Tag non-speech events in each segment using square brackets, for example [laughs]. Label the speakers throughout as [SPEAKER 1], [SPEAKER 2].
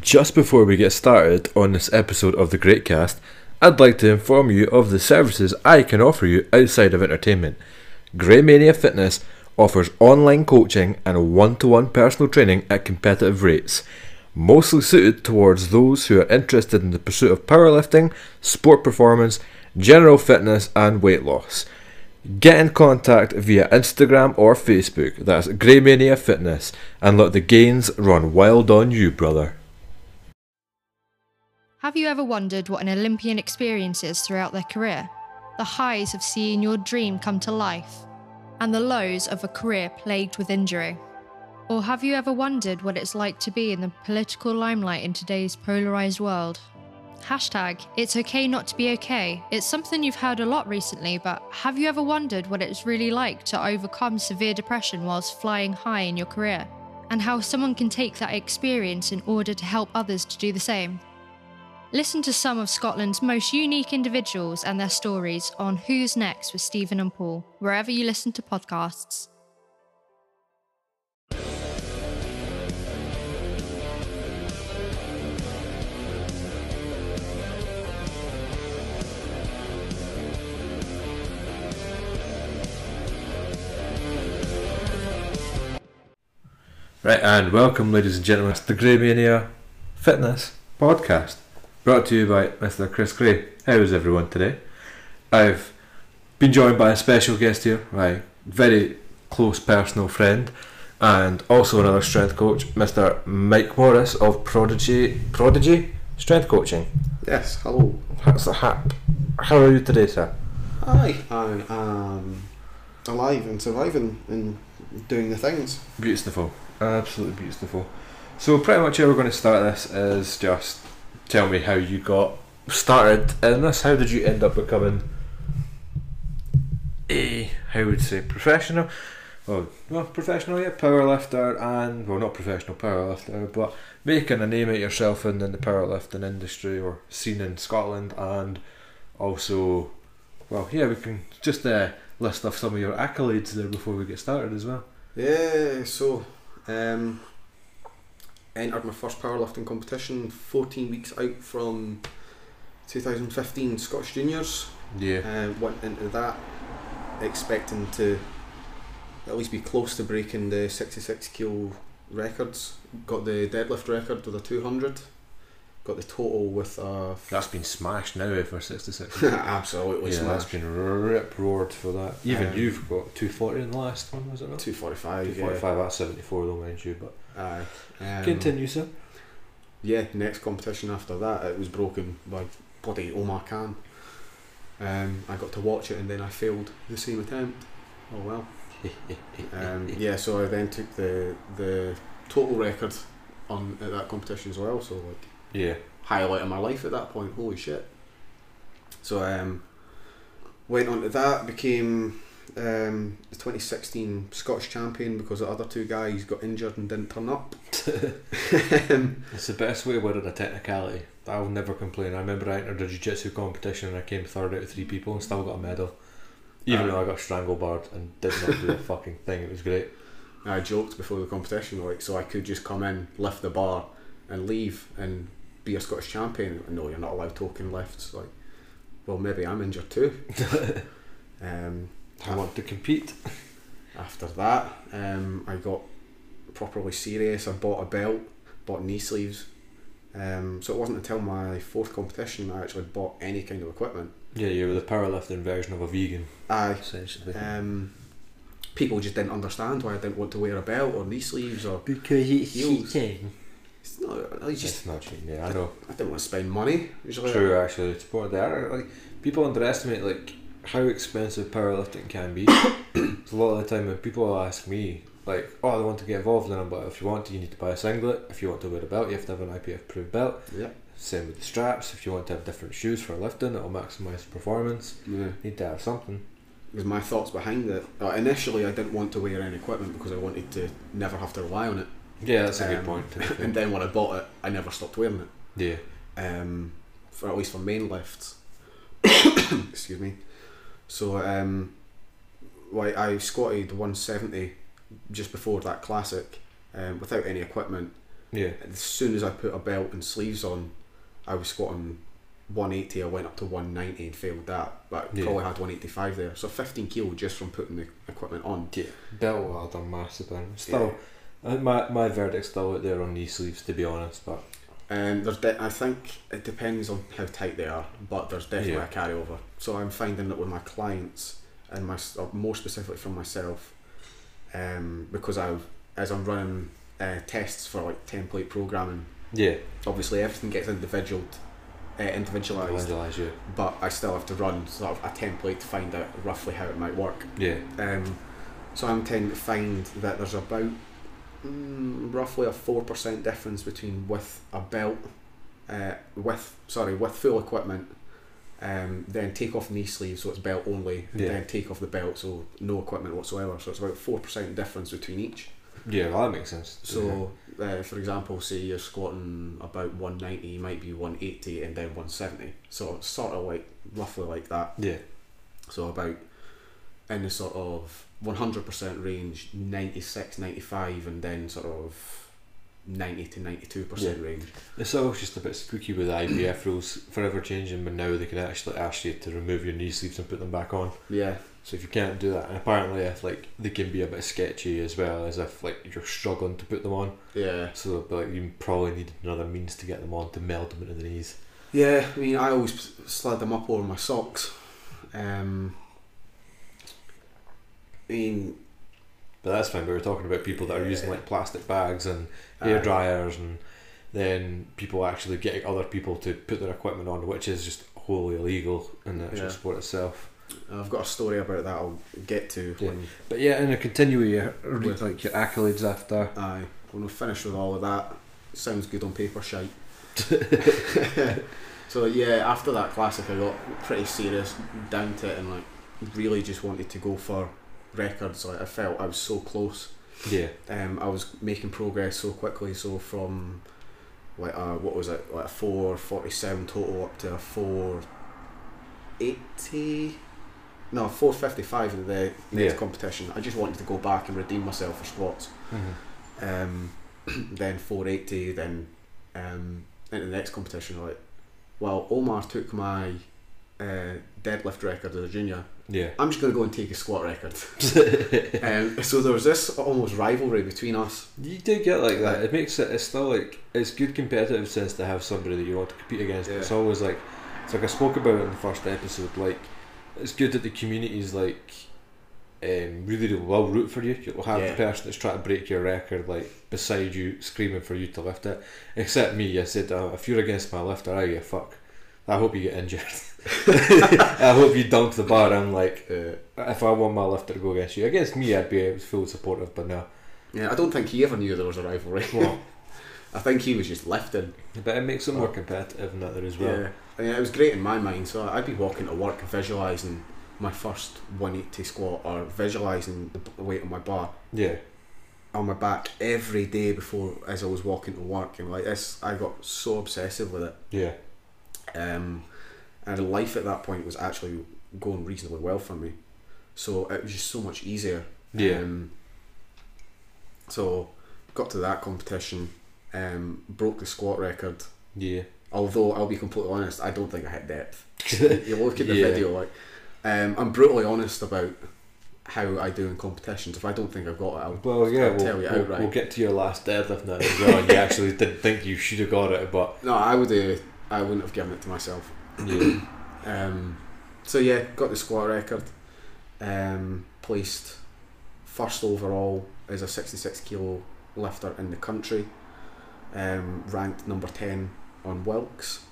[SPEAKER 1] Just before we get started on this episode of The Great Cast, I'd like to inform you of the services I can offer you outside of entertainment. Greymania Fitness offers online coaching and one to one personal training at competitive rates, mostly suited towards those who are interested in the pursuit of powerlifting, sport performance, general fitness, and weight loss. Get in contact via Instagram or Facebook, that's Greymania Fitness, and let the gains run wild on you, brother.
[SPEAKER 2] Have you ever wondered what an Olympian experiences throughout their career? The highs of seeing your dream come to life, and the lows of a career plagued with injury? Or have you ever wondered what it's like to be in the political limelight in today's polarised world? Hashtag, it's okay not to be okay. It's something you've heard a lot recently, but have you ever wondered what it's really like to overcome severe depression whilst flying high in your career? And how someone can take that experience in order to help others to do the same? Listen to some of Scotland's most unique individuals and their stories on Who's Next with Stephen and Paul, wherever you listen to podcasts.
[SPEAKER 1] Right, and welcome, ladies and gentlemen, to the Greymania Fitness Podcast, brought to you by Mr. Chris Gray. How is everyone today? I've been joined by a special guest here, my very close personal friend, and also another strength coach, Mr. Mike Morris of Prodigy Prodigy Strength Coaching.
[SPEAKER 3] Yes, hello.
[SPEAKER 1] That's a hat. How are you today, sir?
[SPEAKER 3] Hi, I am um, alive and surviving and doing the things.
[SPEAKER 1] Beautiful, absolutely beautiful. So pretty much how we're going to start this is just tell me how you got started in this. How did you end up becoming a how would you say professional? Oh, well, professional, yeah, powerlifter, and well, not professional powerlifter, but making a name of yourself in, in the powerlifting industry or scene in Scotland, and also, well, yeah, we can just uh, list off some of your accolades there before we get started as well.
[SPEAKER 3] Yeah, so um, entered my first powerlifting competition 14 weeks out from 2015 Scottish Juniors.
[SPEAKER 1] Yeah,
[SPEAKER 3] Uh, went into that expecting to at least be close to breaking the 66 kilo records. Got the deadlift record with a 200. Got the total with a
[SPEAKER 1] that's been smashed now eh, for sixty [laughs] six.
[SPEAKER 3] [laughs] absolutely
[SPEAKER 1] yeah,
[SPEAKER 3] smashed.
[SPEAKER 1] that's been rip roared for that. Even
[SPEAKER 3] Um,
[SPEAKER 1] you've got 240 in the last one, was it not?
[SPEAKER 3] 245. yeah.
[SPEAKER 1] 245 out of 74, though, mind you. But
[SPEAKER 3] Aye. Um,
[SPEAKER 1] continue, [laughs] sir.
[SPEAKER 3] Yeah, next competition after that, it was broken by bloody Omar Khan. Um, I got to watch it and then I failed the same attempt. Oh well.
[SPEAKER 1] [laughs]
[SPEAKER 3] Um, yeah, so I then took the the total record on at that competition as well. So like
[SPEAKER 1] Yeah,
[SPEAKER 3] highlight of my life at that point. Holy shit! So um, went on to that, became um, the 2016 Scottish champion because the other two guys got injured and didn't turn up. um,
[SPEAKER 1] it's the best way of winning a technicality. I'll never complain. I remember I entered a jiu jitsu competition and I came third out of three people and still got a medal. Even
[SPEAKER 3] Ah.
[SPEAKER 1] though I got stranglebarred and did not [laughs] do a fucking thing, it was great.
[SPEAKER 3] I joked before the competition, like, so I could just come in, lift the bar, and leave and be a Scottish champion. No, you're not allowed token lifts. Like, well, maybe I'm injured too. um,
[SPEAKER 1] I want to compete.
[SPEAKER 3] after that, um, I got properly serious. I bought a belt, bought knee sleeves. Um, so it wasn't until my fourth competition I actually bought any kind of equipment.
[SPEAKER 1] Yeah, you were the powerlifting version of a vegan,
[SPEAKER 3] I
[SPEAKER 1] essentially.
[SPEAKER 3] um, people just didn't understand why I didn't want to wear a belt or knee sleeves or
[SPEAKER 1] because it's
[SPEAKER 3] Heels. it's not. I just
[SPEAKER 1] It's not cheating, yeah, I know.
[SPEAKER 3] I didn't want to spend money. Usually,
[SPEAKER 1] True, actually, it's part of the art. Like people underestimate like how expensive powerlifting can
[SPEAKER 3] [coughs]
[SPEAKER 1] be. It's a lot of the time when people ask me like, "Oh, I want to get involved," and I'm like, "If you want to, you need to buy a singlet. If you want to wear a belt, you have to have an IPF approved belt.
[SPEAKER 3] Yep.
[SPEAKER 1] Same with the straps. If you want to have different shoes for lifting, it'll maximize performance.
[SPEAKER 3] Yeah.
[SPEAKER 1] need to have something.
[SPEAKER 3] Was my thoughts behind it. Uh, initially, I didn't want to wear any equipment because I wanted to never have to rely on it.
[SPEAKER 1] Yeah, that's a
[SPEAKER 3] Um,
[SPEAKER 1] good point.
[SPEAKER 3] [laughs]
[SPEAKER 1] to be fair.
[SPEAKER 3] and then when I bought it, I never stopped wearing it.
[SPEAKER 1] yeah,
[SPEAKER 3] Um, for at least for main lifts. [coughs] Excuse me. So, um, like I squatted 170 just before that classic, um, without any equipment,
[SPEAKER 1] Yeah.
[SPEAKER 3] As soon as I put a belt and sleeves on, I was squatting 180. I went up to 190 and failed that, but
[SPEAKER 1] Yeah.
[SPEAKER 3] probably had 185 there. So 15 kilo just from putting the equipment on.
[SPEAKER 1] Yeah. Belt are massive and still I think my my verdict's still out there on knee sleeves to be honest, but
[SPEAKER 3] Um, there's de- I think it depends on how tight they are, but there's definitely
[SPEAKER 1] Yeah.
[SPEAKER 3] a carryover. So I'm finding that with my clients and my or more specifically from myself, um, because I as I'm running uh, tests for like template programming,
[SPEAKER 1] yeah,
[SPEAKER 3] obviously everything gets individual, uh, individualized,
[SPEAKER 1] Vandalise you.
[SPEAKER 3] but I still have to run sort of a template to find out roughly how it might work.
[SPEAKER 1] Yeah,
[SPEAKER 3] Um, so I'm tending to find that there's about mm, roughly a four percent difference between with a belt, uh, with sorry, with full equipment. Um, then take off knee sleeves, so it's belt only. and
[SPEAKER 1] Yeah.
[SPEAKER 3] Then take off the belt, so no equipment whatsoever. So it's about four percent difference between each.
[SPEAKER 1] yeah, well, that makes sense.
[SPEAKER 3] So, uh, for example, say you're squatting about one ninety, you might be one eighty, and then one seventy. So it's sort of like roughly like that.
[SPEAKER 1] yeah,
[SPEAKER 3] So about in the sort of 100% range, 96, 95, and then sort of 90 to 92% range.
[SPEAKER 1] it's always just a bit spooky with the IBF rules forever changing, but now they can actually ask you to remove your knee sleeves and put them back on.
[SPEAKER 3] Yeah,
[SPEAKER 1] So if you can't do that, and apparently if like they can be a bit sketchy as well as if like you're struggling to put them on,
[SPEAKER 3] yeah.
[SPEAKER 1] so like you probably need another means to get them on to meld them into the knees.
[SPEAKER 3] Yeah, I mean, I always s- slide them up over my socks. Um, I mean,
[SPEAKER 1] But that's fine. We were talking about people that are using like plastic bags and air
[SPEAKER 3] uh,
[SPEAKER 1] dryers, and then people actually getting other people to put their equipment on, which is just wholly illegal in the actual
[SPEAKER 3] Yeah.
[SPEAKER 1] sport itself.
[SPEAKER 3] I've got a story about that I'll get to
[SPEAKER 1] Yeah.
[SPEAKER 3] when
[SPEAKER 1] But yeah, and to continue with your
[SPEAKER 3] With-
[SPEAKER 1] like your accolades after.
[SPEAKER 3] I when we finish with all of that. Sounds good on paper, shite. so yeah, after that classic, I got pretty serious down to it and like really just wanted to go for records. Like I felt I was so close.
[SPEAKER 1] Yeah,
[SPEAKER 3] Um, I was making progress so quickly. So from like a, what was it like a four forty seven total up to a four eighty. No, 455 in the next
[SPEAKER 1] Yeah.
[SPEAKER 3] competition. I just wanted to go back and redeem myself for squats
[SPEAKER 1] Uh-huh.
[SPEAKER 3] um, [clears throat] then 480, then um, into the next competition. Like, well, Omar took my uh, deadlift record as a junior.
[SPEAKER 1] yeah,
[SPEAKER 3] I'm just going to go and take his
[SPEAKER 1] [laughs]
[SPEAKER 3] squat record. um, so there was this almost rivalry between us.
[SPEAKER 1] you do get like that. It makes it. It's still like it's good competitive sense to have somebody that you want to compete against. But It's
[SPEAKER 3] Yeah.
[SPEAKER 1] always like it's like I spoke about in the first episode. Like it's good that the community is like um, really will root for you. You'll have
[SPEAKER 3] Yeah.
[SPEAKER 1] the person that's trying to break your record like beside you, screaming for you to lift it. Except me, I said uh, if you're against my lifter, I get fuck. I hope you get injured. [laughs] I hope you dunk the bar. I'm like,
[SPEAKER 3] Uh,
[SPEAKER 1] if I want my lifter to go against you, against me, I'd be full supportive. But no,
[SPEAKER 3] yeah, I don't think he ever knew there was a rivalry.
[SPEAKER 1] well,
[SPEAKER 3] [laughs] I think he was just lifting.
[SPEAKER 1] [laughs] But it makes it more competitive and that there as well.
[SPEAKER 3] Yeah, I mean, it was great in my mind. So I'd be walking to work, visualising my first 180 squat or visualising the b- weight on my bar.
[SPEAKER 1] Yeah.
[SPEAKER 3] on my back every day before as I was walking to work and like this I got so obsessive with it
[SPEAKER 1] Yeah.
[SPEAKER 3] um, and life at that point was actually going reasonably well for me so it was just so much easier
[SPEAKER 1] Yeah.
[SPEAKER 3] um, so got to that competition um, broke the squat record
[SPEAKER 1] Yeah.
[SPEAKER 3] although I'll be completely honest I don't think I hit depth [laughs] you look at the
[SPEAKER 1] Yeah.
[SPEAKER 3] video like um, I'm brutally honest about how I do in competitions if I don't think I've got it I'll
[SPEAKER 1] Well, yeah,
[SPEAKER 3] I'll
[SPEAKER 1] we'll,
[SPEAKER 3] tell you
[SPEAKER 1] we'll,
[SPEAKER 3] outright.
[SPEAKER 1] we'll get to your last deadlift now as well. and you actually did think you should have got it, but
[SPEAKER 3] No, I would. Uh, I wouldn't have given it to myself.
[SPEAKER 1] yeah.
[SPEAKER 3] Um, so yeah, got the squat record. Um, placed first overall as a 66 kilo lifter in the country. Um, ranked number 10 on Wilkes.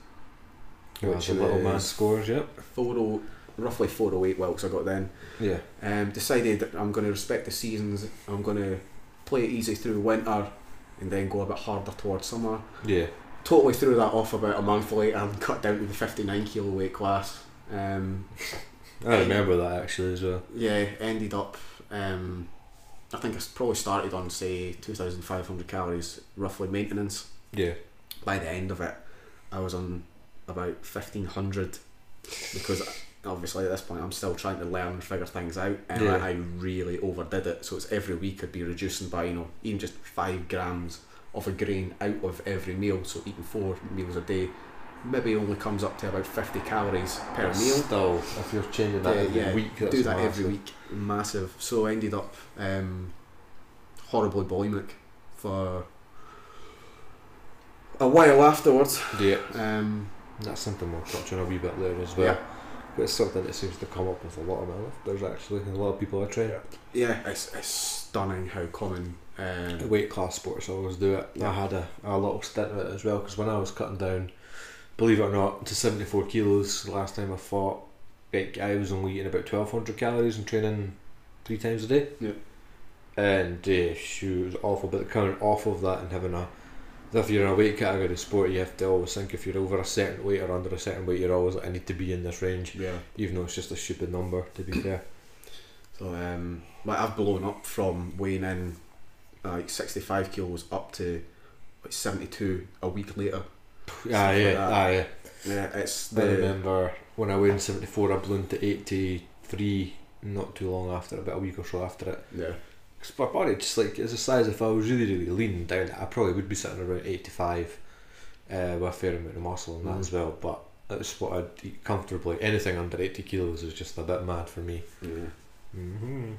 [SPEAKER 1] Well,
[SPEAKER 3] Which
[SPEAKER 1] the little man
[SPEAKER 3] is-
[SPEAKER 1] scores, yep.
[SPEAKER 3] Four oh, roughly 408 Wilkes I got then.
[SPEAKER 1] Yeah.
[SPEAKER 3] Um, decided that I'm going to respect the seasons. I'm going to play it easy through winter, and then go a bit harder towards summer.
[SPEAKER 1] Yeah.
[SPEAKER 3] totally threw that off about a month later and cut down to the 59 kilo weight class. Um,
[SPEAKER 1] I remember that actually as well.
[SPEAKER 3] yeah, ended up, um, I think I s- probably started on, say, 2,500 calories, roughly maintenance.
[SPEAKER 1] Yeah.
[SPEAKER 3] By the end of it, I was on about 1,500 because obviously at this point I'm still trying to learn and figure things out and
[SPEAKER 1] Yeah.
[SPEAKER 3] I really overdid it. So it's every week I'd be reducing by, you know, even just five grams of a grain out of every meal. So eating four meals a day maybe only comes up to about 50 calories per meal.
[SPEAKER 1] Still, if you're changing that
[SPEAKER 3] Yeah,
[SPEAKER 1] every
[SPEAKER 3] yeah,
[SPEAKER 1] week,
[SPEAKER 3] do
[SPEAKER 1] that's
[SPEAKER 3] that every
[SPEAKER 1] massive.
[SPEAKER 3] week. Massive. So I ended up um, horribly bulimic for a while afterwards.
[SPEAKER 1] Yeah,
[SPEAKER 3] Um,
[SPEAKER 1] that's something we'll touch on a wee bit later as well.
[SPEAKER 3] Yeah.
[SPEAKER 1] But it's something that seems to come up with a lot of my life. There's actually a lot of people I train.
[SPEAKER 3] yeah, it's, it's stunning how common.
[SPEAKER 1] The
[SPEAKER 3] Um,
[SPEAKER 1] weight class sports always do it. I had a, a little stint of it as well because when I was cutting down, believe it or not, to 74 kilos the last time I fought, like, I was only eating about 1200 calories and training three times a day.
[SPEAKER 3] Yeah.
[SPEAKER 1] And uh, shoot, it was awful. But coming off of that and having a if you're in a weight category sport, you have to always think if you're over a certain weight or under a certain weight, you're always like, I need to be in this range,
[SPEAKER 3] yeah.
[SPEAKER 1] even though it's just a stupid number, to be fair.
[SPEAKER 3] So, um, like I've blown up from weighing in like 65 kilos up to like 72 a week later.
[SPEAKER 1] Ah,
[SPEAKER 3] like
[SPEAKER 1] yeah,
[SPEAKER 3] that.
[SPEAKER 1] ah, yeah.
[SPEAKER 3] Yeah, it's
[SPEAKER 1] I
[SPEAKER 3] the
[SPEAKER 1] remember when I weighed in 74, I ballooned to 83 not too long after, about a week or so after it.
[SPEAKER 3] yeah.
[SPEAKER 1] 'Cause my body just like is a size if I was really, really lean down, I probably would be sitting around 85 uh, with a fair amount of muscle and that
[SPEAKER 3] Mhm.
[SPEAKER 1] as well. But that's what I'd eat comfortably. Anything under 80 kilos is just a bit mad for me.
[SPEAKER 3] yeah.
[SPEAKER 1] Mm-hmm.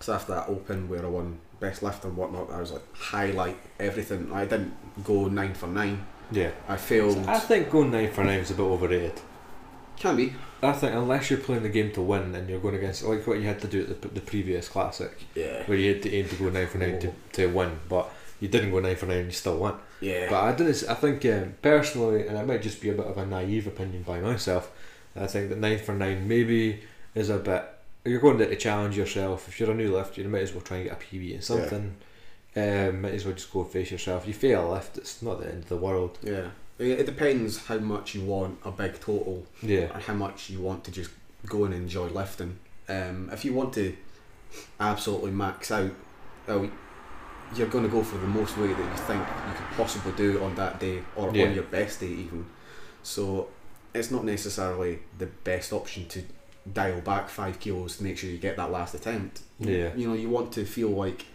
[SPEAKER 3] So after that open where I won best lift and whatnot, I was like highlight everything. I didn't go nine for nine.
[SPEAKER 1] Yeah.
[SPEAKER 3] I failed.
[SPEAKER 1] So I think going 9 for 9 is a bit overrated.
[SPEAKER 3] Can be.
[SPEAKER 1] I think unless you're playing the game to win and you're going against, like what you had to do at the, the previous classic,
[SPEAKER 3] Yeah.
[SPEAKER 1] where you had to aim to go nine for nine to, to win, but you didn't go nine for nine, you still won.
[SPEAKER 3] Yeah.
[SPEAKER 1] But I don't. I think um, personally, and it might just be a bit of a naive opinion by myself. I think that nine for nine maybe is a bit. You're going there to challenge yourself. If you're a new lifter, you might as well try and get a PB in something. Um, might as well just go and face yourself. You fail a lift, it's not the end of the world.
[SPEAKER 3] yeah. It it depends how much you want a big total
[SPEAKER 1] Yeah,
[SPEAKER 3] and how much you want to just go and enjoy lifting. Um, if you want to absolutely max out, well, you're going to go for the most weight that you think you could possibly do on that day or
[SPEAKER 1] Yeah.
[SPEAKER 3] on your best day, even. So it's not necessarily the best option to dial back five kilos to make sure you get that last attempt.
[SPEAKER 1] Yeah.
[SPEAKER 3] You know, you want to feel like,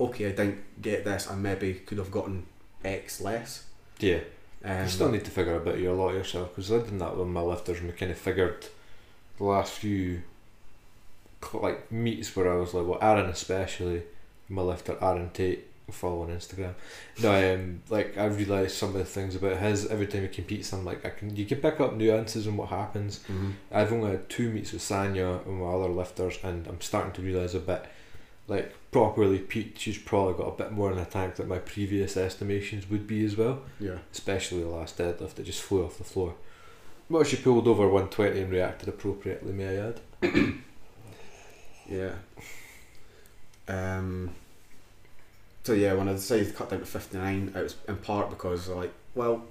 [SPEAKER 3] okay, I didn't get this, I maybe could have gotten X less.
[SPEAKER 1] yeah.
[SPEAKER 3] Um,
[SPEAKER 1] you still need to figure a bit of your lot yourself because I done that with my lifters and we kind of figured the last few cl- like meets where I was like, well, Aaron especially, my lifter Aaron Tate, I follow on Instagram. No, um, like I realised some of the things about his every time he competes. I'm like, I can you can pick up nuances and what happens.
[SPEAKER 3] mhm.
[SPEAKER 1] I've only had two meets with Sanya and my other lifters, and I'm starting to realise a bit, like properly, Pete, she's probably got a bit more in the tank than my previous estimations would be as well
[SPEAKER 3] Yeah.
[SPEAKER 1] especially the last deadlift that just flew off the floor. But she pulled over 120 and reacted appropriately, may I add.
[SPEAKER 3] Yeah. Um. So yeah, when I decided to cut down to fifty nine, it was in part because like, well,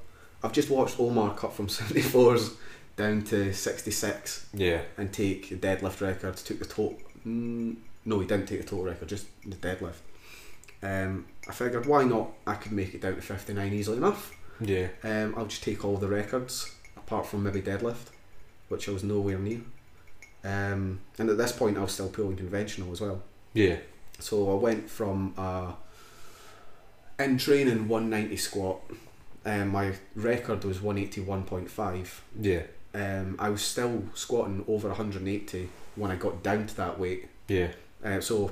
[SPEAKER 3] I've just watched Omar cut from [laughs] seventy fours down to sixty six
[SPEAKER 1] Yeah,
[SPEAKER 3] and take the deadlift records. Took the total. Mm, no, he didn't take the total record, just the deadlift. Um, I figured why not? I could make it down to fifty nine easily enough.
[SPEAKER 1] yeah,
[SPEAKER 3] Um, I'll just take all the records apart from maybe deadlift, which I was nowhere near. Um, and at this point, I was still pulling conventional as well.
[SPEAKER 1] yeah,
[SPEAKER 3] So I went from uh, in training 190 squat. Um, my record was 181.5.
[SPEAKER 1] yeah,
[SPEAKER 3] Um, I was still squatting over 180 when I got down to that weight.
[SPEAKER 1] yeah,
[SPEAKER 3] Uh, so,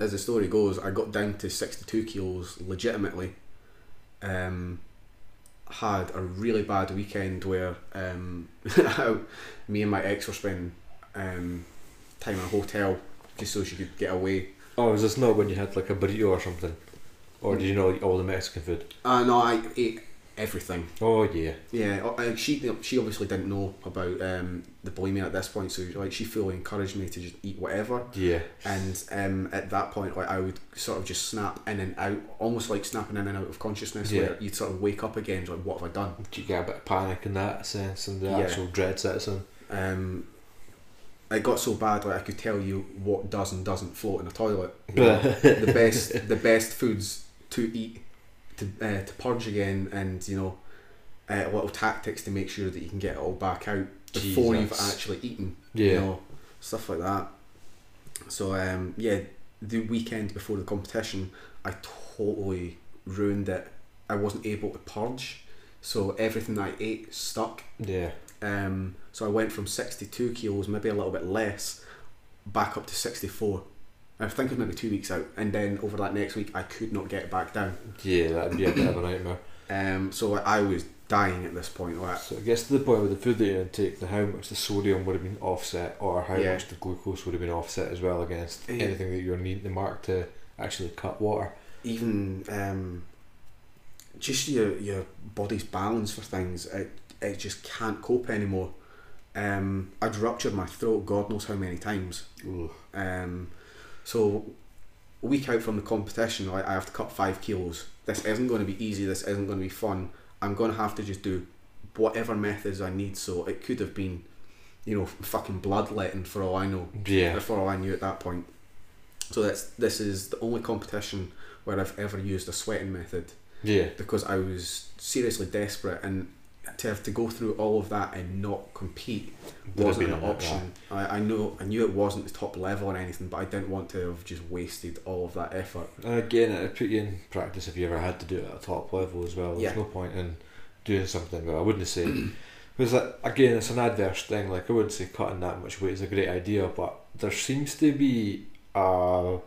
[SPEAKER 3] as the story goes, I got down to 62 kilos legitimately. Um, had a really bad weekend where um, [laughs] me and my ex were spending um, time in a hotel just so she could get away.
[SPEAKER 1] Oh, is this not when you had like a burrito or something? Or did you not eat all the Mexican food?
[SPEAKER 3] Uh, no, I ate everything.
[SPEAKER 1] Oh, yeah,
[SPEAKER 3] Yeah, I- I, she she obviously didn't know about um, the bulimia at this point, so like she fully encouraged me to just eat whatever.
[SPEAKER 1] yeah,
[SPEAKER 3] And um, at that point, like I would sort of just snap in and out, almost like snapping in and out of consciousness.
[SPEAKER 1] Yeah.
[SPEAKER 3] Where you'd sort of wake up again, like what have I done?
[SPEAKER 1] you get a bit of panic in that sense and the
[SPEAKER 3] Yeah.
[SPEAKER 1] actual dread sets in.
[SPEAKER 3] Um, it got so bad, like I could tell you what does and doesn't float in
[SPEAKER 1] [laughs]
[SPEAKER 3] a toilet. the best the best foods to eat to uh, to purge again and you know uh, little tactics to make sure that you can get it all back out before you've
[SPEAKER 1] Jesus.
[SPEAKER 3] actually eaten you
[SPEAKER 1] Yeah,
[SPEAKER 3] know stuff like that so um yeah the weekend before the competition I totally ruined it. I wasn't able to purge, so everything I ate stuck.
[SPEAKER 1] Yeah.
[SPEAKER 3] Um, so I went from 62 kilos, maybe a little bit less, back up to 64. I think it was maybe two weeks out, and then over that next week, I could not get it back down.
[SPEAKER 1] Yeah, that'd be a bit of a nightmare.
[SPEAKER 3] Um, so like, I was dying at this point. Like,
[SPEAKER 1] So it gets to the point with the food that you intake, now how much the sodium would have been offset, or how
[SPEAKER 3] Yeah.
[SPEAKER 1] much the glucose would have been offset as well against
[SPEAKER 3] Yeah.
[SPEAKER 1] anything that you're needing to mark to actually cut water.
[SPEAKER 3] even um, just your your body's balance for things, it, it just can't cope anymore. Um, I'd ruptured my throat, God knows how many times. Um, so a week out from the competition, like I have to cut five kilos. This isn't going to be easy. This isn't going to be fun. I'm going to have to just do whatever methods I need. So it could have been, you know, fucking bloodletting for all I know.
[SPEAKER 1] Yeah.
[SPEAKER 3] Before all I knew at that point. So that's this is the only competition where I've ever used a sweating method
[SPEAKER 1] Yeah.
[SPEAKER 3] because I was seriously desperate and to have to go through all of that and not compete
[SPEAKER 1] Would have
[SPEAKER 3] wasn't
[SPEAKER 1] been
[SPEAKER 3] an
[SPEAKER 1] a bit
[SPEAKER 3] option. I, I know I knew it wasn't the top level or anything, but I didn't want to have just wasted all of that effort.
[SPEAKER 1] And again, it'd put you in practice if you ever had to do it at a top level as well. There's
[SPEAKER 3] Yeah.
[SPEAKER 1] no point in doing something that I wouldn't say. [clears throat] Because that, again, it's an adverse thing. Like I wouldn't say cutting that much weight is a great idea, but there seems to be a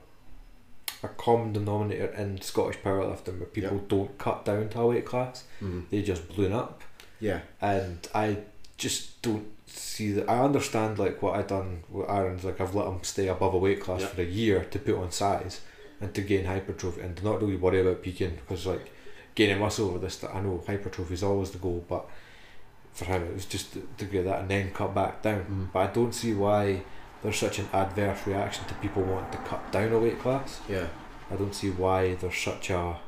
[SPEAKER 1] a common denominator in Scottish powerlifting where people don't cut down to a weight class; they just balloon up
[SPEAKER 3] Yeah,
[SPEAKER 1] and I just don't see that. I understand like what I done with Aaron's like I've let him stay above a weight class
[SPEAKER 3] Yeah.
[SPEAKER 1] for a year to put on size and to gain hypertrophy and to not really worry about peaking because like gaining muscle over this I know hypertrophy is always the goal but for him it was just to, to get that and then cut back down
[SPEAKER 3] Mm.
[SPEAKER 1] but I don't see why there's such an adverse reaction to people wanting to cut down a weight class
[SPEAKER 3] yeah,
[SPEAKER 1] I don't see why there's such a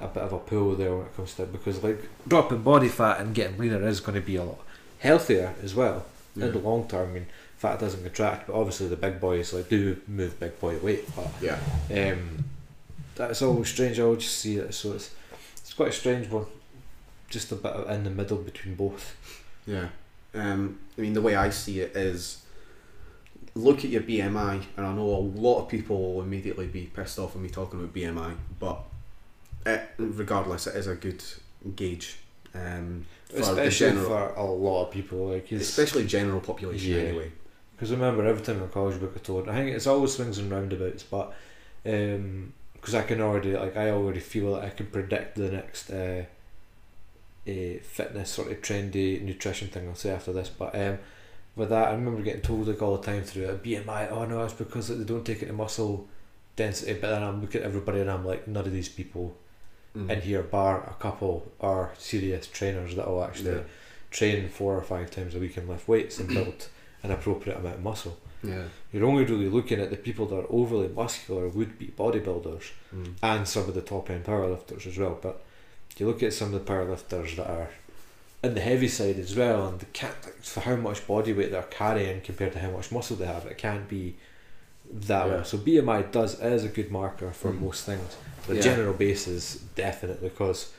[SPEAKER 1] a bit of a pull there when it comes to it because like dropping body fat and getting leaner is going to be a lot healthier as well in the long term. I mean, fat doesn't contract, but obviously the big boys like do move big boy weight, but
[SPEAKER 3] yeah.
[SPEAKER 1] um, that's always strange. I always just see it, so it's it's quite a strange one. Just a bit of in the middle between both.
[SPEAKER 3] Yeah. Um, I mean, the way I see it is look at your BMI, and I know a lot of people will immediately be pissed off with me talking about BMI, but it, regardless, it is a good gauge. Um, for the
[SPEAKER 1] Especially
[SPEAKER 3] general,
[SPEAKER 1] for a lot of people, like it's-
[SPEAKER 3] especially general population,
[SPEAKER 1] Yeah.
[SPEAKER 3] anyway.
[SPEAKER 1] Because remember, every time in college book I told, I think it's always swings and roundabouts, but because I can already, like, I already feel that I can predict the next uh, uh, fitness sort of trendy nutrition thing I'll say after this. But um, with that, I remember getting told like all the time through it, BMI, oh no, it's because like, they don't take it to muscle density. But then I'm looking at everybody and I'm like, none of these people
[SPEAKER 3] Mm.
[SPEAKER 1] in here, bar a couple, are serious trainers that will actually
[SPEAKER 3] Yeah.
[SPEAKER 1] train four or five times a week and lift weights and build an appropriate amount of muscle.
[SPEAKER 3] yeah.
[SPEAKER 1] You're only really looking at the people that are overly muscular would be bodybuilders
[SPEAKER 3] Mm.
[SPEAKER 1] and some of the top end powerlifters as well. But you look at some of the powerlifters that are in the heavy side as well, and the can't like, for how much body weight they're carrying compared to how much muscle they have, it can't be that
[SPEAKER 3] Yeah.
[SPEAKER 1] well. So BMI does is a good marker for
[SPEAKER 3] Mhm.
[SPEAKER 1] most things. The
[SPEAKER 3] Yeah.
[SPEAKER 1] general basis definitely because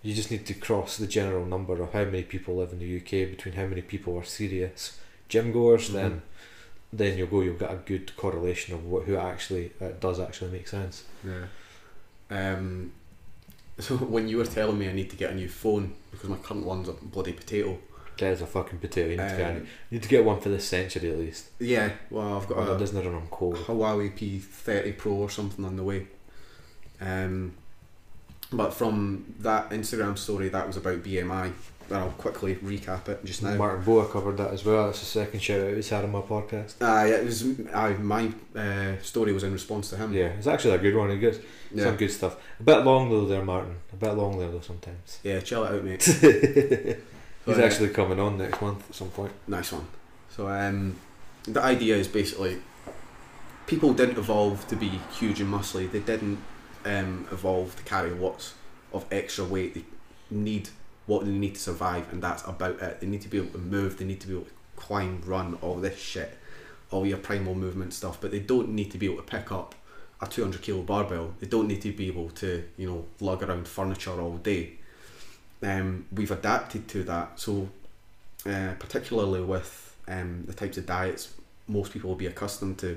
[SPEAKER 1] you just need to cross the general number of how many people live in the UK between how many people are serious gym goers.
[SPEAKER 3] Mm-hmm.
[SPEAKER 1] Then, then you'll go. You'll get a good correlation of what who actually that does actually make sense.
[SPEAKER 3] Yeah. Um, [laughs] so when you were telling me I need to get a new phone because my current one's a bloody potato.
[SPEAKER 1] There's a fucking potato. You need, to, get,
[SPEAKER 3] Um,
[SPEAKER 1] you need to get one for this century at least.
[SPEAKER 3] Yeah. Well, oh, I've got
[SPEAKER 1] Or
[SPEAKER 3] a
[SPEAKER 1] it doesn't run on coal.
[SPEAKER 3] Huawei P30 Pro or something on the way. Um, but from that Instagram story, that was about BMI. And I'll quickly recap it just now.
[SPEAKER 1] Martin Boa covered that as well. That's the second shout out he's had on my podcast.
[SPEAKER 3] Aye, Uh, it was I my uh, story was in response to him.
[SPEAKER 1] Yeah, it's actually a good one. He gets some
[SPEAKER 3] Mm. yeah,
[SPEAKER 1] good stuff. A bit long though, there, Martin. A bit long there though sometimes. [laughs]
[SPEAKER 3] yeah. Chill it out, mate.
[SPEAKER 1] He's
[SPEAKER 3] But, uh,
[SPEAKER 1] actually coming on next month at some point.
[SPEAKER 3] Nice one. So um, the idea is basically people didn't evolve to be huge and muscly. They didn't um, evolve to carry lots of extra weight. They need what they need to survive, and that's about it. They need to be able to move. They need to be able to climb, run, all this shit, all your primal movement stuff. But they don't need to be able to pick up a 200 kilo barbell. They don't need to be able to, you know, lug around furniture all day. Um, we've adapted to that. So uh, particularly with um, the types of diets most people will be accustomed to,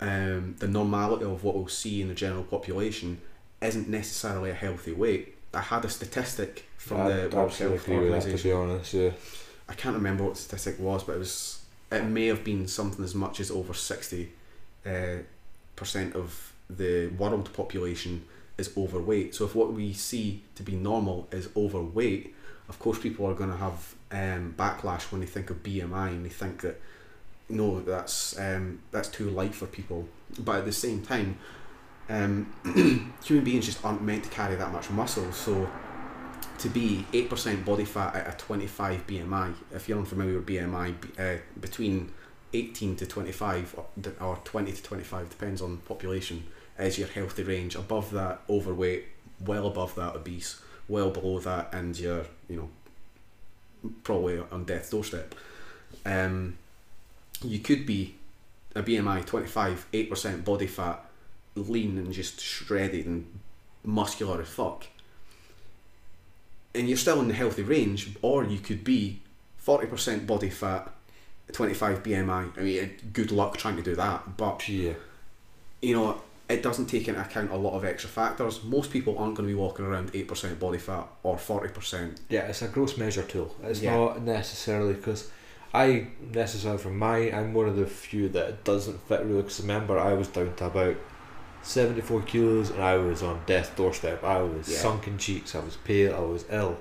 [SPEAKER 3] um, the normality of what we'll see in the general population isn't necessarily a healthy weight. I had a statistic from
[SPEAKER 1] I'd
[SPEAKER 3] the World
[SPEAKER 1] absolutely
[SPEAKER 3] Health
[SPEAKER 1] agree with that, to
[SPEAKER 3] Organization.
[SPEAKER 1] be honest. Yeah.
[SPEAKER 3] I can't remember what the statistic was, but it was it may have been something as much as over sixty uh, percent of the world population is overweight. So if what we see to be normal is overweight, of course people are going to have um, backlash when they think of BMI and they think that no, that's um, that's too light for people. But at the same time, um, [clears throat] human beings just aren't meant to carry that much muscle. So to be eight percent body fat at a twenty-five BMI, if you're unfamiliar with BMI, b- uh, between eighteen to twenty-five or, d- or twenty to twenty-five depends on population is your healthy range. Above that, overweight. Well above that, obese. Well below that, and you're you know probably on death's doorstep. Um, you could be a BMI 25, 8% body fat, lean and just shredded and muscular as fuck. And you're still in the healthy range, or you could be 40% body fat, 25 BMI. I mean, good luck trying to do that, but
[SPEAKER 1] Yeah.
[SPEAKER 3] you know, it doesn't take into account a lot of extra factors. Most people aren't going to be walking around 8% body fat or 40%.
[SPEAKER 1] Yeah, it's a gross measure tool. It's
[SPEAKER 3] Yeah.
[SPEAKER 1] not necessarily because I necessarily for my I'm one of the few that doesn't fit really. Because remember, I was down to about seventy four kilos and I was on death doorstep. I was
[SPEAKER 3] Yeah.
[SPEAKER 1] sunken cheeks. I was pale. I was
[SPEAKER 3] [coughs]
[SPEAKER 1] ill,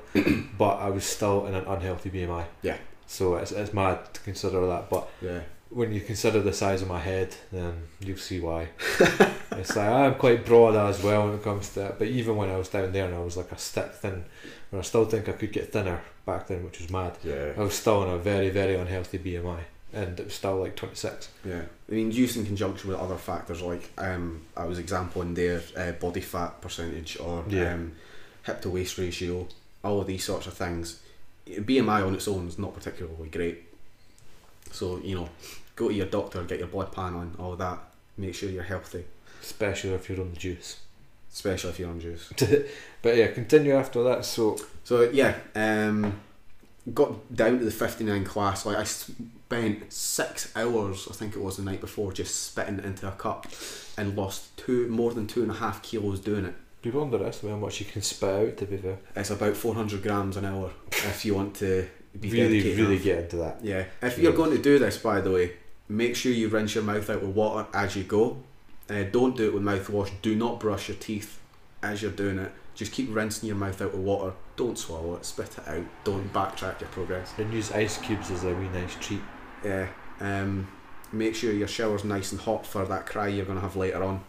[SPEAKER 1] but I was still in an unhealthy BMI.
[SPEAKER 3] Yeah.
[SPEAKER 1] So it's, it's mad to consider that, but
[SPEAKER 3] Yeah.
[SPEAKER 1] when you consider the size of my head, then you'll see why. [laughs] it's like I'm quite broad as well when it comes to it. But even when I was down there and I was like a stick thin, and I still think I could get thinner back then, which was mad. I
[SPEAKER 3] Yeah.
[SPEAKER 1] was still in a very, very unhealthy BMI, and it was still like 26.
[SPEAKER 3] Yeah. I mean, used in conjunction with other factors like um, I was exampling there uh, body fat percentage or
[SPEAKER 1] Yeah.
[SPEAKER 3] um, hip to waist ratio, all of these sorts of things. BMI on its own is not particularly great. So, you know, go to your doctor, get your blood panel, all of that. Make sure you're healthy,
[SPEAKER 1] Especially if you're on the juice.
[SPEAKER 3] especially if you're on juice.
[SPEAKER 1] But yeah, continue after that. So
[SPEAKER 3] So yeah, um, got down to the fifty nine class. Like I spent six hours, I think it was the night before, just spitting it into a cup, and lost two more than two and a half kilos doing it.
[SPEAKER 1] people underestimate how much you can spit out. To be fair,
[SPEAKER 3] It's about four hundred grams an hour if you want to be
[SPEAKER 1] really,
[SPEAKER 3] dedicated
[SPEAKER 1] really
[SPEAKER 3] enough.
[SPEAKER 1] get into that.
[SPEAKER 3] Yeah. If
[SPEAKER 1] Yeah.
[SPEAKER 3] you're going to do this, by the way, make sure you rinse your mouth out with water as you go. Uh, don't do it with mouthwash. Do not brush your teeth as you're doing it. Just keep rinsing your mouth out with water. Don't swallow it. Spit it out. Don't backtrack your progress.
[SPEAKER 1] And use ice cubes as a wee nice
[SPEAKER 3] [laughs]
[SPEAKER 1] treat.
[SPEAKER 3] Yeah. Um, make sure your shower's nice and hot for that cry you're going to have later on.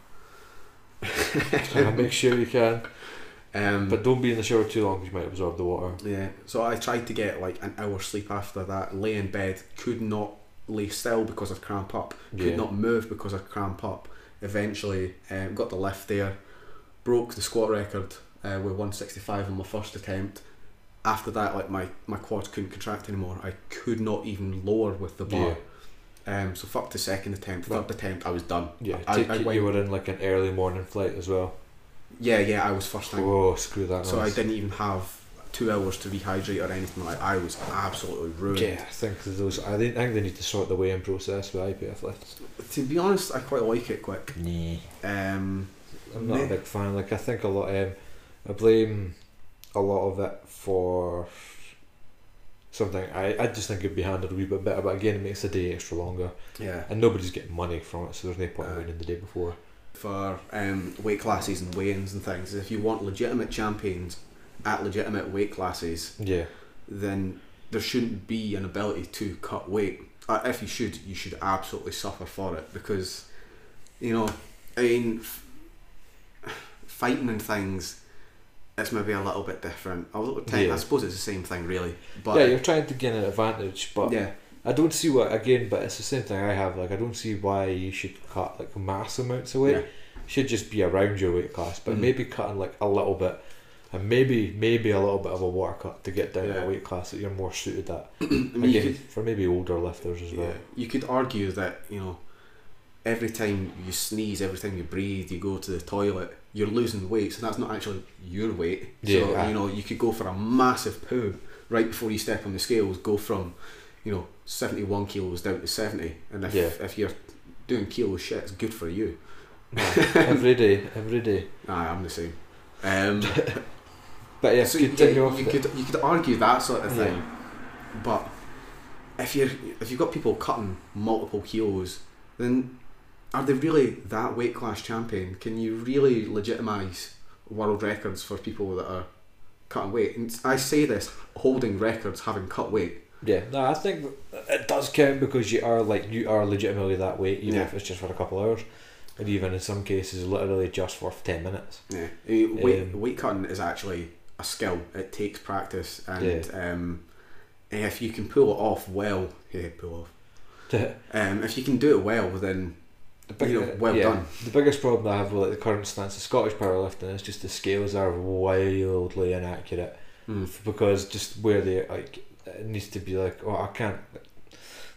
[SPEAKER 1] Make sure you can,
[SPEAKER 3] [laughs] Um,
[SPEAKER 1] but don't be in the shower too long 'cause you might absorb the water.
[SPEAKER 3] Yeah. So I tried to get like an hour sleep after that. Lay in bed, could not lay still because of cramp up. Could
[SPEAKER 1] Yeah.
[SPEAKER 3] not move because of cramp up. Eventually, um, got the lift there, broke the squat record uh, with 165 on my first attempt. After that, like my my quads couldn't contract anymore. I could not even lower with the bar. Um, so fuck the second attempt.
[SPEAKER 1] Well-
[SPEAKER 3] Third attempt, I was done.
[SPEAKER 1] Yeah,
[SPEAKER 3] I-
[SPEAKER 1] take
[SPEAKER 3] I
[SPEAKER 1] it
[SPEAKER 3] went-
[SPEAKER 1] you were in like an early morning flight as well.
[SPEAKER 3] Yeah, yeah, I was first time.
[SPEAKER 1] Oh, screw that.
[SPEAKER 3] So I
[SPEAKER 1] noise.
[SPEAKER 3] didn't even have two hours to rehydrate or anything like. I was absolutely ruined.
[SPEAKER 1] Yeah, I think those. I think, I think they need to sort the weigh-in process with IPF lifts.
[SPEAKER 3] To be honest, I quite like it quick.
[SPEAKER 1] Nah.
[SPEAKER 3] Um,
[SPEAKER 1] I'm not a
[SPEAKER 3] Nah.
[SPEAKER 1] big fan. Like I think a lot. Um, I blame a lot of it for something. I, I just think it'd be handled a wee bit better. But again, it makes the day extra longer,
[SPEAKER 3] yeah.
[SPEAKER 1] and nobody's getting money from it, so there's no point in
[SPEAKER 3] Aye.
[SPEAKER 1] winning the day before.
[SPEAKER 3] For um, weight classes and weigh-ins and things, if you want legitimate champions at legitimate weight classes,
[SPEAKER 1] Yeah,
[SPEAKER 3] then there shouldn't be an ability to cut weight. Uh, if you should, you should absolutely suffer for it because, you know, I mean, f- fighting and things, it's maybe a little bit different. A little bit-
[SPEAKER 1] Yeah.
[SPEAKER 3] I suppose it's the same thing, really. But
[SPEAKER 1] yeah. You're trying to gain an advantage, but
[SPEAKER 3] yeah,
[SPEAKER 1] I don't see what again. But it's the same thing I have. Like I don't see why you should cut like mass amounts of weight.
[SPEAKER 3] Yeah.
[SPEAKER 1] Should just be around your weight class, but
[SPEAKER 3] Mhm.
[SPEAKER 1] maybe cutting like a little bit, and maybe maybe a little bit of a water cut to get down to
[SPEAKER 3] Yeah.
[SPEAKER 1] a weight class that you're more suited at.
[SPEAKER 3] I mean, you
[SPEAKER 1] Again,
[SPEAKER 3] could-
[SPEAKER 1] for maybe older lifters as well.
[SPEAKER 3] Yeah. You could argue that, you know, every time you sneeze, every time you breathe, you go to the toilet, you're losing weight, so that's not actually your weight. so,
[SPEAKER 1] Yeah.
[SPEAKER 3] you know, you could go for a massive poo right before you step on the scales, go from, you know, 71 kilos down to 70. And if,
[SPEAKER 1] Yeah.
[SPEAKER 3] if you're doing kilo shit, it's good for you.
[SPEAKER 1] every day, every day.
[SPEAKER 3] Aye, I'm the same. Um,
[SPEAKER 1] But yeah,
[SPEAKER 3] so you,
[SPEAKER 1] continue
[SPEAKER 3] yeah,
[SPEAKER 1] off
[SPEAKER 3] you
[SPEAKER 1] with it.
[SPEAKER 3] could you could argue that sort of
[SPEAKER 1] Yeah.
[SPEAKER 3] thing, but if you're if you've got people cutting multiple kilos, then are they really that weight class champion? Can you really legitimise world records for people that are cutting weight? And I say this holding records, having cut weight.
[SPEAKER 1] Yeah, no, I think it does count because you are like you are legitimately that weight, even
[SPEAKER 3] Yeah.
[SPEAKER 1] if it's just for a couple hours, and even in some cases, literally just for ten minutes. [laughs]
[SPEAKER 3] Yeah, I mean, weight
[SPEAKER 1] Um,
[SPEAKER 3] weight cutting is actually a skill. It takes practice, and um, if you can pull it off well, yeah, pull off.
[SPEAKER 1] the
[SPEAKER 3] Um, if you can do it well, then You know, well done.
[SPEAKER 1] The biggest problem I have with like, the current stance of Scottish powerlifting is just the scales are wildly inaccurate
[SPEAKER 3] hmm,
[SPEAKER 1] f- because just where they like it needs to be like oh I can't.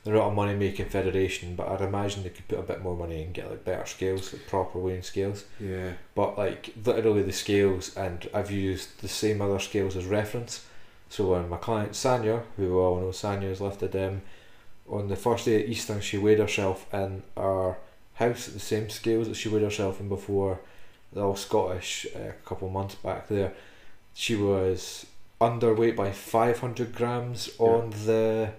[SPEAKER 1] They're not a money making federation, but I'd imagine they could put a bit more money and get like better scales, like, proper weighing scales.
[SPEAKER 3] yeah.
[SPEAKER 1] but like literally the scales and I've used the same other scales as reference. So when my client Sanya, who we all know Sanya's lifted um on the first day at Easton she weighed herself in our house at the same scales that she weighed herself in before the all Scottish uh, a couple of months back there. She was underweight by five hundred grams on the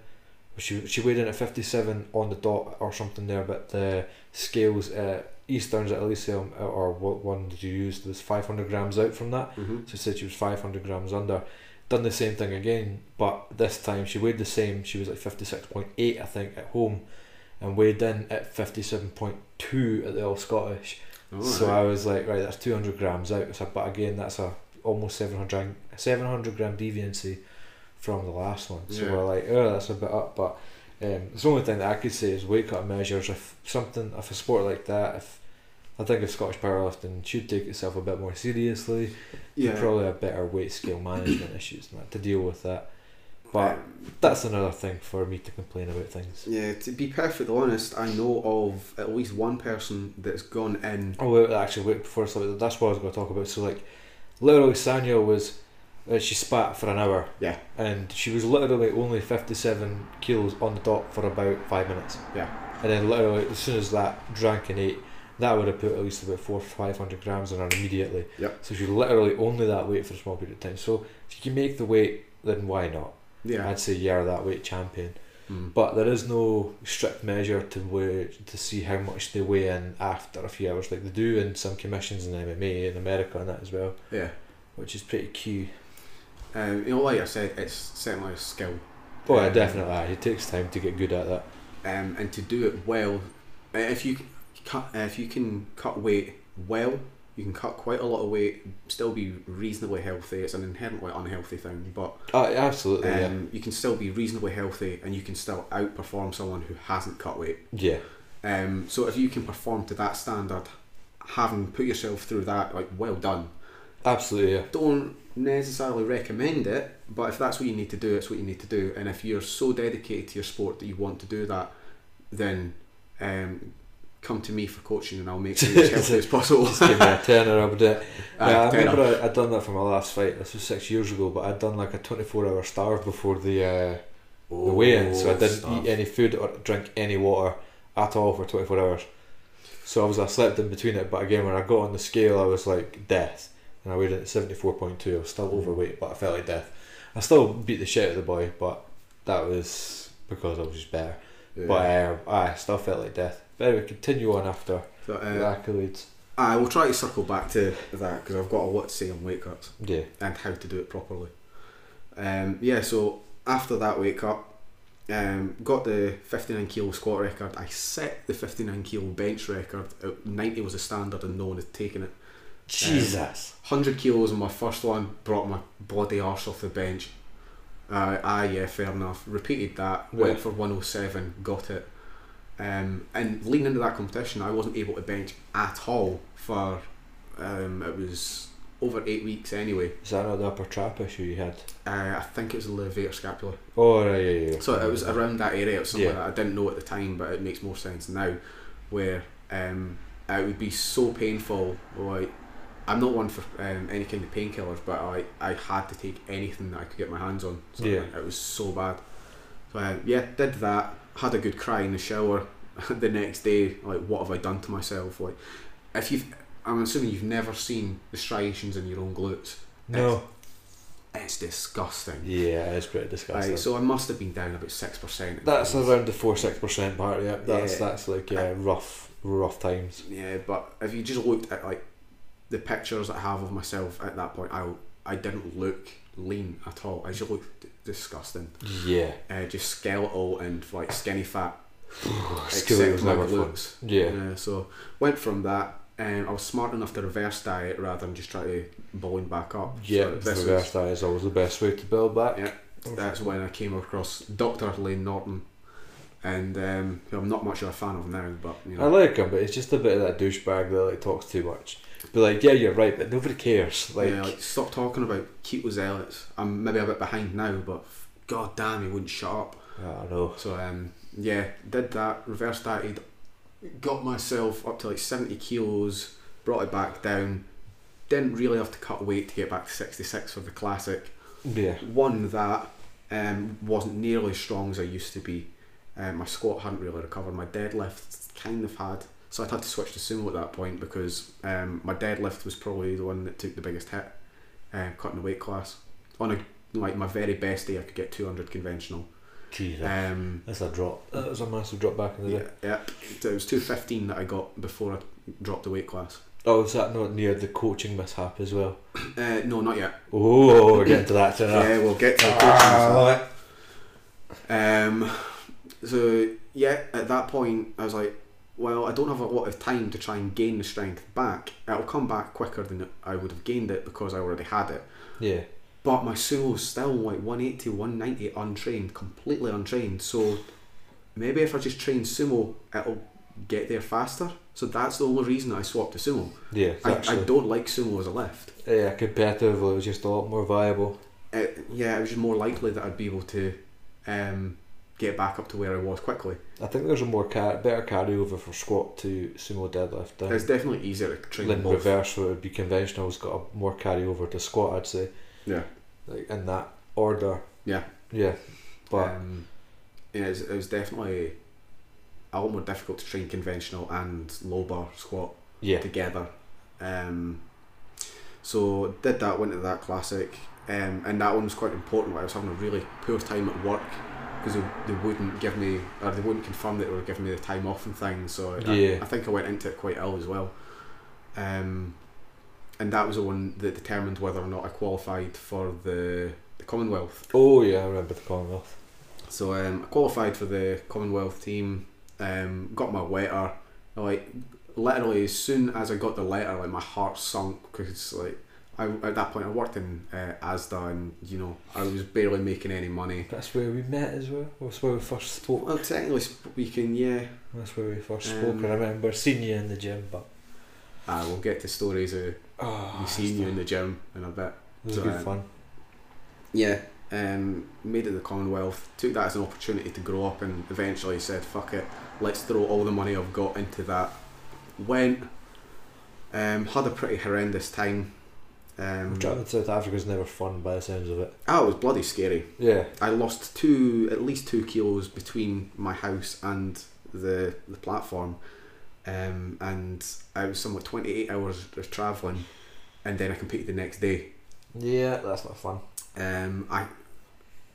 [SPEAKER 1] she she weighed in at fifty seven on the dot or something there, but the scales at Easterns at Elysium uh, or what one did you use? There's five hundred grams out from that.
[SPEAKER 3] Mm-hmm.
[SPEAKER 1] So she said she was five hundred grams under. Done the same thing again, but this time she weighed the same. She was like fifty six point eight, I think, at home, and weighed in at fifty seven point two at the All Scottish. So uh, I was like, right, that's 200 grams out. So, but again, that's a almost 700, 700 gram deviancy from the last one. So
[SPEAKER 3] Yeah.
[SPEAKER 1] we're like, oh, that's a bit up. But um, it's the only thing that I could say is weight cut measures. If something, if a sport like that, if I think if Scottish powerlifting should take itself a bit more seriously,
[SPEAKER 3] yeah.
[SPEAKER 1] probably a better weight scale management issues and that to deal with that. But
[SPEAKER 3] Um,
[SPEAKER 1] that's another thing for me to complain about things.
[SPEAKER 3] yeah, to be perfectly honest, I know of at least one person that's gone in.
[SPEAKER 1] Oh, wait, actually, wait, before I slip it, that's what I was going to talk about. So, like, literally, Sanya was, uh, she spat for an hour.
[SPEAKER 3] Yeah.
[SPEAKER 1] And she was literally only 57 kilos on the dot for about five minutes.
[SPEAKER 3] Yeah.
[SPEAKER 1] And then, literally, as soon as that drank and ate, that would have put at least about four, five hundred grams on her immediately.
[SPEAKER 3] Yep.
[SPEAKER 1] So she literally only that weight for a small period of time. So if you can make the weight, then why not?
[SPEAKER 3] Yeah.
[SPEAKER 1] I'd say you're that weight champion.
[SPEAKER 3] Mm.
[SPEAKER 1] But there is no strict measure to weigh, to see how much they weigh in after a few hours, like they do in some commissions in MMA in America and that as well,
[SPEAKER 3] yeah.
[SPEAKER 1] which is pretty key.
[SPEAKER 3] Um, you know, like I said, it's certainly a skill,
[SPEAKER 1] Oh, yeah,
[SPEAKER 3] Um,
[SPEAKER 1] definitely. aye, It takes time to get good at that.
[SPEAKER 3] um, and to do it well, uh, if you cut, uh, if you can cut weight well, you can cut quite a lot of weight, still be reasonably healthy. It's an inherently unhealthy thing, but
[SPEAKER 1] Oh, yeah, absolutely. yeah.
[SPEAKER 3] um, you can still be reasonably healthy, and you can still outperform someone who hasn't cut weight.
[SPEAKER 1] Yeah.
[SPEAKER 3] Um, so if you can perform to that standard, having put yourself through that, like well done.
[SPEAKER 1] Absolutely. Yeah.
[SPEAKER 3] Don't necessarily recommend it, but if that's what you need to do, it's what you need to do. And if you're so dedicated to your sport that you want to do that, then um, come to me for coaching, and I'll make you
[SPEAKER 1] [laughs]
[SPEAKER 3] as healthy as possible.
[SPEAKER 1] Just give me a tenner up with it.
[SPEAKER 3] [laughs] Aye,
[SPEAKER 1] Yeah, I
[SPEAKER 3] fair
[SPEAKER 1] remember I, I'd done that for my last fight. This was six years ago, but I'd done like a 24 hour starve before the. Uh, the weigh-in, so I didn't eat any food or drink any water at all for 24 hours. So obviously I slept in between it, but again when I got on the scale, I was like death, and I weighed in at 74.2. I was
[SPEAKER 3] Mm.
[SPEAKER 1] still overweight, but I felt like death. I still beat the shit out of the boy, but that was because I was just better.
[SPEAKER 3] Oh, Yeah.
[SPEAKER 1] But um, I still felt like death. But anyway, continue on after
[SPEAKER 3] So,
[SPEAKER 1] the
[SPEAKER 3] uh,
[SPEAKER 1] accolades.
[SPEAKER 3] I will try to circle back to that because I've got a lot to say on weight cuts.
[SPEAKER 1] Yeah,
[SPEAKER 3] and how to do it properly. Um, yeah, so after that wake up, um, got the 59 kilo squat record. I set the 59 kilo bench record. At 90 was a standard, and no one had taken it.
[SPEAKER 1] Jesus.
[SPEAKER 3] 100 kilos in my first one brought my bloody arse off the bench. Uh, ah, yeah, fair enough. Repeated that, went
[SPEAKER 1] Yeah.
[SPEAKER 3] for 107, got it. Um, and leading into that competition, I wasn't able to bench at all for um, it was over eight weeks anyway.
[SPEAKER 1] Is that not the upper trap issue you had?
[SPEAKER 3] Uh, I think it was the levator scapula.
[SPEAKER 1] Oh right, yeah, yeah. yeah.
[SPEAKER 3] So it was around that area or something
[SPEAKER 1] Yeah.
[SPEAKER 3] that I didn't know at the time, but it makes more sense now, where um, it would be so painful. Like I'm not one for um, any kind of painkillers, but I I had to take anything that I could get my hands on. So
[SPEAKER 1] Yeah.
[SPEAKER 3] it was so bad. So um, yeah, did [laughs] that. Had a good cry in the shower. the next day, like what have I done to myself? Like if you've, I'm assuming you've never seen the striations in your own glutes.
[SPEAKER 1] No.
[SPEAKER 3] It's disgusting.
[SPEAKER 1] Yeah, it's pretty disgusting.
[SPEAKER 3] Aye, so I must have been down about six percent.
[SPEAKER 1] that's around the four six percent part. Yeah, that's
[SPEAKER 3] Yeah.
[SPEAKER 1] that's like yeah, rough rough times.
[SPEAKER 3] Yeah, but if you just looked at like the pictures that I have of myself at that point, I I didn't look lean at all. I just looked d- disgusting.
[SPEAKER 1] Yeah,
[SPEAKER 3] Uh, just skeletal and like
[SPEAKER 1] [sighs]
[SPEAKER 3] skinny fat.
[SPEAKER 1] Skeletal
[SPEAKER 3] except for my
[SPEAKER 1] never fun.
[SPEAKER 3] glutes.
[SPEAKER 1] Yeah,
[SPEAKER 3] Yeah, so went from that, and I was smart enough to reverse diet rather than just try to balloon back up.
[SPEAKER 1] yeah.
[SPEAKER 3] so this
[SPEAKER 1] reverse
[SPEAKER 3] was-
[SPEAKER 1] diet is always the best way to build back.
[SPEAKER 3] Yeah. that's when I came across Doctor Lane Norton, and um, who I'm not much of a fan of now, but you
[SPEAKER 1] I
[SPEAKER 3] know,
[SPEAKER 1] like him, but it's just a bit of that douchebag that like talks too much. But like, yeah, you're right, but nobody cares. Like,
[SPEAKER 3] yeah, like stop talking about keto zealots. I'm maybe a bit behind now, but god damn, he wouldn't shut up.
[SPEAKER 1] I don't know.
[SPEAKER 3] So um, yeah, did that, reverse dieted, got myself up to like 70 kilos, brought it back down. Didn't really have to cut weight to get back to 66 for the classic.
[SPEAKER 1] Yeah,
[SPEAKER 3] Won that, um, wasn't nearly as strong as I used to be. Um, my squat hadn't really recovered. My deadlift kind of had. So I'd had to switch to sumo at that point because um, my deadlift was probably the one that took the biggest hit, uh, cutting the weight class. On a, like my very best day, I could get 200 conventional.
[SPEAKER 1] Jesus,
[SPEAKER 3] Um,
[SPEAKER 1] that's a drop. That was a massive drop back in the
[SPEAKER 3] Yeah,
[SPEAKER 1] day.
[SPEAKER 3] yeah. So It was two fifteen that I got before I dropped the weight class.
[SPEAKER 1] Oh, is that not near the coaching mishap as well?
[SPEAKER 3] Uh, no, not yet.
[SPEAKER 1] Oh, we're getting to that tonight.
[SPEAKER 3] Yeah, Uh, we'll get to the
[SPEAKER 1] Ah, I
[SPEAKER 3] Um, so yeah, at that point, I was like, well, I don't have a lot of time to try and gain the strength back. It'll come back quicker than I would have gained it because I already had it.
[SPEAKER 1] Yeah,
[SPEAKER 3] But my sumo's still like 180, 190 untrained, completely untrained. So maybe if I just train sumo, it'll get there faster. So that's the only reason I swapped to sumo.
[SPEAKER 1] yeah.
[SPEAKER 3] I, I
[SPEAKER 1] actually.
[SPEAKER 3] don't like sumo as a lift.
[SPEAKER 1] yeah, competitively, it was just a lot more viable.
[SPEAKER 3] it, yeah, it was just more likely that I'd be able to um, get back up to where I was quickly.
[SPEAKER 1] I think there's a more car- better carryover for squat to sumo deadlift. than-
[SPEAKER 3] It's definitely easier to train
[SPEAKER 1] Then
[SPEAKER 3] both.
[SPEAKER 1] reverse what would be conventional has got a more carryover to squat, I'd say.
[SPEAKER 3] Yeah.
[SPEAKER 1] Like in that order.
[SPEAKER 3] Yeah.
[SPEAKER 1] Yeah. But
[SPEAKER 3] um, yeah, it was, it was definitely a lot more difficult to train conventional and low bar squat
[SPEAKER 1] yeah.
[SPEAKER 3] together. Um, so did that, went to that classic, um, and that one was quite important. I was having a really poor time at work because they, they wouldn't give me or they wouldn't confirm that they were giving me the time off and things. So I,
[SPEAKER 1] Yeah.
[SPEAKER 3] I think I went into it quite ill as well. Um, and that was the one that determined whether or not I qualified for the, the Commonwealth.
[SPEAKER 1] Oh yeah, I remember the Commonwealth.
[SPEAKER 3] So um, I qualified for the Commonwealth team. Um, got my letter. Like literally, as soon as I got the letter, like my heart sunk because like I at that point I worked in uh, ASDA and you know I was barely making any money.
[SPEAKER 1] That's where we met as well. That's where we first spoke.
[SPEAKER 3] Well, technically speaking, yeah,
[SPEAKER 1] That's where we first
[SPEAKER 3] Um,
[SPEAKER 1] spoke. I remember seeing you in the gym, but
[SPEAKER 3] I will Ah, get to stories of
[SPEAKER 1] oh,
[SPEAKER 3] me seeing you in the gym in a bit.
[SPEAKER 1] It was
[SPEAKER 3] So,
[SPEAKER 1] good
[SPEAKER 3] um,
[SPEAKER 1] fun.
[SPEAKER 3] Yeah, um, made it to the Commonwealth. Took that as an opportunity to grow up, and eventually said, "Fuck it, let's throw all the money I've got into that." Went, um, had a pretty horrendous time. Um,
[SPEAKER 1] Traveling to South Africa's never fun by the sounds of it.
[SPEAKER 3] ah, it was bloody scary.
[SPEAKER 1] Yeah.
[SPEAKER 3] I lost two, at least two kilos between my house and the the platform, um, and I was somewhat twenty eight hours of travelling, and then I competed the next day.
[SPEAKER 1] Yeah, that's not fun.
[SPEAKER 3] Um, I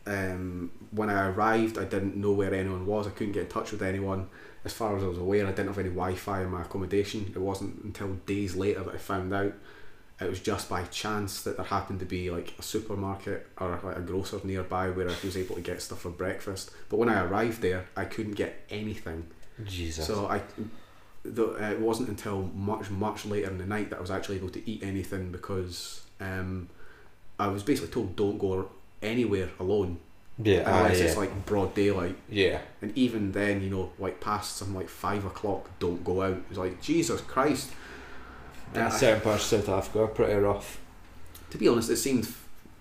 [SPEAKER 3] um, when I arrived, I didn't know where anyone was. I couldn't get in touch with anyone. As far as I was aware, I didn't have any Wi-Fi in my accommodation. It wasn't until days later that I found out. It was just by chance that there happened to be like a supermarket or like a grocer nearby where I was able to get stuff for breakfast. But when I arrived there, I couldn't get anything.
[SPEAKER 1] Jesus.
[SPEAKER 3] So I, though uh, it wasn't until much much later in the night that I was actually able to eat anything because um, I was basically told don't go anywhere alone
[SPEAKER 1] yeah, ah,
[SPEAKER 3] unless
[SPEAKER 1] yeah.
[SPEAKER 3] it's like broad daylight.
[SPEAKER 1] yeah.
[SPEAKER 3] And even then, you know, like past some like five o'clock, don't go out. It's like Jesus Christ.
[SPEAKER 1] And
[SPEAKER 3] Uh,
[SPEAKER 1] certain parts of South Africa are pretty rough.
[SPEAKER 3] to be honest, it seemed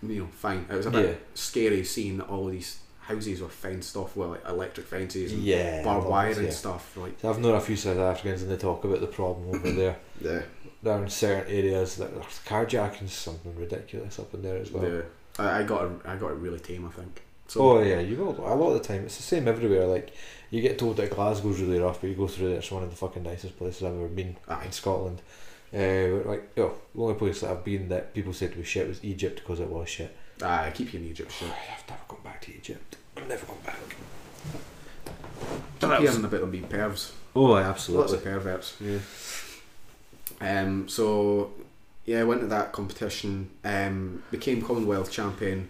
[SPEAKER 3] you know fine. It was a bit
[SPEAKER 1] Yeah.
[SPEAKER 3] scary seeing that all of these houses were fenced off with like electric fences and
[SPEAKER 1] Yeah.
[SPEAKER 3] barbed wire and
[SPEAKER 1] yeah.
[SPEAKER 3] stuff. Like
[SPEAKER 1] I've known a few South Africans and they talk about the problem over there.
[SPEAKER 3] yeah.
[SPEAKER 1] down in certain areas that there's carjacking something ridiculous up in there as well.
[SPEAKER 3] Yeah, I, I got a, I got it really tame. I think So
[SPEAKER 1] Oh yeah, you will. A lot of the time, it's the same everywhere. Like you get told that Glasgow's really rough, but you go through there, it's one of the fucking nicest places I've ever been
[SPEAKER 3] Aye.
[SPEAKER 1] in Scotland. Uh, like oh, the only place that I've been that people said was shit was Egypt because it was shit.
[SPEAKER 3] aye, I keep you in Egypt shit.
[SPEAKER 1] I've never gone back to Egypt. I've never gone back.
[SPEAKER 3] Keep hearing a bit on being pervs.
[SPEAKER 1] Oh, I
[SPEAKER 3] Lots
[SPEAKER 1] absolutely.
[SPEAKER 3] of perverts.
[SPEAKER 1] Yeah.
[SPEAKER 3] Um, so yeah, I went to that competition, um, became Commonwealth champion,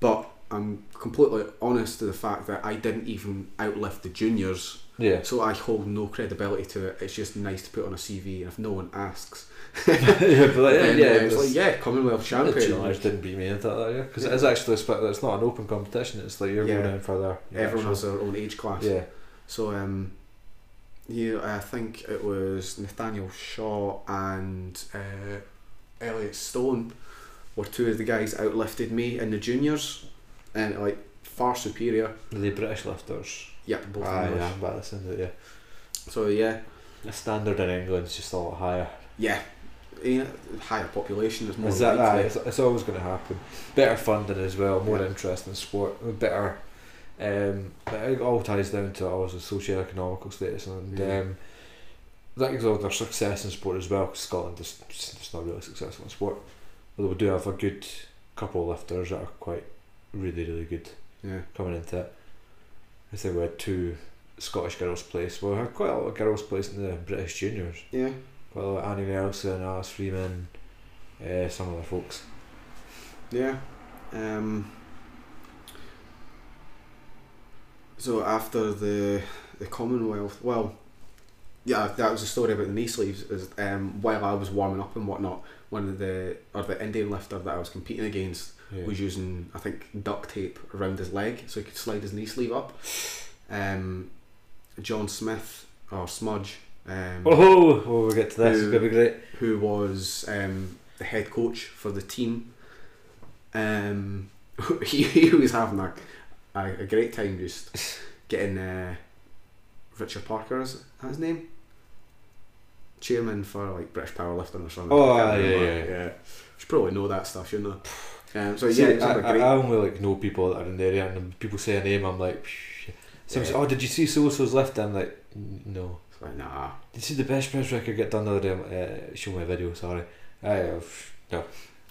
[SPEAKER 3] but I'm completely honest to the fact that I didn't even outlift the juniors,
[SPEAKER 1] Yeah.
[SPEAKER 3] so I hold no credibility to it. It's just nice to put on a CV, and if no one
[SPEAKER 1] [laughs]
[SPEAKER 3] asks, [laughs]
[SPEAKER 1] yeah, but like,
[SPEAKER 3] then,
[SPEAKER 1] yeah,
[SPEAKER 3] uh,
[SPEAKER 1] it
[SPEAKER 3] it's
[SPEAKER 1] was-
[SPEAKER 3] like yeah, Commonwealth
[SPEAKER 1] The
[SPEAKER 3] champion.
[SPEAKER 1] juniors didn't beat me into that, yeah. Because it is actually a split. It's not an open competition. It's like you're
[SPEAKER 3] Yeah.
[SPEAKER 1] going in for their. your
[SPEAKER 3] Everyone has
[SPEAKER 1] actual-
[SPEAKER 3] their own age class.
[SPEAKER 1] Yeah.
[SPEAKER 3] So um, yeah, I think it was Nathaniel Shaw and uh, Elliot Stone were two of the guys outlifted me in the juniors, and like far superior.
[SPEAKER 1] Are they British lifters?
[SPEAKER 3] Yep, both
[SPEAKER 1] Ah,
[SPEAKER 3] English.
[SPEAKER 1] yeah, but that's into it, yeah.
[SPEAKER 3] So yeah,
[SPEAKER 1] The standard in England's just a lot higher.
[SPEAKER 3] yeah, yeah, higher population is more
[SPEAKER 1] Is that aye,
[SPEAKER 3] likely.
[SPEAKER 1] It's, it's always going to happen. Better funding as well, more
[SPEAKER 3] Yeah.
[SPEAKER 1] interest in sport, better. Um, but it all ties down to obviously socio-economical status and
[SPEAKER 3] Yeah.
[SPEAKER 1] um, that gives all their success in sport as well. 'cause Scotland is just just not really successful in sport, although we do have a good couple of lifters that are quite really really good
[SPEAKER 3] Yeah,
[SPEAKER 1] coming into it. I think we had two Scottish girls place. Well, we had quite a lot of girls place in the British juniors.
[SPEAKER 3] yeah.
[SPEAKER 1] Well, Annie Nelson, Alice Freeman, uh, some other folks.
[SPEAKER 3] Yeah. Um, so after the the Commonwealth, well, yeah, that was the story about the knee sleeves. Is um, while I was warming up and whatnot, one of the or the Indian lifter that I was competing against
[SPEAKER 1] Yeah.
[SPEAKER 3] was using I think duct tape around his leg so he could slide his knee sleeve up. Um, John Smith or Smudge, um,
[SPEAKER 1] Oh, oh, we'll get to this. It's
[SPEAKER 3] Who-
[SPEAKER 1] gonna be great.
[SPEAKER 3] who was um, the head coach for the team. Um, [laughs] he, he was having a, a, a great time just getting uh, Richard Parker is that his name, chairman for like British powerlifting or something.
[SPEAKER 1] Oh,
[SPEAKER 3] I can't
[SPEAKER 1] aye,
[SPEAKER 3] remember.
[SPEAKER 1] yeah, yeah.
[SPEAKER 3] Should probably know that stuff, shouldn't I? Um, so
[SPEAKER 1] See,
[SPEAKER 3] yeah, it was
[SPEAKER 1] I,
[SPEAKER 3] having a
[SPEAKER 1] I-
[SPEAKER 3] great.
[SPEAKER 1] I only like know people that are in the area, and when people say a name, I'm like, "Phew." Someone
[SPEAKER 3] Yeah.
[SPEAKER 1] says, "Oh, did you see so so's left?" I'm like, "N- "No."
[SPEAKER 3] it's like, nah,
[SPEAKER 1] Did you see the best press record get done the other day? I'm, Uh, show me a video. Sorry, I have no.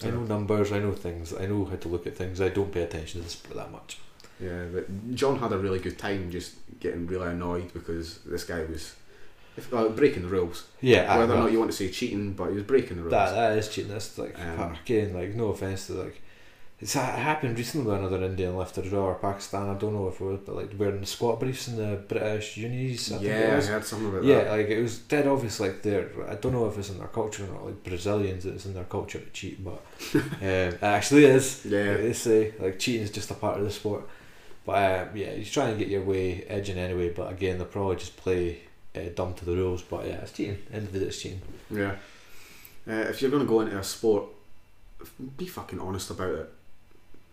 [SPEAKER 1] I know numbers. I know things. I know how to look at things. I don't pay attention to this that much.
[SPEAKER 3] Yeah, but John had a really good time just getting really annoyed because this guy was if, well, breaking the rules.
[SPEAKER 1] Yeah, I-
[SPEAKER 3] Whether or
[SPEAKER 1] well,
[SPEAKER 3] not you want to say cheating, but he was breaking the rules.
[SPEAKER 1] That, that is cheating. That's like
[SPEAKER 3] Um,
[SPEAKER 1] again, like no offense to like. It's ha- happened recently with another Indian lifter as well, or Pakistan. I don't know if it was, but like wearing the squat briefs in the British unis. I think it
[SPEAKER 3] Yeah, I
[SPEAKER 1] was.
[SPEAKER 3] heard something about
[SPEAKER 1] yeah,
[SPEAKER 3] that.
[SPEAKER 1] like it was dead obvious. Like they're, I don't know if it's in their culture or not. Like Brazilians, it's in their culture to cheat,
[SPEAKER 3] [laughs]
[SPEAKER 1] but um, it actually is. Like
[SPEAKER 3] Yeah,
[SPEAKER 1] they say like cheating is just a part of the sport. But um, yeah, you try and get your way edging anyway. But again, they'll probably just play uh, dumb to the rules. But yeah, it's cheating. End of the day, it's cheating.
[SPEAKER 3] yeah. Uh, if you're going to go into a sport, f- be fucking honest about it.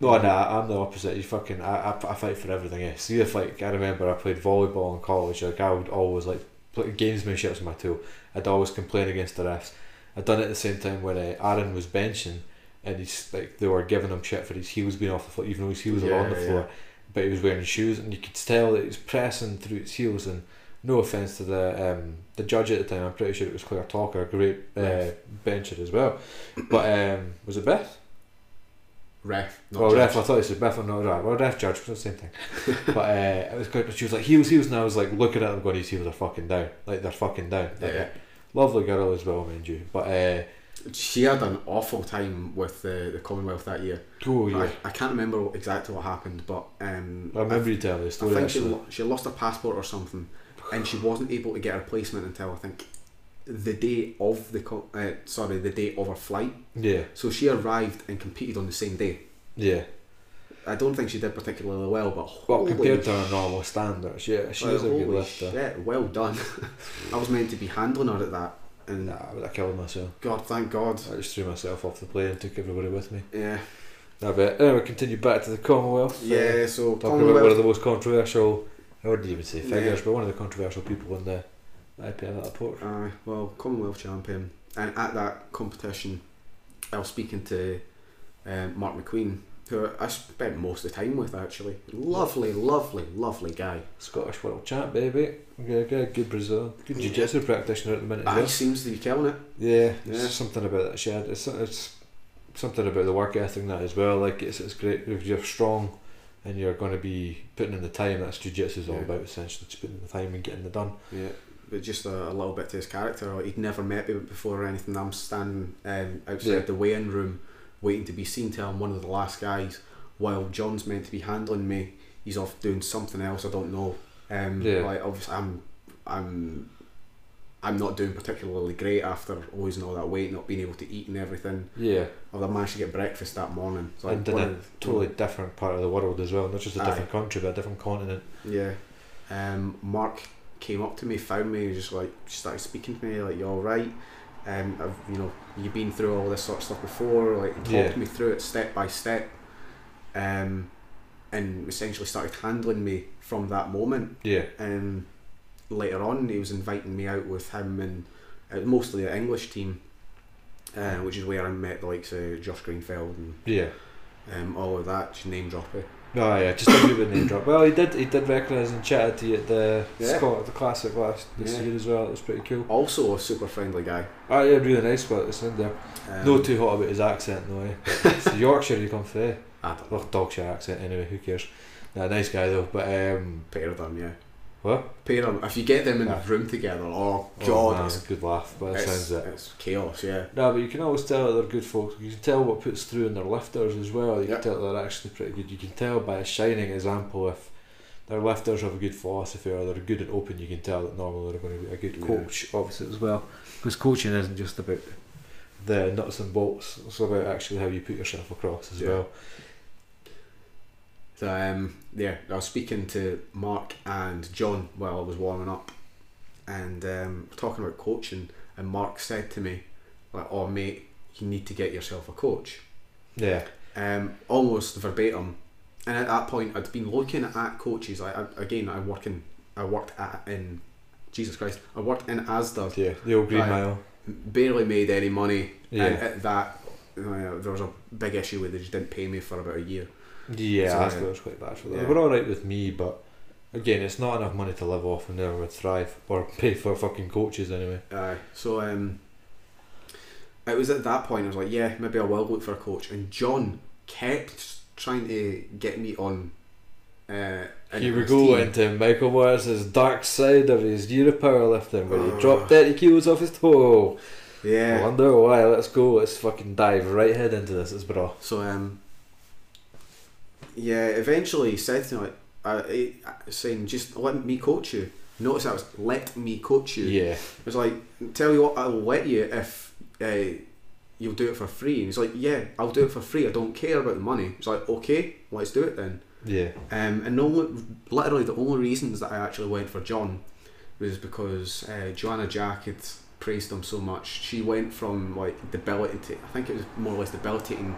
[SPEAKER 1] No, no, I'm the opposite. You fucking, I, I, I fight for everything else. You if like, I remember I played volleyball in college. Like I would always like play, gamesmanship was my tool. I'd always complain against the refs. I'd done it at the same time when uh, Aaron was benching, and he's like they were giving him shit for his heels being off the floor, even though his heels were on the
[SPEAKER 3] Yeah, yeah.
[SPEAKER 1] floor, but he was wearing shoes, and you could tell that he was pressing through his heels. And no offense to the um, the judge at the time, I'm pretty sure it was Claire Talker, a great uh,
[SPEAKER 3] Ref.
[SPEAKER 1] bencher as well. But um, was it Beth?
[SPEAKER 3] Ref, not
[SPEAKER 1] well,
[SPEAKER 3] judge.
[SPEAKER 1] ref, I thought you said Beth, not right. Well, ref, judge, it's the same thing. but uh, it was good. She was like heels, heels, and I was like looking at them, going, "His heels are fucking down. Like they're fucking down." Like,
[SPEAKER 3] Yeah.
[SPEAKER 1] Lovely girl as well, mind you. But uh,
[SPEAKER 3] She had an awful time with the, the Commonwealth that year.
[SPEAKER 1] oh yeah,
[SPEAKER 3] I, I can't remember what- exactly what happened, but um,
[SPEAKER 1] I, remember you telling me the
[SPEAKER 3] I
[SPEAKER 1] story.
[SPEAKER 3] think she,
[SPEAKER 1] actually.
[SPEAKER 3] lo- she lost her passport or something, and she wasn't able to get a replacement until I think the day of the co- uh, sorry the day of her flight.
[SPEAKER 1] Yeah,
[SPEAKER 3] So she arrived and competed on the same day.
[SPEAKER 1] yeah.
[SPEAKER 3] I don't think she did particularly well, but
[SPEAKER 1] Well,
[SPEAKER 3] holy
[SPEAKER 1] compared to her normal standards, yeah, she
[SPEAKER 3] Like,
[SPEAKER 1] was a good
[SPEAKER 3] holy
[SPEAKER 1] lifter.
[SPEAKER 3] shit, well done. [laughs] I was meant to be handling her at that, and
[SPEAKER 1] Nah, I would have killed myself.
[SPEAKER 3] God, thank God.
[SPEAKER 1] I just threw myself off the plane and took everybody with me.
[SPEAKER 3] Yeah,
[SPEAKER 1] No, but anyway, continue back to the Commonwealth. uh,
[SPEAKER 3] yeah. So
[SPEAKER 1] talking about one of
[SPEAKER 3] Commonwealth,
[SPEAKER 1] the most controversial. I wouldn't even say
[SPEAKER 3] Yeah.
[SPEAKER 1] figures, but one of the controversial people in the IPF at the port.
[SPEAKER 3] Aye, well, Commonwealth champion, and at that competition, I was speaking to um, Mark McQueen, who I spent most of the time with actually. Lovely, lovely, lovely guy.
[SPEAKER 1] Scottish world champ, baby. Yeah, good, good Brazil. Good jiu jitsu practitioner at the minute. as
[SPEAKER 3] Aye,
[SPEAKER 1] well.
[SPEAKER 3] seems to be killing it.
[SPEAKER 1] Yeah,
[SPEAKER 3] Yeah.
[SPEAKER 1] there's something about that shed. It's, it's something about the work ethic and that as well. Like it's it's great if you're strong and you're going to be putting in the time. That's jiu-jitsu is all
[SPEAKER 3] Yeah.
[SPEAKER 1] about essentially just putting in the time and getting it done.
[SPEAKER 3] Yeah, but just a, a little bit to his character. Like, he'd never met me before or anything. I'm standing um, outside
[SPEAKER 1] Yeah.
[SPEAKER 3] the weigh-in room, waiting to be seen to. I'm one of the last guys. While John's meant to be handling me, he's off doing something else. I don't know. Um,
[SPEAKER 1] Yeah.
[SPEAKER 3] Like obviously, I'm, I'm, I'm not doing particularly great after losing all that weight, not being able to eat and everything.
[SPEAKER 1] Yeah,
[SPEAKER 3] I've managed to get breakfast that morning. So I
[SPEAKER 1] And did
[SPEAKER 3] one
[SPEAKER 1] it
[SPEAKER 3] of the-
[SPEAKER 1] totally different part of the world as well. Not just a
[SPEAKER 3] Mm. Aye.
[SPEAKER 1] different country, but a different continent.
[SPEAKER 3] Yeah. Um, Mark came up to me, found me, and just like started speaking to me, like you all right. Um, I've, you know, you've been through all this sort of stuff before. Like talked
[SPEAKER 1] Yeah.
[SPEAKER 3] me through it step by step. Um, and essentially started handling me from that moment.
[SPEAKER 1] Yeah,
[SPEAKER 3] Um, later on, he was inviting me out with him and uh, mostly the English team, uh, which is where I met the likes of Josh Greenfeld and
[SPEAKER 1] yeah.
[SPEAKER 3] um, all of that. Just name dropping.
[SPEAKER 1] No, yeah, just a bit name drop. Well, he did. He did recognise and chatted to you at the
[SPEAKER 3] Yeah.
[SPEAKER 1] Scott, the classic last this
[SPEAKER 3] Yeah.
[SPEAKER 1] year as well. It was pretty cool.
[SPEAKER 3] Also a super friendly guy.
[SPEAKER 1] Oh yeah, really nice. But it's in there.
[SPEAKER 3] Um,
[SPEAKER 1] no too hot about his accent, no.
[SPEAKER 3] [laughs]
[SPEAKER 1] Eh? it's Yorkshire he come from. Eh?
[SPEAKER 3] I don't know.
[SPEAKER 1] Well, dog shit accent anyway, who cares? Nah, nice guy though, but um,
[SPEAKER 3] Pair them, yeah.
[SPEAKER 1] What?
[SPEAKER 3] Pair them. If you get them in
[SPEAKER 1] Yeah.
[SPEAKER 3] a room together, oh
[SPEAKER 1] oh,
[SPEAKER 3] god,
[SPEAKER 1] man,
[SPEAKER 3] it's,
[SPEAKER 1] good laugh, but that
[SPEAKER 3] it's,
[SPEAKER 1] sounds it.
[SPEAKER 3] it's chaos, yeah.
[SPEAKER 1] No, but you can always tell they're good folks. You can tell what puts through in their lifters as well. You
[SPEAKER 3] Yep.
[SPEAKER 1] can tell they're actually pretty good. You can tell by a shining example if their lifters have a good philosophy or they're good and open. You can tell that normally they're going to be a good
[SPEAKER 3] Yeah.
[SPEAKER 1] coach, obviously as well, because coaching isn't just about the nuts and bolts. It's about actually how you put yourself across as
[SPEAKER 3] Yeah.
[SPEAKER 1] well.
[SPEAKER 3] So um, yeah, I was speaking to Mark and John while I was warming up, and um, we're talking about coaching, and Mark said to me, like, "Oh mate, you need to get yourself a coach,"
[SPEAKER 1] Yeah,
[SPEAKER 3] um, almost verbatim. And at that point, I'd been looking at coaches. I, I again, I work in, I worked at in, Jesus Christ, I worked in Asda
[SPEAKER 1] yeah, the old Green
[SPEAKER 3] Right.
[SPEAKER 1] Mile.
[SPEAKER 3] barely made any money
[SPEAKER 1] Yeah.
[SPEAKER 3] and at that you know, there was a big issue with they just didn't pay me for about a year
[SPEAKER 1] Yeah,
[SPEAKER 3] So,
[SPEAKER 1] that's
[SPEAKER 3] yeah.
[SPEAKER 1] what was quite bad for them.
[SPEAKER 3] Yeah.
[SPEAKER 1] We're all right with me, but again, it's not enough money to live off and never would thrive or pay for fucking coaches anyway.
[SPEAKER 3] Aye. so um, it was at that point I was like yeah maybe I will look for a coach and John kept trying to get me on uh, into
[SPEAKER 1] Here we
[SPEAKER 3] his
[SPEAKER 1] go
[SPEAKER 3] team.
[SPEAKER 1] into Michael Morris's dark side of his year of powerlifting, where he
[SPEAKER 3] Ugh.
[SPEAKER 1] dropped thirty kilos off his toe.
[SPEAKER 3] Oh. yeah
[SPEAKER 1] Wonder why? Let's go. Let's fucking dive right head into this. It's bro.
[SPEAKER 3] So um, yeah, eventually he said to me, like, uh, he- saying, "Just let me coach you." Notice that was "let me coach you."
[SPEAKER 1] Yeah,
[SPEAKER 3] It was like, "Tell you what, I'll let you if uh, you'll do it for free." And he's like, "Yeah, I'll do it for free. I don't care about the money." It's like, "Okay, let's do it then."
[SPEAKER 1] yeah,
[SPEAKER 3] Um, and the only, literally the only reasons that I actually went for John was because uh, Joanna Jack had praised him so much. She went from like debilitating, I think it was more or less debilitating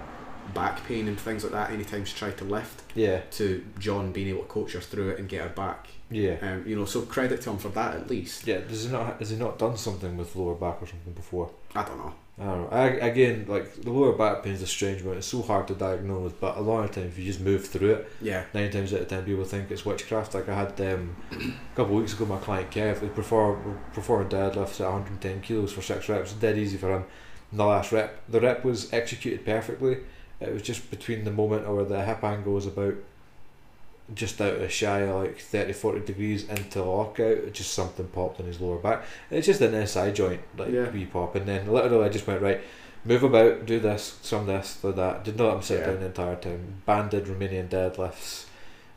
[SPEAKER 3] back pain and things like that anytime she tried to lift,
[SPEAKER 1] yeah,
[SPEAKER 3] to John being able to coach her through it and get her back.
[SPEAKER 1] yeah,
[SPEAKER 3] Um, you know, so credit to him for that at least.
[SPEAKER 1] yeah. Does he not? Has he not done something with lower back or something before?
[SPEAKER 3] I don't know.
[SPEAKER 1] I don't know. I, again, like the lower back pain is a strange one. It's so hard to diagnose, but a lot of times if you just move through it,
[SPEAKER 3] Yeah.
[SPEAKER 1] nine times out of ten people think it's witchcraft. Like I had um, a couple of weeks ago, my client Kev, he performed performed deadlifts at 110 kilos for six reps, dead easy for him. And the last rep, the rep was executed perfectly. It was just between the moment where the hip angle was about just out of shy of like 30 40 degrees into lockout just something popped in his lower back And it's just an SI joint like
[SPEAKER 3] Yeah.
[SPEAKER 1] wee pop and then literally I just went right move about do this some this do that did not let him sit
[SPEAKER 3] Yeah.
[SPEAKER 1] down the entire time banded Romanian deadlifts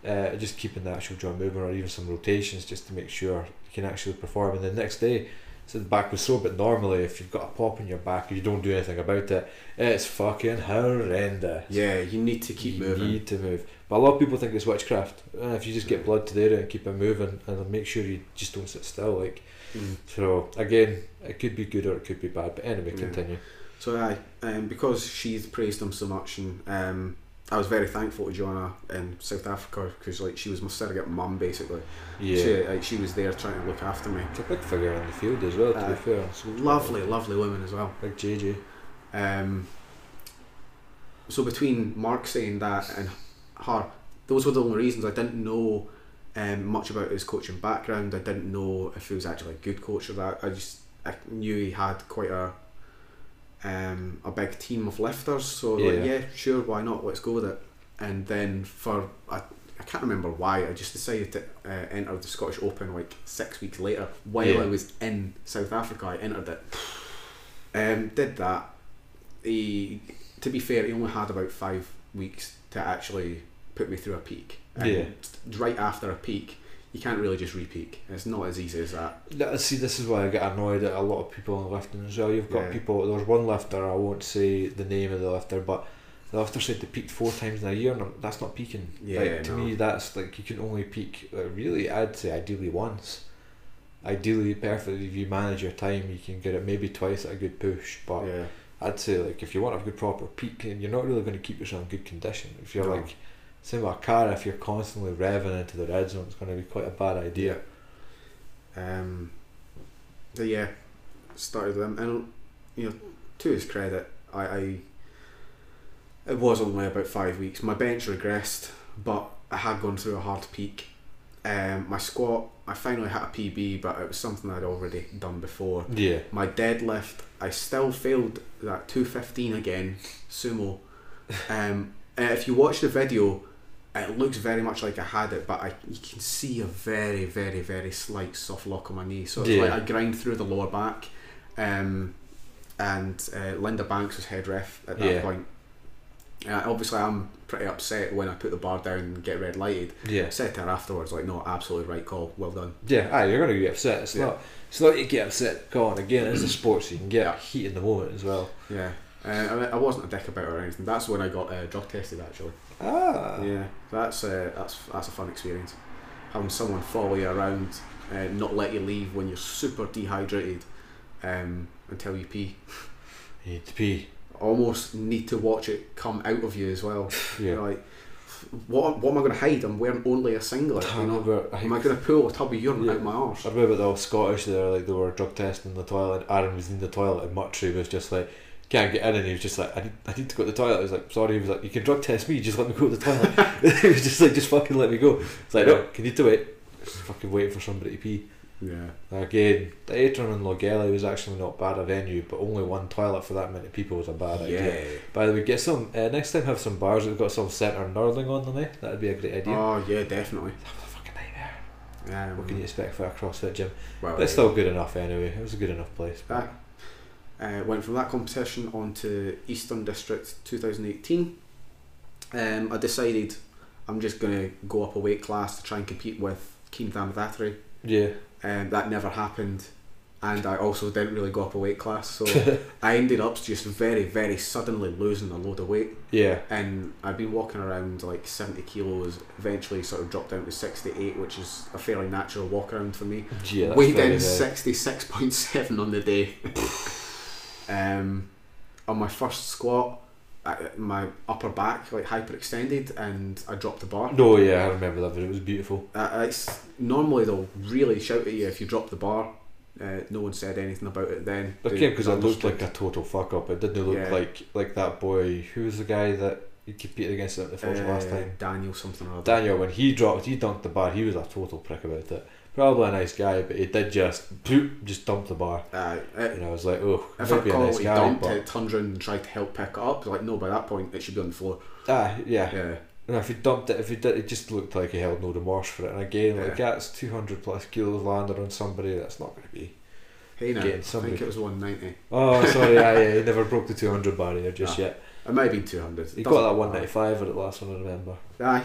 [SPEAKER 1] uh, just keeping the actual joint moving or even some rotations just to make sure you can actually perform and the next day so the back was sore but normally if you've got a pop in your back and you don't do anything about it it's fucking horrendous
[SPEAKER 3] Yeah, you need to keep
[SPEAKER 1] you
[SPEAKER 3] moving. Mm.
[SPEAKER 1] need to move. But a lot of people think it's witchcraft. Uh, if you just get blood to the area and keep it moving and make sure you just don't sit still, like
[SPEAKER 3] Mm.
[SPEAKER 1] so again, it could be good or it could be bad. But anyway,
[SPEAKER 3] Yeah.
[SPEAKER 1] continue.
[SPEAKER 3] So aye, um, because she's praised him so much, and um, I was very thankful to Joanna in South Africa because like she was my surrogate mum basically.
[SPEAKER 1] Yeah.
[SPEAKER 3] She, like, she was there trying to look after me.
[SPEAKER 1] It's a big figure in the field as well, to be
[SPEAKER 3] Aye.
[SPEAKER 1] fair.
[SPEAKER 3] Lovely, lovely woman as well.
[SPEAKER 1] Big JJ.
[SPEAKER 3] Um, so between Mark saying that and her, those were the only reasons I didn't know um, much about his coaching background. I didn't know if he was actually a good coach or that. I just I knew he had quite a um, a big team of lifters. So yeah.
[SPEAKER 1] Yeah.
[SPEAKER 3] like, yeah, sure, why not? Let's go with it. And then for I, I can't remember why I just decided to uh, enter the Scottish Open like six weeks later while
[SPEAKER 1] Yeah.
[SPEAKER 3] I was in South Africa. I entered it. [sighs] Um, did that. He, to be fair, he only had about five weeks to actually put me through a peak. And
[SPEAKER 1] Yeah.
[SPEAKER 3] Right after a peak, you can't really just re-peak. It's not as easy as that.
[SPEAKER 1] Th- See, this is why I get annoyed at a lot of people in lifting as well. You've got
[SPEAKER 3] Yeah.
[SPEAKER 1] people. There was one lifter. I won't say the name of the lifter, but the lifter said they peaked four times in a year, and I'm- that's not peaking.
[SPEAKER 3] Yeah,
[SPEAKER 1] like, to
[SPEAKER 3] no.
[SPEAKER 1] me, that's like you can only peak uh, really. I'd say ideally once. Ideally, perfectly, if you manage your time, you can get it maybe twice at a good push. But
[SPEAKER 3] Yeah.
[SPEAKER 1] I'd say like if you want a good proper peak, and you're not really going to keep yourself in good condition. If you're
[SPEAKER 3] No.
[SPEAKER 1] like, same with a car, if you're constantly revving into the red zone, it's going to be quite a bad idea.
[SPEAKER 3] Um, but yeah, started with him, and you know, to his credit, I, I it was only about five weeks. My bench regressed, but I had gone through a hard peak. Um, my squat, I finally hit a PB, but it was something I'd already done before.
[SPEAKER 1] Yeah.
[SPEAKER 3] My deadlift, I still failed that two fifteen again,
[SPEAKER 1] [laughs]
[SPEAKER 3] sumo. Um, and if you watch the video, it looks very much like I had it, but I you can see a very very very slight soft lock on my knee. So it's
[SPEAKER 1] Yeah.
[SPEAKER 3] like I grind through the lower back, um, and uh, Linda Banks was head ref at that
[SPEAKER 1] Yeah.
[SPEAKER 3] point. Uh, obviously, I'm pretty upset when I put the bar down and get red lighted.
[SPEAKER 1] Yeah.
[SPEAKER 3] I said to her afterwards, like, no, absolutely right call, well done.
[SPEAKER 1] Yeah, aye, you're going to get upset. It's
[SPEAKER 3] Yeah.
[SPEAKER 1] not. It's not you get upset. Go on again. It's a sport, so you can get
[SPEAKER 3] Yeah.
[SPEAKER 1] heat in the moment as well.
[SPEAKER 3] Yeah. Uh, I- I wasn't a dick about it or anything. That's when I got uh, drug tested actually.
[SPEAKER 1] Ah,
[SPEAKER 3] Yeah, that's uh, that's that's a fun experience. Having someone follow you around, uh, not let you leave when you're super dehydrated, um, until you pee.
[SPEAKER 1] you need to pee.
[SPEAKER 3] Almost need to watch it come out of you as well. You're
[SPEAKER 1] Yeah,
[SPEAKER 3] like, what what am I going to hide? I'm wearing only a singlet.
[SPEAKER 1] I [sighs]
[SPEAKER 3] You know,
[SPEAKER 1] remember. I,
[SPEAKER 3] am I going to pull a tub of urine
[SPEAKER 1] Yeah.
[SPEAKER 3] out my arse?
[SPEAKER 1] I remember the Scottish there, like they were drug testing in the toilet. Aaron was in the toilet, and Muttrey was just like, "Can't get in," and he was just like, "I need, I need to go to the toilet." I was like, "Sorry," he was like, "You can drug test me, just let me go to the
[SPEAKER 3] [laughs]
[SPEAKER 1] toilet." [laughs] he was just like, "Just fucking let me go." It's like, "No, you need to wait." Just fucking waiting for somebody to pee.
[SPEAKER 3] Yeah,
[SPEAKER 1] Again, the atrium in Logelli was actually not bad a venue, but only one toilet for that many people was a bad idea.
[SPEAKER 3] yeah.
[SPEAKER 1] By the way, get some uh, next time have some bars that've got some centre nerdling on them. Eh? That'd be a great idea.
[SPEAKER 3] Oh yeah, definitely.
[SPEAKER 1] That was a fucking nightmare.
[SPEAKER 3] Um,
[SPEAKER 1] What can you expect for a CrossFit gym?
[SPEAKER 3] well,
[SPEAKER 1] But it's still good enough anyway. It was a good enough place.
[SPEAKER 3] Aye. Uh, went from that competition on to Eastern District 2018. Um, I decided I'm just going to go up a weight class to try and compete with Keem Thamathatri.
[SPEAKER 1] Yeah,
[SPEAKER 3] Um, that never happened, and I also didn't really go up a weight class, so I ended up just very, very suddenly losing a load of weight.
[SPEAKER 1] yeah,
[SPEAKER 3] And I've been walking around like 70 kilos, eventually sort of dropped down to 68, which is a fairly natural walk around for me.
[SPEAKER 1] yeah. that's
[SPEAKER 3] Weighed
[SPEAKER 1] very
[SPEAKER 3] in
[SPEAKER 1] good.
[SPEAKER 3] sixty six point seven on the day. um, on my first squat, I, my upper back like hyperextended, and I dropped the bar.
[SPEAKER 1] No, yeah, I remember that. Video. It was beautiful.
[SPEAKER 3] Uh, it's normally they'll really shout at you if you drop the bar. Uh, no one said anything about it then.
[SPEAKER 1] Okay,
[SPEAKER 3] They
[SPEAKER 1] because it looked like
[SPEAKER 3] understood.
[SPEAKER 1] a total fuck up. It didn't look
[SPEAKER 3] Yeah.
[SPEAKER 1] like like that boy. Who was the guy that you competed against at the first last
[SPEAKER 3] Uh,
[SPEAKER 1] time?
[SPEAKER 3] Daniel something or other.
[SPEAKER 1] Daniel, when he dropped, he dunked the bar. He was a total prick about it. Probably a nice guy, but he did just poof, just dump the bar.
[SPEAKER 3] Uh, it,
[SPEAKER 1] And I was like, oh,
[SPEAKER 3] if I
[SPEAKER 1] might be a
[SPEAKER 3] recall,
[SPEAKER 1] nice
[SPEAKER 3] he
[SPEAKER 1] guy,
[SPEAKER 3] dumped
[SPEAKER 1] but
[SPEAKER 3] it, turned around and tried to help pick it up. Like no, by that point it should be on the floor.
[SPEAKER 1] ah, yeah.
[SPEAKER 3] Yeah,
[SPEAKER 1] No, if he dumped it, if he did, it just looked like he held no remorse for it. And again, like that's two hundred plus kilos landed on somebody. That's not going to be.
[SPEAKER 3] hey now,
[SPEAKER 1] Getting
[SPEAKER 3] I
[SPEAKER 1] somebody-
[SPEAKER 3] think it was one ninety.
[SPEAKER 1] Oh, sorry, yeah, yeah, he never broke the two hundred barrier just
[SPEAKER 3] Nah.
[SPEAKER 1] yet.
[SPEAKER 3] It might have been two hundred.
[SPEAKER 1] He got that one ninety five at the last one I remember.
[SPEAKER 3] Aye.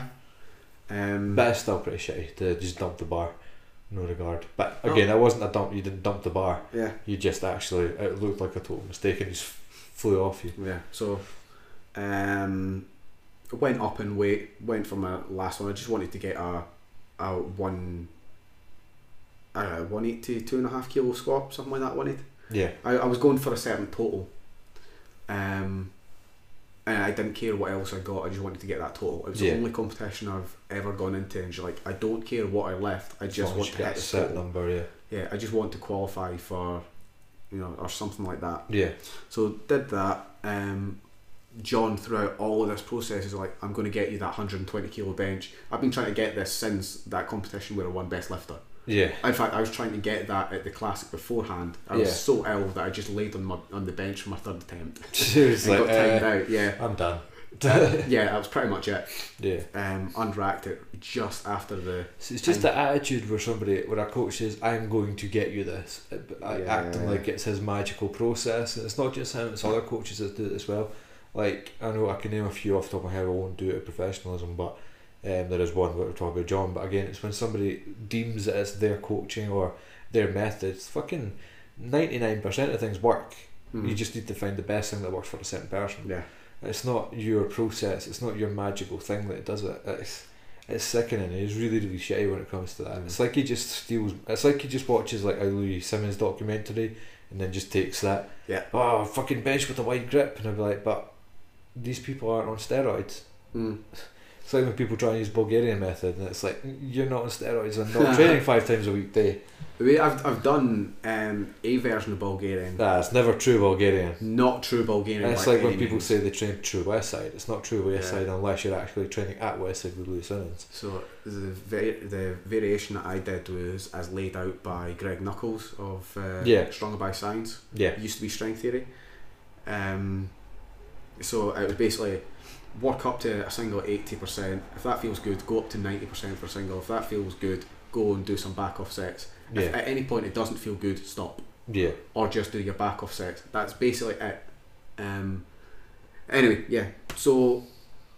[SPEAKER 3] Um,
[SPEAKER 1] But it's still pretty shitty to just dump the bar, no regard. But again, that wasn't a dump. You didn't dump the bar.
[SPEAKER 3] yeah,
[SPEAKER 1] You just actually it looked like a total mistake and just flew off you.
[SPEAKER 3] yeah. So, um, I went up in weight. Went for my last one. I just wanted to get a, a one. I don't know, 180, two and a half kilo squat, something like that. Wanted.
[SPEAKER 1] Yeah,
[SPEAKER 3] I, I was going for a certain total, um, and I didn't care what else I got. I just wanted to get that total. It was
[SPEAKER 1] Yeah.
[SPEAKER 3] the only competition I've ever gone into, and just like I don't care what I left. I
[SPEAKER 1] as
[SPEAKER 3] just
[SPEAKER 1] long as
[SPEAKER 3] want
[SPEAKER 1] you
[SPEAKER 3] to
[SPEAKER 1] get
[SPEAKER 3] hit
[SPEAKER 1] a
[SPEAKER 3] the
[SPEAKER 1] set
[SPEAKER 3] total.
[SPEAKER 1] number. Yeah,
[SPEAKER 3] Yeah, I just want to qualify for, you know, or something like that.
[SPEAKER 1] yeah,
[SPEAKER 3] So did that. Um, John throughout all of this process is like, I'm going to get you that 120 kilo bench. I've been trying to get this since that competition where I won best lifter.
[SPEAKER 1] Yeah. [laughs]
[SPEAKER 3] In fact, I was trying to get that at the classic beforehand. I was
[SPEAKER 1] Yeah.
[SPEAKER 3] so ill that I just laid on my on the bench for my third attempt.
[SPEAKER 1] She was
[SPEAKER 3] and
[SPEAKER 1] like,
[SPEAKER 3] got timed
[SPEAKER 1] uh,
[SPEAKER 3] out. Yeah,
[SPEAKER 1] I'm done.
[SPEAKER 3] yeah, that was pretty much it.
[SPEAKER 1] yeah.
[SPEAKER 3] Um, unracked it just after the
[SPEAKER 1] So it's just the attitude where somebody, where a coach says, "I'm going to get you this," uh, but, uh,
[SPEAKER 3] Yeah.
[SPEAKER 1] acting like it's his magical process, and it's not just him; it's other coaches that do it as well. Like I know I can name a few off the top of my head. I won't do it at professionalism, but um, there is one where we're talking about John. But again, it's when somebody deems that it's their coaching or their methods. Fucking ninety nine percent of things work. You
[SPEAKER 3] Mm.
[SPEAKER 1] just need to find the best thing that works for a certain person.
[SPEAKER 3] yeah
[SPEAKER 1] It's not your process. It's not your magical thing that does it. It's it's sickening. It's really really shitty when it comes to that.
[SPEAKER 3] Mm.
[SPEAKER 1] It's like he just steals. It's like he just watches like a Louis Simmons documentary and then just takes that.
[SPEAKER 3] Yeah.
[SPEAKER 1] Oh, fucking bench with a wide grip, and I'd be like, but these people aren't on steroids.
[SPEAKER 3] mm.
[SPEAKER 1] It's like when people try and use Bulgarian method, and it's like you're not on steroids and [laughs] not training five times a weekday.
[SPEAKER 3] The way I've I've done um, a version of Bulgarian,
[SPEAKER 1] Nah, it's never true Bulgarian.
[SPEAKER 3] not true Bulgarian.
[SPEAKER 1] And it's
[SPEAKER 3] by
[SPEAKER 1] like when
[SPEAKER 3] any
[SPEAKER 1] people
[SPEAKER 3] means.
[SPEAKER 1] say they train true West Side. It's not true West
[SPEAKER 3] Yeah.
[SPEAKER 1] Side unless you're actually training at West Side with Louis Simmons.
[SPEAKER 3] So the va- the variation that I did was as laid out by Greg Knuckles of uh,
[SPEAKER 1] Yeah.
[SPEAKER 3] Stronger by Science.
[SPEAKER 1] Yeah.
[SPEAKER 3] It used to be string theory. Um, so it was basically work up to a single 80%. If that feels good, go up to 90% for a single. If that feels good, go and do some back offsets.
[SPEAKER 1] Yeah.
[SPEAKER 3] If at any point it doesn't feel good, stop.
[SPEAKER 1] Yeah,
[SPEAKER 3] Or just do your back offsets. That's basically it. Um, anyway, yeah. So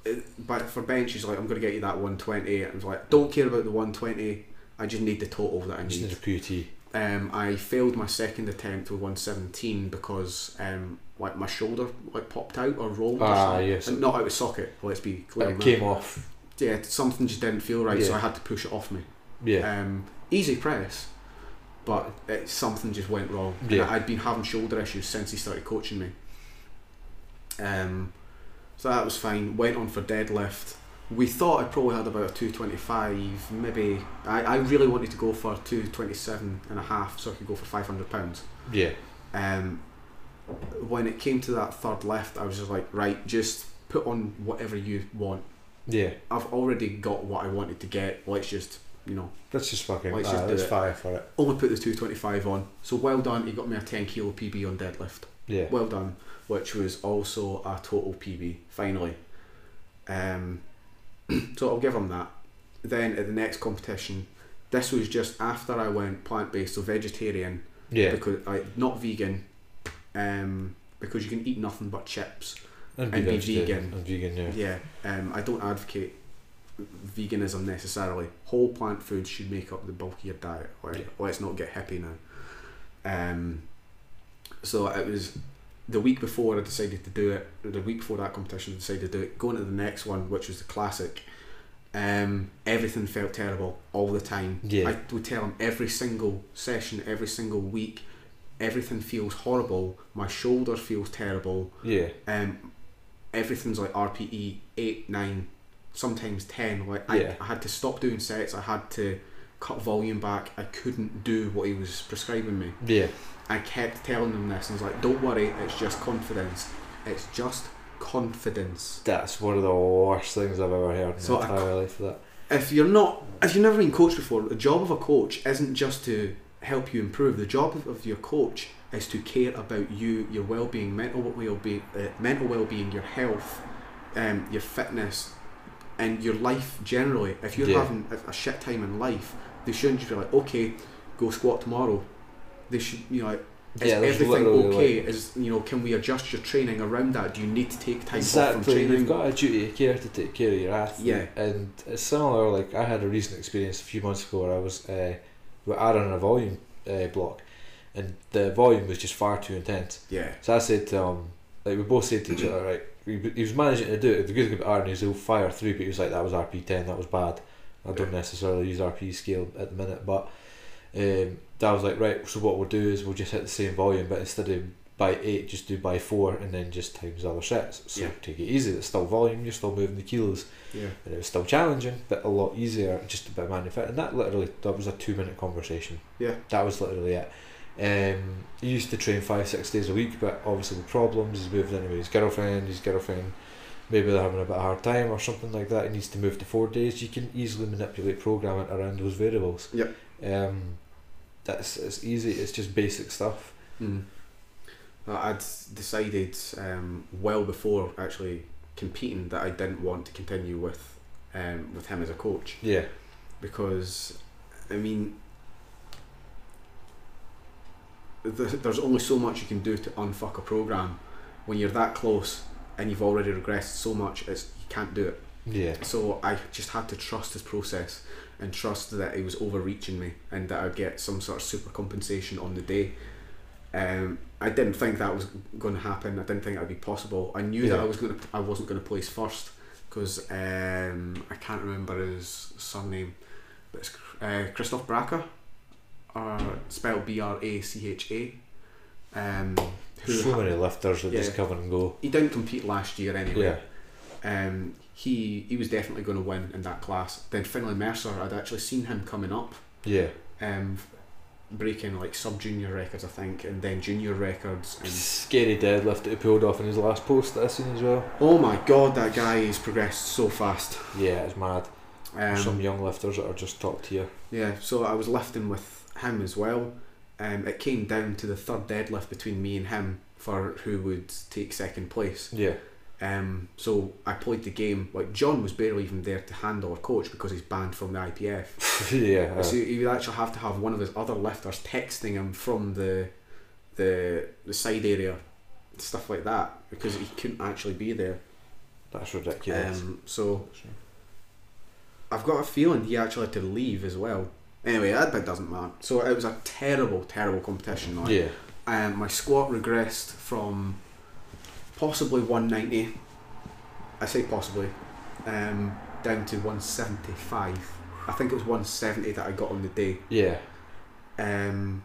[SPEAKER 3] it- but for bench, she's like, I'm going to get you that 120. And I was like, don't care about the 120. I just need the total that I
[SPEAKER 1] I just
[SPEAKER 3] need.
[SPEAKER 1] need a QT.
[SPEAKER 3] Um, I failed my second attempt with 117 because um, like my shoulder like popped out or rolled. or
[SPEAKER 1] Ah,
[SPEAKER 3] something.
[SPEAKER 1] yes.
[SPEAKER 3] And not out of socket. Let's be clear. on
[SPEAKER 1] It
[SPEAKER 3] that.
[SPEAKER 1] came off.
[SPEAKER 3] Yeah, something just didn't feel right, so
[SPEAKER 1] Yeah.
[SPEAKER 3] I had to push it off me.
[SPEAKER 1] Yeah,
[SPEAKER 3] Um, easy press, but it, something just went wrong. And
[SPEAKER 1] Yeah.
[SPEAKER 3] I'd been having shoulder issues since he started coaching me. Um, so that was fine. Went on for deadlift. We thought I probably had about a 225, maybe. I, I really wanted to go for 227 and a half so I could go for 500 pounds.
[SPEAKER 1] yeah,
[SPEAKER 3] Um, when it came to that third lift, I was just like, right, just put on whatever you want.
[SPEAKER 1] yeah.
[SPEAKER 3] I've already got what I wanted to get. Let's just, you know,
[SPEAKER 1] Let's just fucking.
[SPEAKER 3] Let's
[SPEAKER 1] ah,
[SPEAKER 3] just do
[SPEAKER 1] let's
[SPEAKER 3] it.
[SPEAKER 1] fire for it.
[SPEAKER 3] only put the 225 on. So well done, he got me a 10 kilo PB on deadlift.
[SPEAKER 1] Yeah,
[SPEAKER 3] Well done, which was also a total PB, finally. Um, [clears throat] so I'll give him that. Then at the next competition, this was just after I went plant based, so vegetarian,
[SPEAKER 1] yeah.
[SPEAKER 3] because like, not vegan, um, because you can eat nothing but chips.
[SPEAKER 1] And
[SPEAKER 3] and be
[SPEAKER 1] vegetarian.
[SPEAKER 3] vegan.
[SPEAKER 1] And vegan, yeah.
[SPEAKER 3] Yeah, um, I don't advocate veganism necessarily. Whole plant foods should make up the bulk of your diet. Like,
[SPEAKER 1] Yeah.
[SPEAKER 3] Let's not get hippie now. Um, so it was the week before I decided to do it. The week before that competition, I decided to do it. Going to the next one, which was the classic. Um, everything felt terrible all the time.
[SPEAKER 1] Yeah.
[SPEAKER 3] I would tell him every single session, every single week, everything feels horrible. My shoulder feels terrible
[SPEAKER 1] Yeah,
[SPEAKER 3] um, everything's like RPE eight, nine, sometimes ten. Like
[SPEAKER 1] Yeah.
[SPEAKER 3] I, I had to stop doing sets. I had to cut volume back. I couldn't do what he was prescribing me.
[SPEAKER 1] yeah,
[SPEAKER 3] I kept telling him this, and he's like, "Don't worry, it's just confidence. It's just confidence."
[SPEAKER 1] that's one of the worst things I've ever heard in
[SPEAKER 3] So
[SPEAKER 1] my
[SPEAKER 3] I
[SPEAKER 1] entire life. That
[SPEAKER 3] If you're not, if you've never been coached before, the job of a coach isn't just to help you improve. The job of, of your coach is to care about you, your well-being, mental well-being, uh, mental well-being, your health, um, your fitness and your life generally. If you're
[SPEAKER 1] Yeah.
[SPEAKER 3] having a, a shit time in life, they shouldn't just be like, okay, go squat tomorrow. They should, you know, like, is
[SPEAKER 1] Yeah, there's
[SPEAKER 3] everything
[SPEAKER 1] literally,
[SPEAKER 3] okay? Is you know, can we adjust your training around that? Do you need to take time off from
[SPEAKER 1] exactly.
[SPEAKER 3] training?
[SPEAKER 1] You've got a duty of care to take care of your athlete.
[SPEAKER 3] Yeah.
[SPEAKER 1] and it's similar. Like I had a recent experience a few months ago where I was uh, with Aaron on a volume uh, block, and the volume was just far too intense.
[SPEAKER 3] yeah,
[SPEAKER 1] So I said to him, like we both said to each other, right, he, he was managing to do it. The good thing about Aaron is he'll fire through, but he was like, that was RP ten, that was bad. I don't necessarily use RP scale at the minute, but um, that was like, right. So what we'll do is we'll just hit the same volume, but instead of by eight, just do by four, and then just times the other sets. So
[SPEAKER 3] Yeah.
[SPEAKER 1] take it easy. It's still volume. You're still moving the kilos,
[SPEAKER 3] yeah,
[SPEAKER 1] and it was still challenging, but a lot easier. Just a bit manufactured, and that literally that was a two minute conversation.
[SPEAKER 3] Yeah.
[SPEAKER 1] that was literally it. Um, he used to train five, six days a week, but obviously with problems, he's moved in with his girlfriend, his girlfriend, maybe they're having a bit of a hard time or something like that, he needs to move to four days. You can easily manipulate programming around those variables.
[SPEAKER 3] Yep.
[SPEAKER 1] Um, that's it's easy, it's just basic stuff.
[SPEAKER 3] Mm. Uh, I'd decided um, well before actually competing that I didn't want to continue with um, with him as a coach
[SPEAKER 1] Yeah.
[SPEAKER 3] because I mean th- there's only so much you can do to unfuck a program when you're that close and you've already regressed so much it's, you can't do it
[SPEAKER 1] Yeah.
[SPEAKER 3] so I just had to trust his process and trust that he was overreaching me and that I'd get some sort of super compensation on the day. Um, I didn't think that was going to happen. I didn't think that would be possible. I knew that
[SPEAKER 1] Yeah.
[SPEAKER 3] I was going to. I wasn't going to place first because um, I can't remember his surname, but it's uh, Christoph Bracker, or spelled B R A C H A. Um, who
[SPEAKER 1] So many lifters that just
[SPEAKER 3] Yeah.
[SPEAKER 1] come and go.
[SPEAKER 3] he didn't compete last year anyway
[SPEAKER 1] Yeah.
[SPEAKER 3] um, he he was definitely going to win in that class. Then Finlay Mercer, I'd actually seen him coming up,
[SPEAKER 1] Yeah.
[SPEAKER 3] um, breaking like sub junior records, I think, and then junior records. And
[SPEAKER 1] Scary deadlift that he pulled off in his last post that I seen as well.
[SPEAKER 3] oh my god, that guy has progressed so fast.
[SPEAKER 1] Yeah, it's mad. Some
[SPEAKER 3] Um,
[SPEAKER 1] young lifters that are just top tier.
[SPEAKER 3] yeah, so I was lifting with him as well. Um, it came down to the third deadlift between me and him for who would take second place.
[SPEAKER 1] Yeah.
[SPEAKER 3] Um, so I played the game like John was barely even there to handle or coach because he's banned from the
[SPEAKER 1] [laughs]
[SPEAKER 3] IPF.
[SPEAKER 1] yeah.
[SPEAKER 3] So he would actually have to have one of his other lifters texting him from the the the side area, stuff like that, because he couldn't actually be there.
[SPEAKER 1] uh, that's ridiculous.
[SPEAKER 3] Um, so I've got a feeling he actually had to leave as well. Anyway, that bit doesn't matter. So it was a terrible, terrible competition. Like,
[SPEAKER 1] yeah.
[SPEAKER 3] um, my squat regressed from possibly 190. I say possibly um, down to 175. I think it was 170 that I got on the day.
[SPEAKER 1] Yeah.
[SPEAKER 3] um,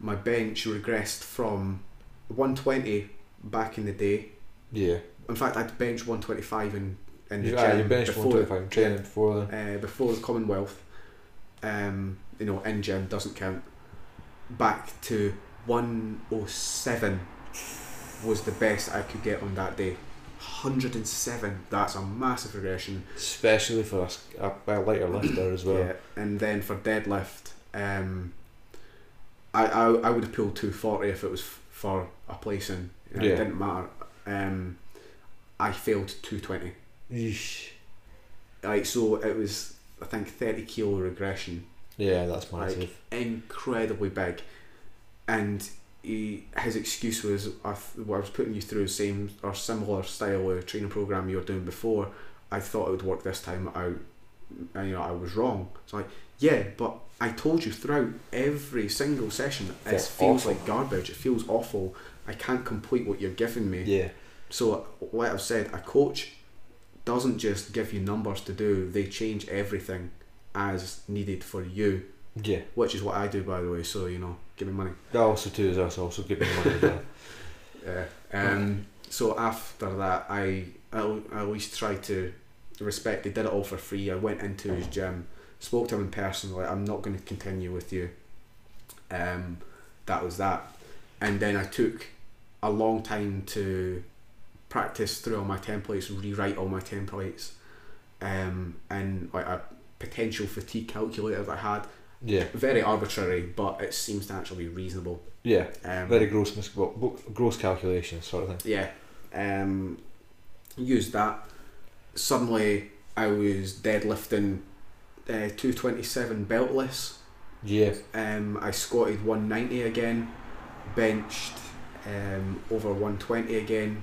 [SPEAKER 3] my bench regressed from 120 back in the day.
[SPEAKER 1] Yeah.
[SPEAKER 3] In fact, I'd bench 125 in, in the
[SPEAKER 1] You, ah,
[SPEAKER 3] gym
[SPEAKER 1] you benched
[SPEAKER 3] before,
[SPEAKER 1] 125 training before then.
[SPEAKER 3] uh, before the Commonwealth. Um, you know, in gym doesn't count. Back to 107 was the best I could get on that day. 107. That's a massive regression.
[SPEAKER 1] Especially for a s- a, a lighter lifter as well.
[SPEAKER 3] Yeah, and then for deadlift, um, I, I I would have pulled two forty if it was f- for a placing. You know,
[SPEAKER 1] Yeah.
[SPEAKER 3] It didn't matter. Um, I failed two twenty.
[SPEAKER 1] Yeesh.
[SPEAKER 3] Like so, it was I think thirty kilo regression,
[SPEAKER 1] Yeah, that's massive.
[SPEAKER 3] incredibly big, and he, his excuse was I th- well, I was putting you through the same or similar style of training program you were doing before. I thought it would work this time out, and you know I was wrong. It's like yeah, but I told you throughout every single session, it
[SPEAKER 1] That's
[SPEAKER 3] feels
[SPEAKER 1] awful.
[SPEAKER 3] like garbage. It feels awful. I can't complete what you're giving me.
[SPEAKER 1] yeah.
[SPEAKER 3] So, like I've said, a coach doesn't just give you numbers to do; they change everything as needed for you,
[SPEAKER 1] Yeah.
[SPEAKER 3] which is what I do, by the way. So you know, give me money.
[SPEAKER 1] That also too is us also giving money as
[SPEAKER 3] [laughs]
[SPEAKER 1] well.
[SPEAKER 3] Yeah. Um, so after that, I I al- I always try to respect. They did it all for free. I went into his gym, spoke to him in person. Like I'm not going to continue with you. Um, that was that, and then I took a long time to practice through all my templates, rewrite all my templates, um, and like a potential fatigue calculator that I had.
[SPEAKER 1] Yeah.
[SPEAKER 3] Very arbitrary, but it seems to actually be reasonable.
[SPEAKER 1] Yeah.
[SPEAKER 3] Um,
[SPEAKER 1] Very gross mis- well, bo- gross calculations sort of thing.
[SPEAKER 3] yeah um used that suddenly i was deadlifting uh, 227 beltless
[SPEAKER 1] Yeah.
[SPEAKER 3] um i squatted 190 again benched um over 120 again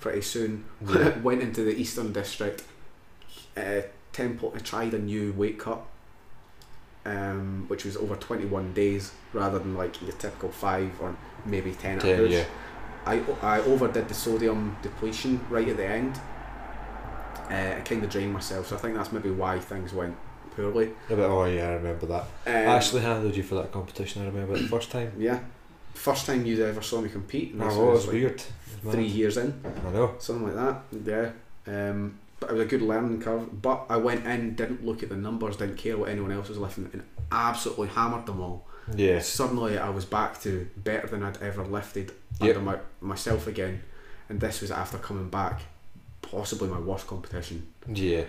[SPEAKER 3] pretty soon [laughs]
[SPEAKER 1] Yeah.
[SPEAKER 3] went into the eastern district uh temple i tried a new weight cut um, which was over 21 days rather than like your typical 5 or maybe 10
[SPEAKER 1] Ten,
[SPEAKER 3] hours
[SPEAKER 1] yeah.
[SPEAKER 3] I, I overdid the sodium depletion right at the end. Uh, I kind of drained myself, so I think that's maybe why things went poorly.
[SPEAKER 1] Yeah, but- oh yeah, I remember that.
[SPEAKER 3] Um,
[SPEAKER 1] I actually handled you for that competition. I remember the first time.
[SPEAKER 3] yeah, first time you ever saw me compete, and
[SPEAKER 1] Oh,
[SPEAKER 3] this
[SPEAKER 1] it was
[SPEAKER 3] was like
[SPEAKER 1] weird. It was mad.
[SPEAKER 3] three years in,
[SPEAKER 1] I know.
[SPEAKER 3] something like that. Yeah, um, but it was a good learning curve. But I went in, didn't look at the numbers, didn't care what anyone else was lifting, and absolutely hammered them all.
[SPEAKER 1] Yeah.
[SPEAKER 3] Suddenly, I was back to better than I'd ever lifted
[SPEAKER 1] Yep.
[SPEAKER 3] under my, myself again, and this was after coming back, possibly my worst competition.
[SPEAKER 1] Yeah.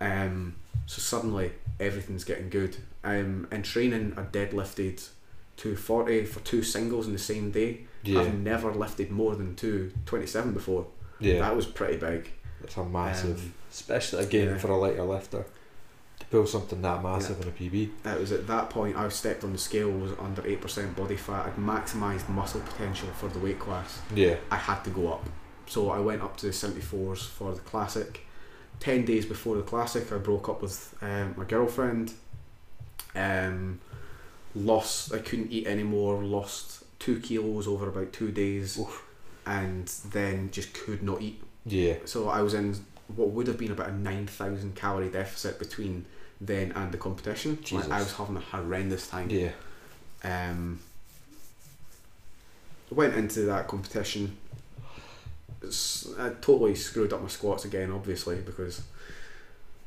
[SPEAKER 3] Um, so suddenly everything's getting good. Um, in training, I deadlifted 240 for two singles in the same day.
[SPEAKER 1] Yeah.
[SPEAKER 3] I've never lifted more than 227 before.
[SPEAKER 1] Yeah.
[SPEAKER 3] That was pretty big.
[SPEAKER 1] That's a massive,
[SPEAKER 3] Um,
[SPEAKER 1] especially again
[SPEAKER 3] yeah.
[SPEAKER 1] for a lighter lifter to pull something that massive in a PB.
[SPEAKER 3] It was at that point I stepped on the scale, was under 8% body fat. I'd maximised muscle potential for the weight class.
[SPEAKER 1] Yeah.
[SPEAKER 3] I had to go up. So I went up to the 74s for the Classic. 10 days before the Classic, I broke up with um, my girlfriend. Um, lost, I couldn't eat anymore, lost two kilos over about two days,
[SPEAKER 1] Oof.
[SPEAKER 3] and then just could not eat.
[SPEAKER 1] Yeah.
[SPEAKER 3] So I was in what would have been about a 9,000 calorie deficit between then and the competition. Like,
[SPEAKER 1] Jesus.
[SPEAKER 3] I was having a horrendous time
[SPEAKER 1] Yeah.
[SPEAKER 3] um, went into that competition. S- I totally screwed up my squats again, obviously, because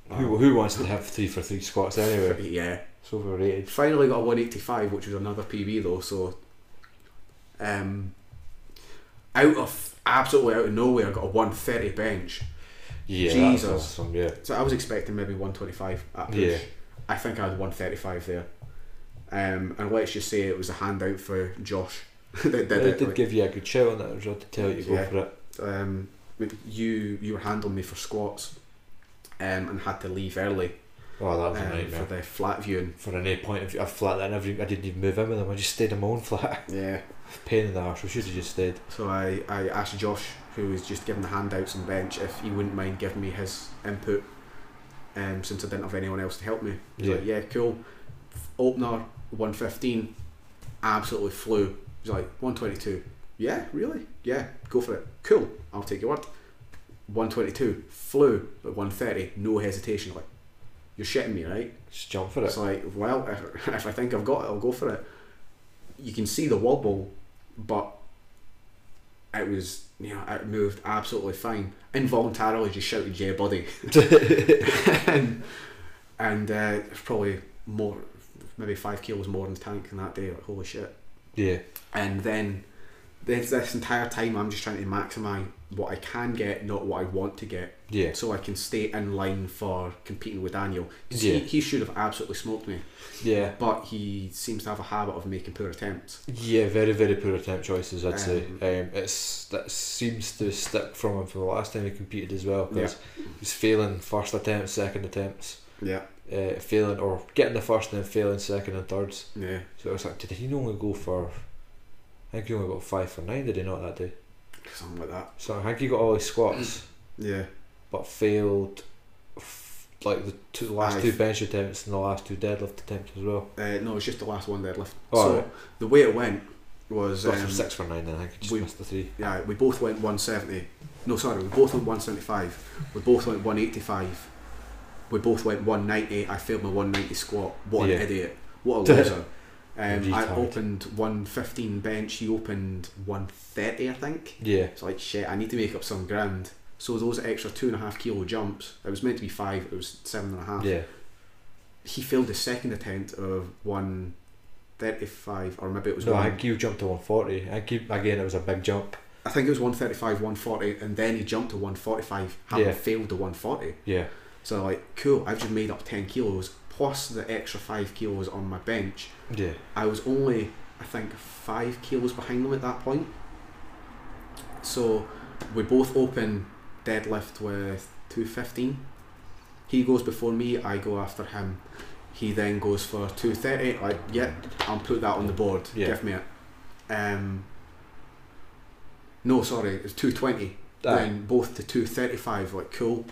[SPEAKER 3] um,
[SPEAKER 1] Who, who wants to have three for three squats anyway?
[SPEAKER 3] yeah.
[SPEAKER 1] It's overrated.
[SPEAKER 3] Finally got a one eighty five, which was another PB though. So, um, out of absolutely out of nowhere, I got a one thirty bench.
[SPEAKER 1] Yeah.
[SPEAKER 3] Jesus.
[SPEAKER 1] That's awesome. Yeah.
[SPEAKER 3] So I was expecting maybe 125 at push.
[SPEAKER 1] Yeah.
[SPEAKER 3] I think I had 135 there. Um, and let's just say it was a handout for Josh [laughs] that did
[SPEAKER 1] They
[SPEAKER 3] it.
[SPEAKER 1] did
[SPEAKER 3] like-
[SPEAKER 1] give you a good shout on that. I was right to tell you to go
[SPEAKER 3] Yeah.
[SPEAKER 1] for it.
[SPEAKER 3] um, with you you were handling me for squats um, and had to leave early
[SPEAKER 1] Oh, that was a
[SPEAKER 3] um, for
[SPEAKER 1] nightmare.
[SPEAKER 3] the flat viewing.
[SPEAKER 1] For any point of view, I flat that I never, I didn't even move in with them. I just stayed in my own flat. [laughs]
[SPEAKER 3] Yeah.
[SPEAKER 1] Pain in the arse. I should have just stayed.
[SPEAKER 3] So I, I asked Josh, who was just giving the handouts on bench, if he wouldn't mind giving me his input um, since I didn't have anyone else to help me. He's
[SPEAKER 1] Yeah.
[SPEAKER 3] like, yeah, cool. F- Opener 115, absolutely flew. He's like, 122. Yeah, really? Yeah, go for it. Cool, I'll take your word. 122, flew, but 130, no hesitation. Like, you're shitting me, right?
[SPEAKER 1] Just jump for it.
[SPEAKER 3] It's like, well, if, if I think I've got it, I'll go for it. You can see the wobble, but it was, you know, it moved absolutely fine. Involuntarily just shouted, yeah, buddy. and and uh, it's probably more, maybe five kilos more in the tank than that day. Like, holy shit.
[SPEAKER 1] Yeah.
[SPEAKER 3] And then this, this entire time, I'm just trying to maximise what I can get, not what I want to get
[SPEAKER 1] Yeah.
[SPEAKER 3] so I can stay in line for competing with Daniel. 'Cause He,
[SPEAKER 1] Yeah.
[SPEAKER 3] he should have absolutely smoked me,
[SPEAKER 1] Yeah.
[SPEAKER 3] but he seems to have a habit of making poor attempts.
[SPEAKER 1] Yeah, very, very poor attempt choices, I'd say.
[SPEAKER 3] Um,
[SPEAKER 1] Um, it's That seems to stick from him from the last time he competed as well, because
[SPEAKER 3] Yeah.
[SPEAKER 1] he's failing first attempts, second attempts,
[SPEAKER 3] Yeah,
[SPEAKER 1] uh, failing, or getting the first and then failing second and thirds.
[SPEAKER 3] yeah.
[SPEAKER 1] So it was like, did he only go for. I think he only got five for nine, did he not that day?
[SPEAKER 3] Something like that.
[SPEAKER 1] So I think he got all his
[SPEAKER 3] Mm.
[SPEAKER 1] squats,
[SPEAKER 3] Yeah,
[SPEAKER 1] but failed f- like the two, the last
[SPEAKER 3] Aye.
[SPEAKER 1] two bench attempts and the last two deadlift attempts as well.
[SPEAKER 3] uh, no, it's just the last one deadlift.
[SPEAKER 1] Oh,
[SPEAKER 3] so
[SPEAKER 1] right.
[SPEAKER 3] the way it went was
[SPEAKER 1] Got from
[SPEAKER 3] um,
[SPEAKER 1] six for nine, then I think he just
[SPEAKER 3] we-
[SPEAKER 1] missed the three.
[SPEAKER 3] yeah, we both went 170. No, sorry, we both went 175. We both went 185. We both went 190. I failed my 190 squat. What
[SPEAKER 1] Yeah.
[SPEAKER 3] an idiot! What a loser! Um, I
[SPEAKER 1] Retard.
[SPEAKER 3] opened 115 bench. He opened 130, I think.
[SPEAKER 1] Yeah,
[SPEAKER 3] It's like shit. I need to make up some ground. So those extra two and a half kilo jumps, it was meant to be five. It was seven and a half.
[SPEAKER 1] yeah,
[SPEAKER 3] He failed his second attempt of one thirty-five, or maybe it was
[SPEAKER 1] No, I
[SPEAKER 3] one.
[SPEAKER 1] think you jumped to 140. I keep again. It was a big jump.
[SPEAKER 3] I think it was one thirty-five, one forty, and then he jumped to one forty-five, having
[SPEAKER 1] Yeah.
[SPEAKER 3] failed the one forty.
[SPEAKER 1] Yeah,
[SPEAKER 3] So like, cool. I've just made up ten kilos plus the extra five kilos on my bench.
[SPEAKER 1] yeah,
[SPEAKER 3] I was only, I think, five kilos behind them at that point. So we both open deadlift with 215. He goes before me, I go after him. He then goes for 230. Like, yep, I'll put that on the board.
[SPEAKER 1] Yeah.
[SPEAKER 3] Give me it. Um, no, sorry, it's 220.
[SPEAKER 1] Aye.
[SPEAKER 3] Then both to 235. Like, cool.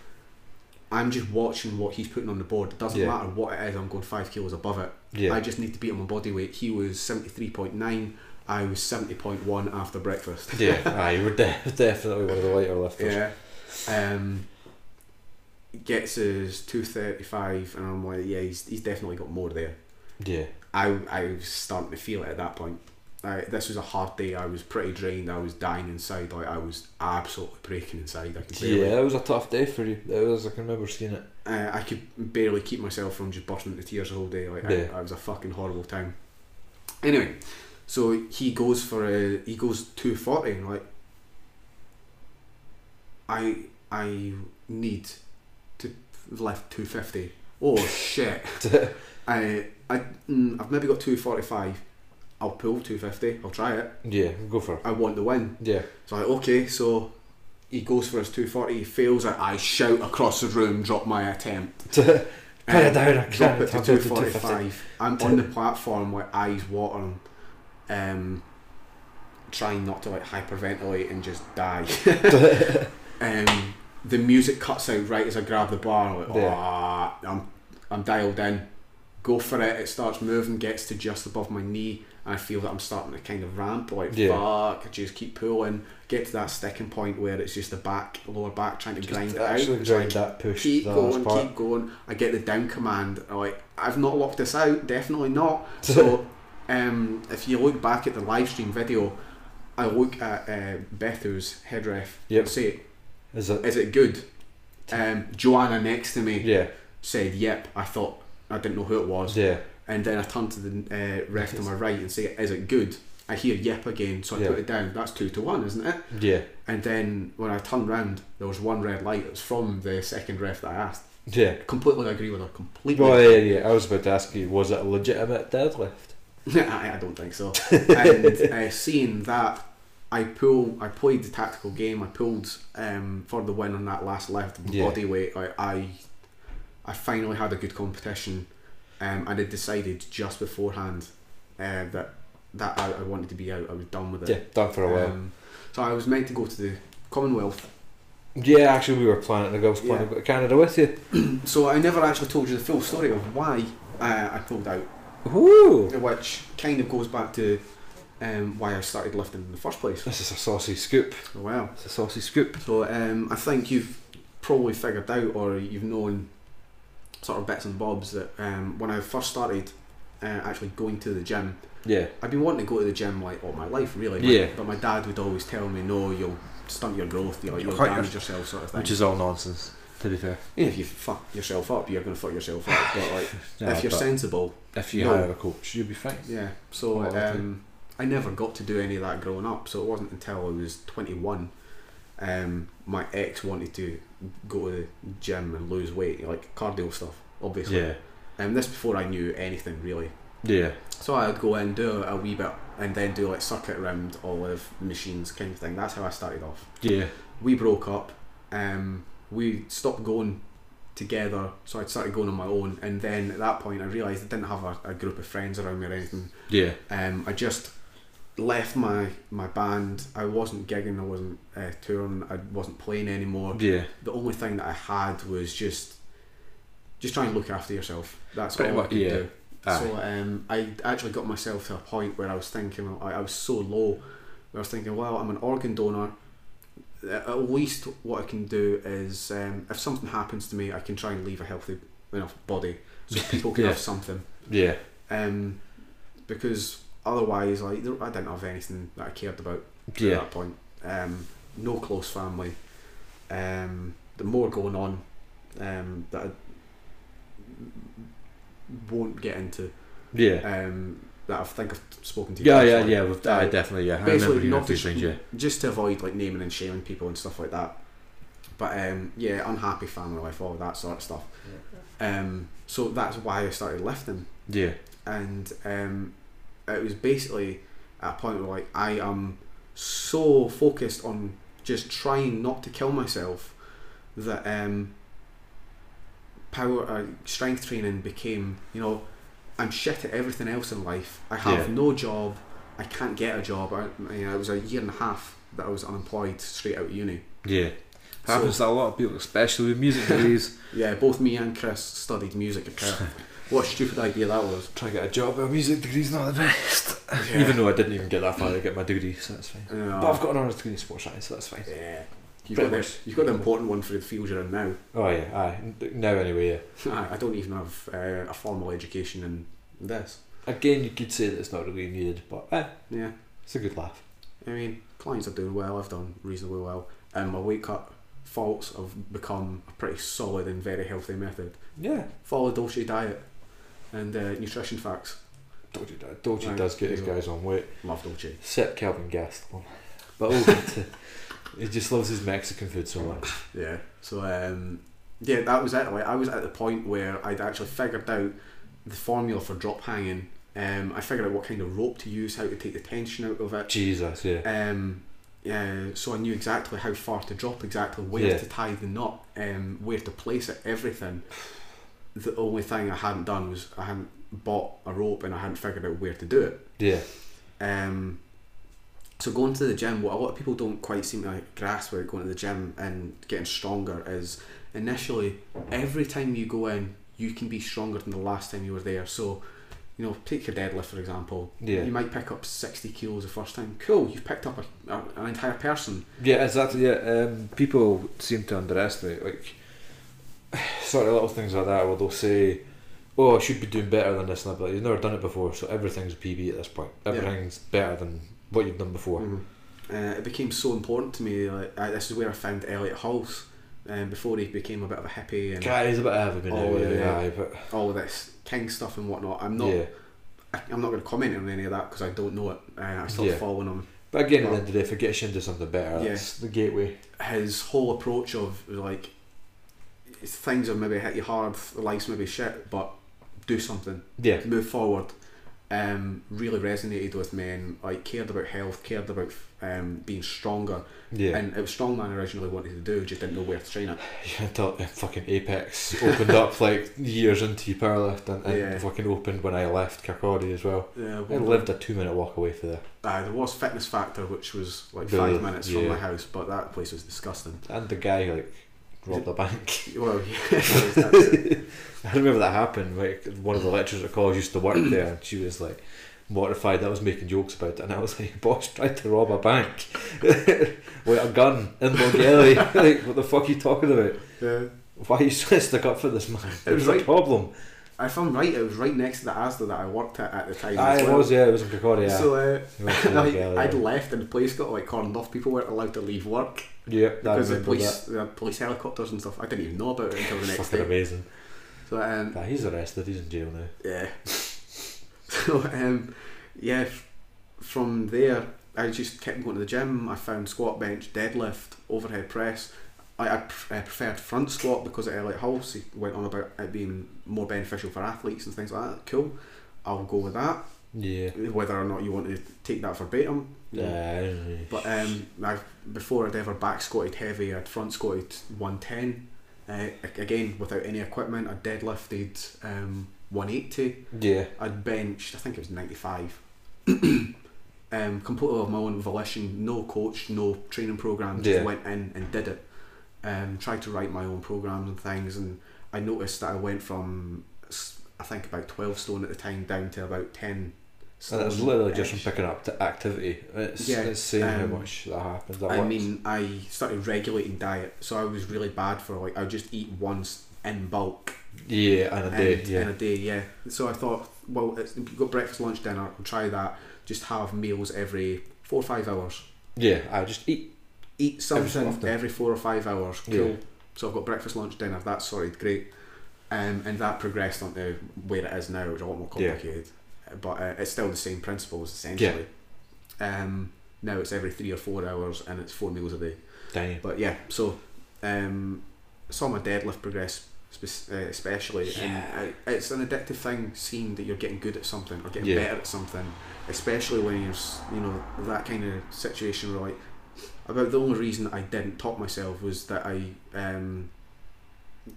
[SPEAKER 3] I'm just watching what he's putting on the board. It doesn't
[SPEAKER 1] Yeah.
[SPEAKER 3] matter what it is, I'm going five kilos above it.
[SPEAKER 1] yeah,
[SPEAKER 3] I just need to beat him on body weight. He was 73.9, I was 70.1 after breakfast. [laughs]
[SPEAKER 1] yeah. Aye, you were de- [laughs] definitely one of the lighter lifters.
[SPEAKER 3] Yeah. Um, gets his 235, and I'm like, yeah, he's, he's definitely got more there.
[SPEAKER 1] Yeah,
[SPEAKER 3] I, I was starting to feel it at that point. I, this was a hard day. I was pretty drained. I was dying inside. Like I was absolutely breaking inside. I could barely,
[SPEAKER 1] Yeah, it was a tough day for you. It was. I can remember seeing it.
[SPEAKER 3] uh, I could barely keep myself from just bursting into tears the whole day. Like
[SPEAKER 1] Yeah.
[SPEAKER 3] I, I was a fucking horrible time. Anyway, so he goes for a he goes two forty and like I I need to left two fifty. Oh shit! [laughs] I I mm, I've maybe got two forty five. I'll pull two fifty. I'll try it.
[SPEAKER 1] [laughs] yeah, go for it.
[SPEAKER 3] I want the win. [laughs]
[SPEAKER 1] Yeah,
[SPEAKER 3] So I okay, so he goes for his 240, he fails it, I shout across the room, drop my attempt.
[SPEAKER 1] Put it
[SPEAKER 3] Um,
[SPEAKER 1] down, I
[SPEAKER 3] drop
[SPEAKER 1] can't.
[SPEAKER 3] it to
[SPEAKER 1] I'll do it to [laughs]
[SPEAKER 3] 245. I'm on the platform with eyes watering, um, trying not to like hyperventilate and just die. [laughs] um, the music cuts out right as I grab the bar. Like,
[SPEAKER 1] Yeah.
[SPEAKER 3] "Ah," I'm, I'm dialed in. Go for it. It starts moving, gets to just above my knee. And I feel that I'm starting to kind of ramp. Like,
[SPEAKER 1] Yeah.
[SPEAKER 3] fuck, I just keep pulling. Get to that sticking point where it's just the back, lower back,
[SPEAKER 1] [laughs]
[SPEAKER 3] trying to grind
[SPEAKER 1] Just
[SPEAKER 3] it
[SPEAKER 1] actually
[SPEAKER 3] out.
[SPEAKER 1] grind that push.
[SPEAKER 3] Keep
[SPEAKER 1] the
[SPEAKER 3] going,
[SPEAKER 1] last part.
[SPEAKER 3] keep going. I get the down command. Like, I've not locked this out.
[SPEAKER 1] [laughs]
[SPEAKER 3] Definitely not. So, um, if you look back at the live stream video, I look at uh, Bethu's head ref
[SPEAKER 1] Yep.
[SPEAKER 3] and say,
[SPEAKER 1] Is it?
[SPEAKER 3] is it good? Um, Joanna next to me
[SPEAKER 1] Yeah,
[SPEAKER 3] said, yep. I thought, I didn't know who it was.
[SPEAKER 1] yeah,
[SPEAKER 3] And then I turned to the uh, ref to my right and say, is it good? I hear yep again, so I
[SPEAKER 1] Yeah.
[SPEAKER 3] put it down. That's two to one, isn't it?
[SPEAKER 1] yeah,
[SPEAKER 3] And then when I turned round, there was one red light. It was from the second ref that I asked.
[SPEAKER 1] yeah.
[SPEAKER 3] Completely agree with her, completely.
[SPEAKER 1] Well, yeah, yeah. I was about to ask you, was it a legitimate deadlift?
[SPEAKER 3] [laughs] I, I don't think so. and uh, seeing that, I pull. I played the tactical game. I pulled um, for the win on that last left
[SPEAKER 1] Yeah.
[SPEAKER 3] body weight. I, I, I finally had a good competition, um, and I decided just beforehand uh, that that I, I wanted to be out. I was done with it.
[SPEAKER 1] Yeah, done for a while.
[SPEAKER 3] Um, so I was meant to go to the Commonwealth.
[SPEAKER 1] yeah, actually, we were planning to go. I was planning to go to Canada with you.
[SPEAKER 3] So I never actually told you the full story of why uh, I pulled out.
[SPEAKER 1] Ooh,
[SPEAKER 3] which kind of goes back to um, why I started lifting in the first place.
[SPEAKER 1] this is a saucy scoop.
[SPEAKER 3] Oh, wow.
[SPEAKER 1] It's a saucy scoop.
[SPEAKER 3] So um, I think you've probably figured out or you've known sort of bits and bobs that um, when I first started uh, actually going to the gym,
[SPEAKER 1] Yeah,
[SPEAKER 3] I've been wanting to go to the gym like all my life really.
[SPEAKER 1] Yeah.
[SPEAKER 3] But my dad would always tell me, no, you'll stunt your growth, you'll, you'll
[SPEAKER 1] Quite
[SPEAKER 3] damage yourself sort of thing.
[SPEAKER 1] which is all nonsense. To be fair,
[SPEAKER 3] yeah, if you fuck yourself up, you're going to fuck yourself up. But like,
[SPEAKER 1] [laughs] Yeah,
[SPEAKER 3] if you're
[SPEAKER 1] but
[SPEAKER 3] sensible,
[SPEAKER 1] if you
[SPEAKER 3] No.
[SPEAKER 1] hire a coach, you'll be fine.
[SPEAKER 3] Yeah. So
[SPEAKER 1] Oh, okay.
[SPEAKER 3] um, I never got to do any of that growing up. So it wasn't until I was 21, um, my ex wanted to go to the gym and lose weight, like cardio stuff, obviously.
[SPEAKER 1] Yeah,
[SPEAKER 3] Um, this before I knew anything really.
[SPEAKER 1] yeah,
[SPEAKER 3] So I'd go in do a wee bit and then do like circuit rimmed olive machines kind of thing. That's how I started off.
[SPEAKER 1] yeah,
[SPEAKER 3] We broke up. Um, we stopped going together, so I'd started going on my own. And then at that point, I realised I didn't have a, a group of friends around me or anything.
[SPEAKER 1] yeah,
[SPEAKER 3] Um, I just left my my band. I wasn't gigging. I wasn't uh, touring. I wasn't playing anymore.
[SPEAKER 1] yeah.
[SPEAKER 3] The only thing that I had was just just try and look after yourself. That's
[SPEAKER 1] Pretty
[SPEAKER 3] all
[SPEAKER 1] much,
[SPEAKER 3] I could
[SPEAKER 1] yeah.
[SPEAKER 3] do.
[SPEAKER 1] Aye.
[SPEAKER 3] So um, I actually got myself to a point where I was thinking I, I was so low. where I was thinking, well, I'm an organ donor. At least what I can do is, um, if something happens to me, I can try and leave a healthy enough body
[SPEAKER 1] [laughs]
[SPEAKER 3] so people can
[SPEAKER 1] Yeah.
[SPEAKER 3] have something
[SPEAKER 1] Yeah,
[SPEAKER 3] um, because otherwise, like there, I didn't have anything that I cared about at
[SPEAKER 1] yeah,
[SPEAKER 3] that point. Um, no close family. Um, the more going on um, that I won't get into.
[SPEAKER 1] yeah,
[SPEAKER 3] Um, that I think I've spoken to you.
[SPEAKER 1] yeah,
[SPEAKER 3] about
[SPEAKER 1] yeah,
[SPEAKER 3] before.
[SPEAKER 1] yeah. we've- aye,
[SPEAKER 3] Uh,
[SPEAKER 1] definitely, yeah. I
[SPEAKER 3] basically
[SPEAKER 1] remember you
[SPEAKER 3] not
[SPEAKER 1] two
[SPEAKER 3] just-
[SPEAKER 1] things, yeah,
[SPEAKER 3] Just to avoid like naming and shaming people and stuff like that. But um, yeah, unhappy family life, all that sort of stuff. Um, so that's why I started lifting.
[SPEAKER 1] yeah,
[SPEAKER 3] and um, it was basically at a point where like I am so focused on just trying not to kill myself that um, power uh, strength training became you know I'm shit at everything else in life. I have
[SPEAKER 1] Yeah.
[SPEAKER 3] no job. I can't get a job. I, you know, it was a year and a half that I was unemployed straight out of uni.
[SPEAKER 1] yeah. Happens to a lot of people, especially with [laughs] music degrees.
[SPEAKER 3] Yeah, both me and Chris studied music
[SPEAKER 1] [laughs]
[SPEAKER 3] at Perth. what a stupid idea that was.
[SPEAKER 1] Try to get a job, but a music degree's not the best. [laughs]
[SPEAKER 3] Yeah.
[SPEAKER 1] Even though I didn't even get that far to get my degree, so that's fine.
[SPEAKER 3] Yeah.
[SPEAKER 1] But I've got an honours degree in sports science, so that's fine.
[SPEAKER 3] Yeah. You've
[SPEAKER 1] Pretty
[SPEAKER 3] got, the,
[SPEAKER 1] much.
[SPEAKER 3] you've got the important one for the field you're in now. [laughs]
[SPEAKER 1] Oh yeah, aye. Now anyway, yeah.
[SPEAKER 3] I I don't even have uh, a formal education in this.
[SPEAKER 1] Again, you could say that it's not really needed, but eh,
[SPEAKER 3] Yeah.
[SPEAKER 1] it's a good laugh.
[SPEAKER 3] I mean, clients are doing well. I've done reasonably well, and my weight cut faults have become a pretty solid and very healthy method.
[SPEAKER 1] Yeah.
[SPEAKER 3] Follow Dolce diet and uh, nutrition facts.
[SPEAKER 1] Dolce, do- Dolce
[SPEAKER 3] Right.
[SPEAKER 1] does get his guys on weight.
[SPEAKER 3] Love Dolce.
[SPEAKER 1] Except Calvin Gastelum. But we'll get to [laughs] He just loves his Mexican food so much.
[SPEAKER 3] Yeah. So um, yeah, that was it. Like, I was at the point where I'd actually figured out the formula for drop hanging. Um, I figured out what kind of rope to use, how to take the tension out of it.
[SPEAKER 1] Jesus, yeah.
[SPEAKER 3] Um, yeah, so I knew exactly how far to drop, exactly where
[SPEAKER 1] Yeah.
[SPEAKER 3] to tie the knot, um, where to place it, everything. The only thing I hadn't done was I hadn't bought a rope and I hadn't figured out where to do it.
[SPEAKER 1] Yeah.
[SPEAKER 3] Um, so going to the gym, what a lot of people don't quite seem to like, grasp about going to the gym and getting stronger is initially every time you go in, you can be stronger than the last time you were there. So, you know, take your deadlift for example.
[SPEAKER 1] Yeah.
[SPEAKER 3] You might pick up sixty kilos the first time. Cool, you've picked up a, a, an entire person.
[SPEAKER 1] Yeah, exactly. Yeah, um, people seem to underestimate like [sighs] sort of little things like that where they'll say, "Oh, I should be doing better than this," and that, but you've never done it before, so everything's PB at this point.
[SPEAKER 3] Yeah.
[SPEAKER 1] Everything's better than what you've done before.
[SPEAKER 3] Uh, it became so important to me. Like I, this is where I found Elliot Hulse, um, before he became a bit of a hippie and
[SPEAKER 1] Guys, a bit of heavy now,
[SPEAKER 3] Oh,
[SPEAKER 1] yeah,
[SPEAKER 3] yeah.
[SPEAKER 1] aye, but
[SPEAKER 3] all of this king stuff and whatnot. I'm not.
[SPEAKER 1] yeah.
[SPEAKER 3] I, I'm not going to comment on any of that because I don't know it. Uh, I still
[SPEAKER 1] Yeah.
[SPEAKER 3] following him.
[SPEAKER 1] But again, at the end of the day, if it gets you into something better,
[SPEAKER 3] Yeah.
[SPEAKER 1] that's the gateway.
[SPEAKER 3] His whole approach of like things have maybe hit you hard, life's maybe shit, but do something,
[SPEAKER 1] Yeah,
[SPEAKER 3] move forward. Um, really resonated with men. Like cared about health, cared about um, being stronger,
[SPEAKER 1] yeah. [laughs]
[SPEAKER 3] and it was strongman I originally wanted to do, just didn't know where to train it.
[SPEAKER 1] until fucking Apex opened up like years into powerlifting and
[SPEAKER 3] Yeah.
[SPEAKER 1] fucking opened when I left Kirkcaldy as well.
[SPEAKER 3] Uh,
[SPEAKER 1] I lived a two minute walk away from there
[SPEAKER 3] uh, there was Fitness Factor, which was like
[SPEAKER 1] Really?
[SPEAKER 3] five minutes from
[SPEAKER 1] Yeah.
[SPEAKER 3] my house, but that place
[SPEAKER 1] [laughs]
[SPEAKER 3] was disgusting.
[SPEAKER 1] and the guy like robbed a bank.
[SPEAKER 3] Well, [laughs] yeah, that's
[SPEAKER 1] [laughs]
[SPEAKER 3] it.
[SPEAKER 1] I remember that happened like one of the lecturers at college used to work there and she was like mortified that I was making jokes about it and I was like [laughs] boss tried to rob a bank [laughs] with a gun in Bulgaria [laughs] like what the fuck are you talking about
[SPEAKER 3] Yeah.
[SPEAKER 1] why are you so stuck up for this man it was a
[SPEAKER 3] Right.
[SPEAKER 1] problem
[SPEAKER 3] If I'm right, it was right next to the Asda that I worked at at the time.
[SPEAKER 1] I
[SPEAKER 3] as well.
[SPEAKER 1] was yeah Ah, it was in Kirkcaldy yeah [laughs]
[SPEAKER 3] So uh,
[SPEAKER 1] It was in
[SPEAKER 3] [laughs] like,
[SPEAKER 1] Bulgaria.
[SPEAKER 3] I'd left and the place got like cordoned off. People weren't allowed to leave work
[SPEAKER 1] yeah I
[SPEAKER 3] because the
[SPEAKER 1] remember that
[SPEAKER 3] police, they had police helicopters and stuff. I didn't even know about it
[SPEAKER 1] [laughs]
[SPEAKER 3] until the next
[SPEAKER 1] fucking
[SPEAKER 3] day.
[SPEAKER 1] amazing.
[SPEAKER 3] So um,
[SPEAKER 1] Nah, he's arrested. He's in jail now.
[SPEAKER 3] yeah. [laughs] so um, yeah. f- From there, I just kept going to the gym. I found squat, bench, deadlift, overhead press. I, I, pr- I preferred front squat because at Elliot Hulse he went on about it being more beneficial for athletes and things like that. Cool, I'll go with that.
[SPEAKER 1] Yeah.
[SPEAKER 3] whether or not you want to take that verbatim.
[SPEAKER 1] Yeah.
[SPEAKER 3] But um, I, before I'd ever back squatted heavy, I'd front squatted 110. Uh, a- again, without any equipment, I deadlifted um, 180.
[SPEAKER 1] yeah.
[SPEAKER 3] I'd benched, I think it was 95. [clears throat] um, completely of my own volition, no coach, no training program, just
[SPEAKER 1] Yeah.
[SPEAKER 3] went in and did it. Um, tried to write my own programs and things, and I noticed that I went from, s- I think, about 12 stone at the time down to about 10.
[SPEAKER 1] And it's
[SPEAKER 3] stone
[SPEAKER 1] literally just from
[SPEAKER 3] ish.
[SPEAKER 1] picking up to activity. It's
[SPEAKER 3] Yeah,
[SPEAKER 1] it's insane how
[SPEAKER 3] um,
[SPEAKER 1] much that happens. That
[SPEAKER 3] I
[SPEAKER 1] works.
[SPEAKER 3] mean, I started regulating diet, so I was really bad for like I would just eat once in bulk
[SPEAKER 1] yeah, and a day.
[SPEAKER 3] and- in
[SPEAKER 1] yeah.
[SPEAKER 3] a day, yeah. So I thought, well, it's, you've got breakfast, lunch, dinner. I'll try that. Just have meals every four or five hours.
[SPEAKER 1] yeah. I just eat.
[SPEAKER 3] Eat
[SPEAKER 1] Every so
[SPEAKER 3] something
[SPEAKER 1] often.
[SPEAKER 3] every, four or five hours. Cool.
[SPEAKER 1] Yeah.
[SPEAKER 3] So I've got breakfast, lunch, dinner. That's sorted, great. Um, and that progressed onto where it is now, which is a lot more
[SPEAKER 1] Yeah.
[SPEAKER 3] complicated. But uh, it's still the same principles essentially. Um, now it's every three or four hours, and it's four meals a day.
[SPEAKER 1] Damn.
[SPEAKER 3] But yeah, so um, saw my deadlift progress spe- uh, especially, and I, it's an addictive thing seeing that you're getting good at something or getting
[SPEAKER 1] Yeah.
[SPEAKER 3] better at something, especially when you're s- you know that kind of situation where like about the only reason I didn't top myself was that I um,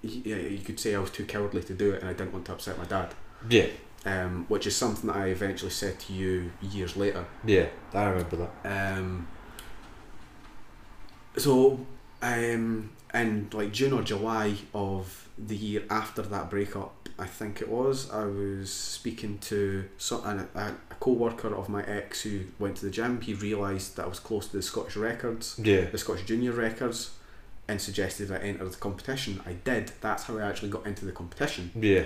[SPEAKER 3] y- yeah you could say I was too cowardly to do it and I didn't want to upset my dad.
[SPEAKER 1] Yeah.
[SPEAKER 3] Um, which is something that I eventually said to you years later.
[SPEAKER 1] Yeah. I remember that.
[SPEAKER 3] Um, so, um, in like June or July of the year after that breakup, I think it was, I was speaking to so, an, a, a co worker of my ex who went to the gym. He realised that I was close to the Scottish records,
[SPEAKER 1] Yeah.
[SPEAKER 3] the Scottish junior records, and suggested I enter the competition. I did. That's how I actually got into the competition.
[SPEAKER 1] Yeah.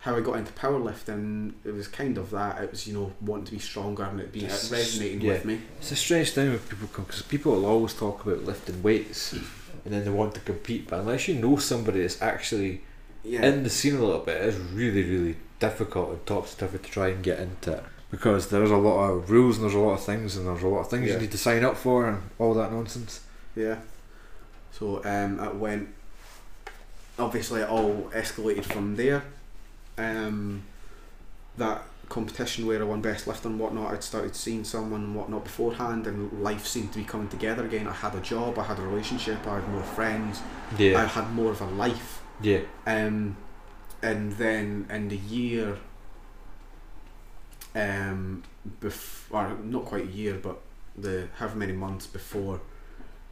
[SPEAKER 3] how I got into powerlifting, it was kind of that. It was you know wanting to be stronger and it being it
[SPEAKER 1] Just-
[SPEAKER 3] resonating
[SPEAKER 1] yeah.
[SPEAKER 3] with me.
[SPEAKER 1] It's a strange thing with people because people will always talk about lifting weights and then they want to compete, but unless you know somebody that's actually
[SPEAKER 3] Yeah,
[SPEAKER 1] in the scene a little bit, it's really, really difficult and top stuff to try and get into it because there's a lot of rules and there's a lot of things and there's a lot of things
[SPEAKER 3] Yeah.
[SPEAKER 1] you need to sign up for and all that nonsense.
[SPEAKER 3] yeah. So um, it went. Obviously, it all escalated from there. Um, that competition where I won best lift and whatnot, I'd started seeing someone and whatnot beforehand, and life seemed to be coming together again. I had a job, I had a relationship, I had more friends, I
[SPEAKER 1] Yeah,
[SPEAKER 3] had more of a life.
[SPEAKER 1] yeah,
[SPEAKER 3] Um, and then in the year, um, before not quite a year, but the however many months before,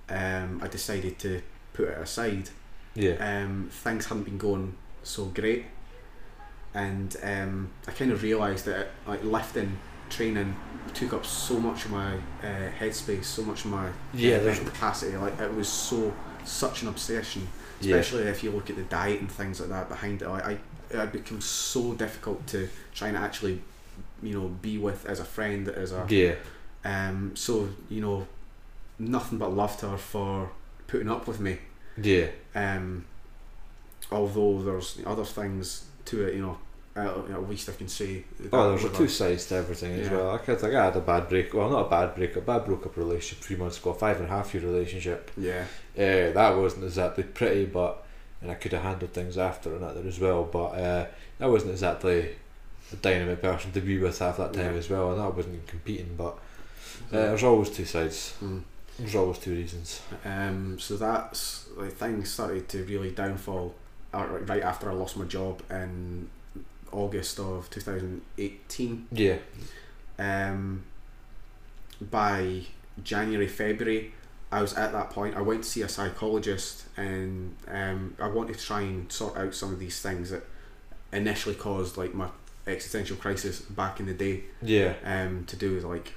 [SPEAKER 3] um, I decided to put it aside.
[SPEAKER 1] yeah,
[SPEAKER 3] Um, things hadn't been going so great, and um, I kind of realised that like lifting, training took up so much of my uh, headspace, so much of my
[SPEAKER 1] yeah. There's
[SPEAKER 3] mental capacity. Like it was so such an obsession
[SPEAKER 1] yeah,
[SPEAKER 3] especially if you look at the diet and things like that behind it. I, I it becomes so difficult to try and actually, you know, be with as a friend as a
[SPEAKER 1] yeah,
[SPEAKER 3] um. So you know, nothing but love to her for putting up with me.
[SPEAKER 1] yeah,
[SPEAKER 3] Um, although there's other things to it, you know. Uh, at least I can say.
[SPEAKER 1] Oh, there's
[SPEAKER 3] that-
[SPEAKER 1] a two sides to everything as
[SPEAKER 3] Yeah.
[SPEAKER 1] well. I could think I had a bad break. Well, not a bad breakup. I broke up a relationship three months ago, a five and a half year relationship.
[SPEAKER 3] Yeah,
[SPEAKER 1] Uh, that wasn't exactly pretty, but and I could have handled things after and that as well. But uh, I wasn't exactly a dynamite person to be with half that time
[SPEAKER 3] Yeah.
[SPEAKER 1] as well, and I wasn't competing. But uh, there's always two sides.
[SPEAKER 3] Mm.
[SPEAKER 1] There's always two reasons.
[SPEAKER 3] Um, so that's like things started to really downfall uh, right right after I lost my job in August of 2018.
[SPEAKER 1] Yeah,
[SPEAKER 3] Um, by January, February, I was at that point. I went to see a psychologist and um, I wanted to try and sort out some of these things that initially caused like my existential crisis back in the day
[SPEAKER 1] yeah,
[SPEAKER 3] um, to do with like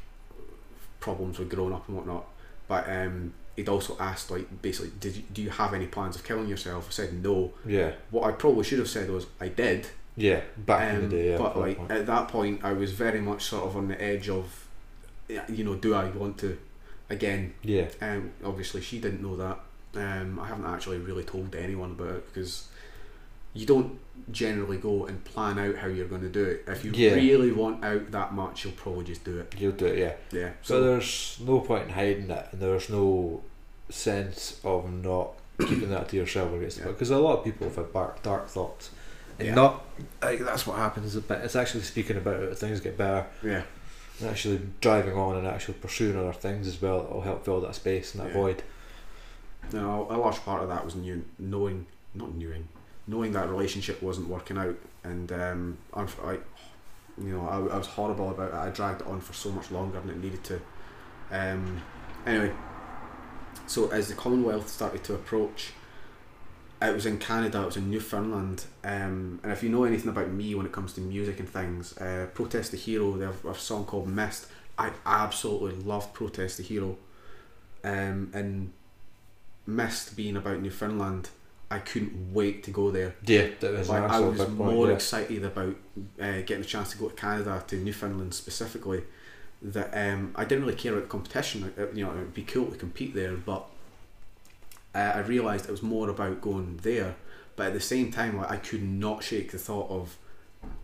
[SPEAKER 3] problems with growing up and whatnot. But um, he'd also asked like basically, did you, do you have any plans of killing yourself? I said no.
[SPEAKER 1] yeah,
[SPEAKER 3] What I probably should have said was I did.
[SPEAKER 1] yeah. Back in
[SPEAKER 3] um,
[SPEAKER 1] the day, yeah.
[SPEAKER 3] but
[SPEAKER 1] fair
[SPEAKER 3] like
[SPEAKER 1] point.
[SPEAKER 3] at that point, I was very much sort of on the edge of, yeah, you know, do I want to? Again,
[SPEAKER 1] yeah,
[SPEAKER 3] um, obviously she didn't know that. Um, I haven't actually really told anyone about it because you don't generally go and plan out how you're going to do it. If you
[SPEAKER 1] Yeah.
[SPEAKER 3] really want out that much, you'll probably just do it.
[SPEAKER 1] you'll do it. Yeah.
[SPEAKER 3] Yeah.
[SPEAKER 1] So there's no point in hiding it, and there's no sense of not keeping that to yourself against
[SPEAKER 3] Yeah.
[SPEAKER 1] because a lot of people have had dark, dark thoughts, and
[SPEAKER 3] Yeah.
[SPEAKER 1] not like that's what happens. A bit. It's actually speaking about it, things get better,
[SPEAKER 3] Yeah,
[SPEAKER 1] and actually driving on and actually pursuing other things as well. That'll help fill that space and that
[SPEAKER 3] Yeah.
[SPEAKER 1] void.
[SPEAKER 3] no, a large part of that was new, knowing, not knowing, knowing that relationship wasn't working out, and um, I, I you know, I, I was horrible about it. I dragged it on for so much longer than it needed to. Um, anyway, so as the Commonwealth started to approach, it was in Canada. It was in Newfoundland, um, and if you know anything about me when it comes to music and things, uh, Protest the Hero. They have a song called Mist. I absolutely love Protest the Hero, um, and Mist being about Newfoundland, I couldn't wait to go there.
[SPEAKER 1] Yeah, that was
[SPEAKER 3] Like,
[SPEAKER 1] an
[SPEAKER 3] I
[SPEAKER 1] absolute
[SPEAKER 3] was
[SPEAKER 1] big point,
[SPEAKER 3] more
[SPEAKER 1] yeah.
[SPEAKER 3] excited about uh, getting the chance to go to Canada to Newfoundland specifically. That um, I didn't really care about the competition. Uh, You know, it'd be cool to compete there, but uh, I realised it was more about going there. But at the same time, like, I could not shake the thought of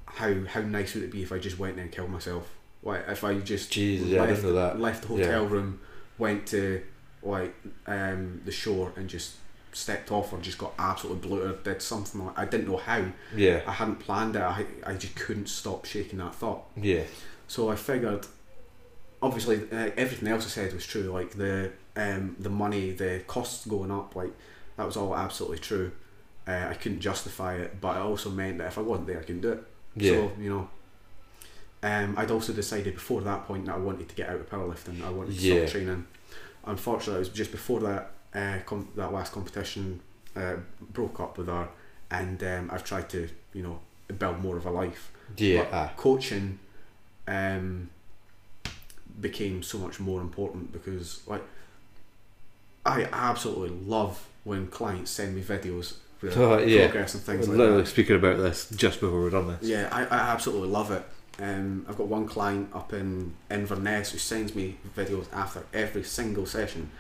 [SPEAKER 3] how how nice would it be if I just went there and killed myself. Like if I just
[SPEAKER 1] Jeez, yeah, I didn't
[SPEAKER 3] left,
[SPEAKER 1] know that.
[SPEAKER 3] left the
[SPEAKER 1] Yeah.
[SPEAKER 3] hotel room, went to like um, the shore and just stepped off or just got absolutely bloated, did something like I didn't know how.
[SPEAKER 1] Yeah,
[SPEAKER 3] I hadn't planned it. I, I just couldn't stop shaking that thought.
[SPEAKER 1] yeah,
[SPEAKER 3] So I figured, obviously, uh, everything else I said was true. Like the um, the money, the costs going up, like that was all absolutely true. Uh, I couldn't justify it, but it also meant that if I wasn't there, I couldn't do it.
[SPEAKER 1] yeah,
[SPEAKER 3] So you know, um, I'd also decided before that point that I wanted to get out of powerlifting. I wanted to
[SPEAKER 1] Yeah.
[SPEAKER 3] stop training. Unfortunately, it was just before that uh, com- that last competition uh, broke up with her, and um, I've tried to you know build more of a life.
[SPEAKER 1] yeah.
[SPEAKER 3] But
[SPEAKER 1] ah,
[SPEAKER 3] coaching um, became so much more important because like I absolutely love when clients send me videos
[SPEAKER 1] [laughs]
[SPEAKER 3] with
[SPEAKER 1] Oh, yeah.
[SPEAKER 3] progress and
[SPEAKER 1] We
[SPEAKER 3] things
[SPEAKER 1] were
[SPEAKER 3] like
[SPEAKER 1] literally
[SPEAKER 3] that.
[SPEAKER 1] speaking about this just before we we're done this.
[SPEAKER 3] Yeah, I, I absolutely love it. Um, I've got one client up in Inverness who sends me videos after every single session,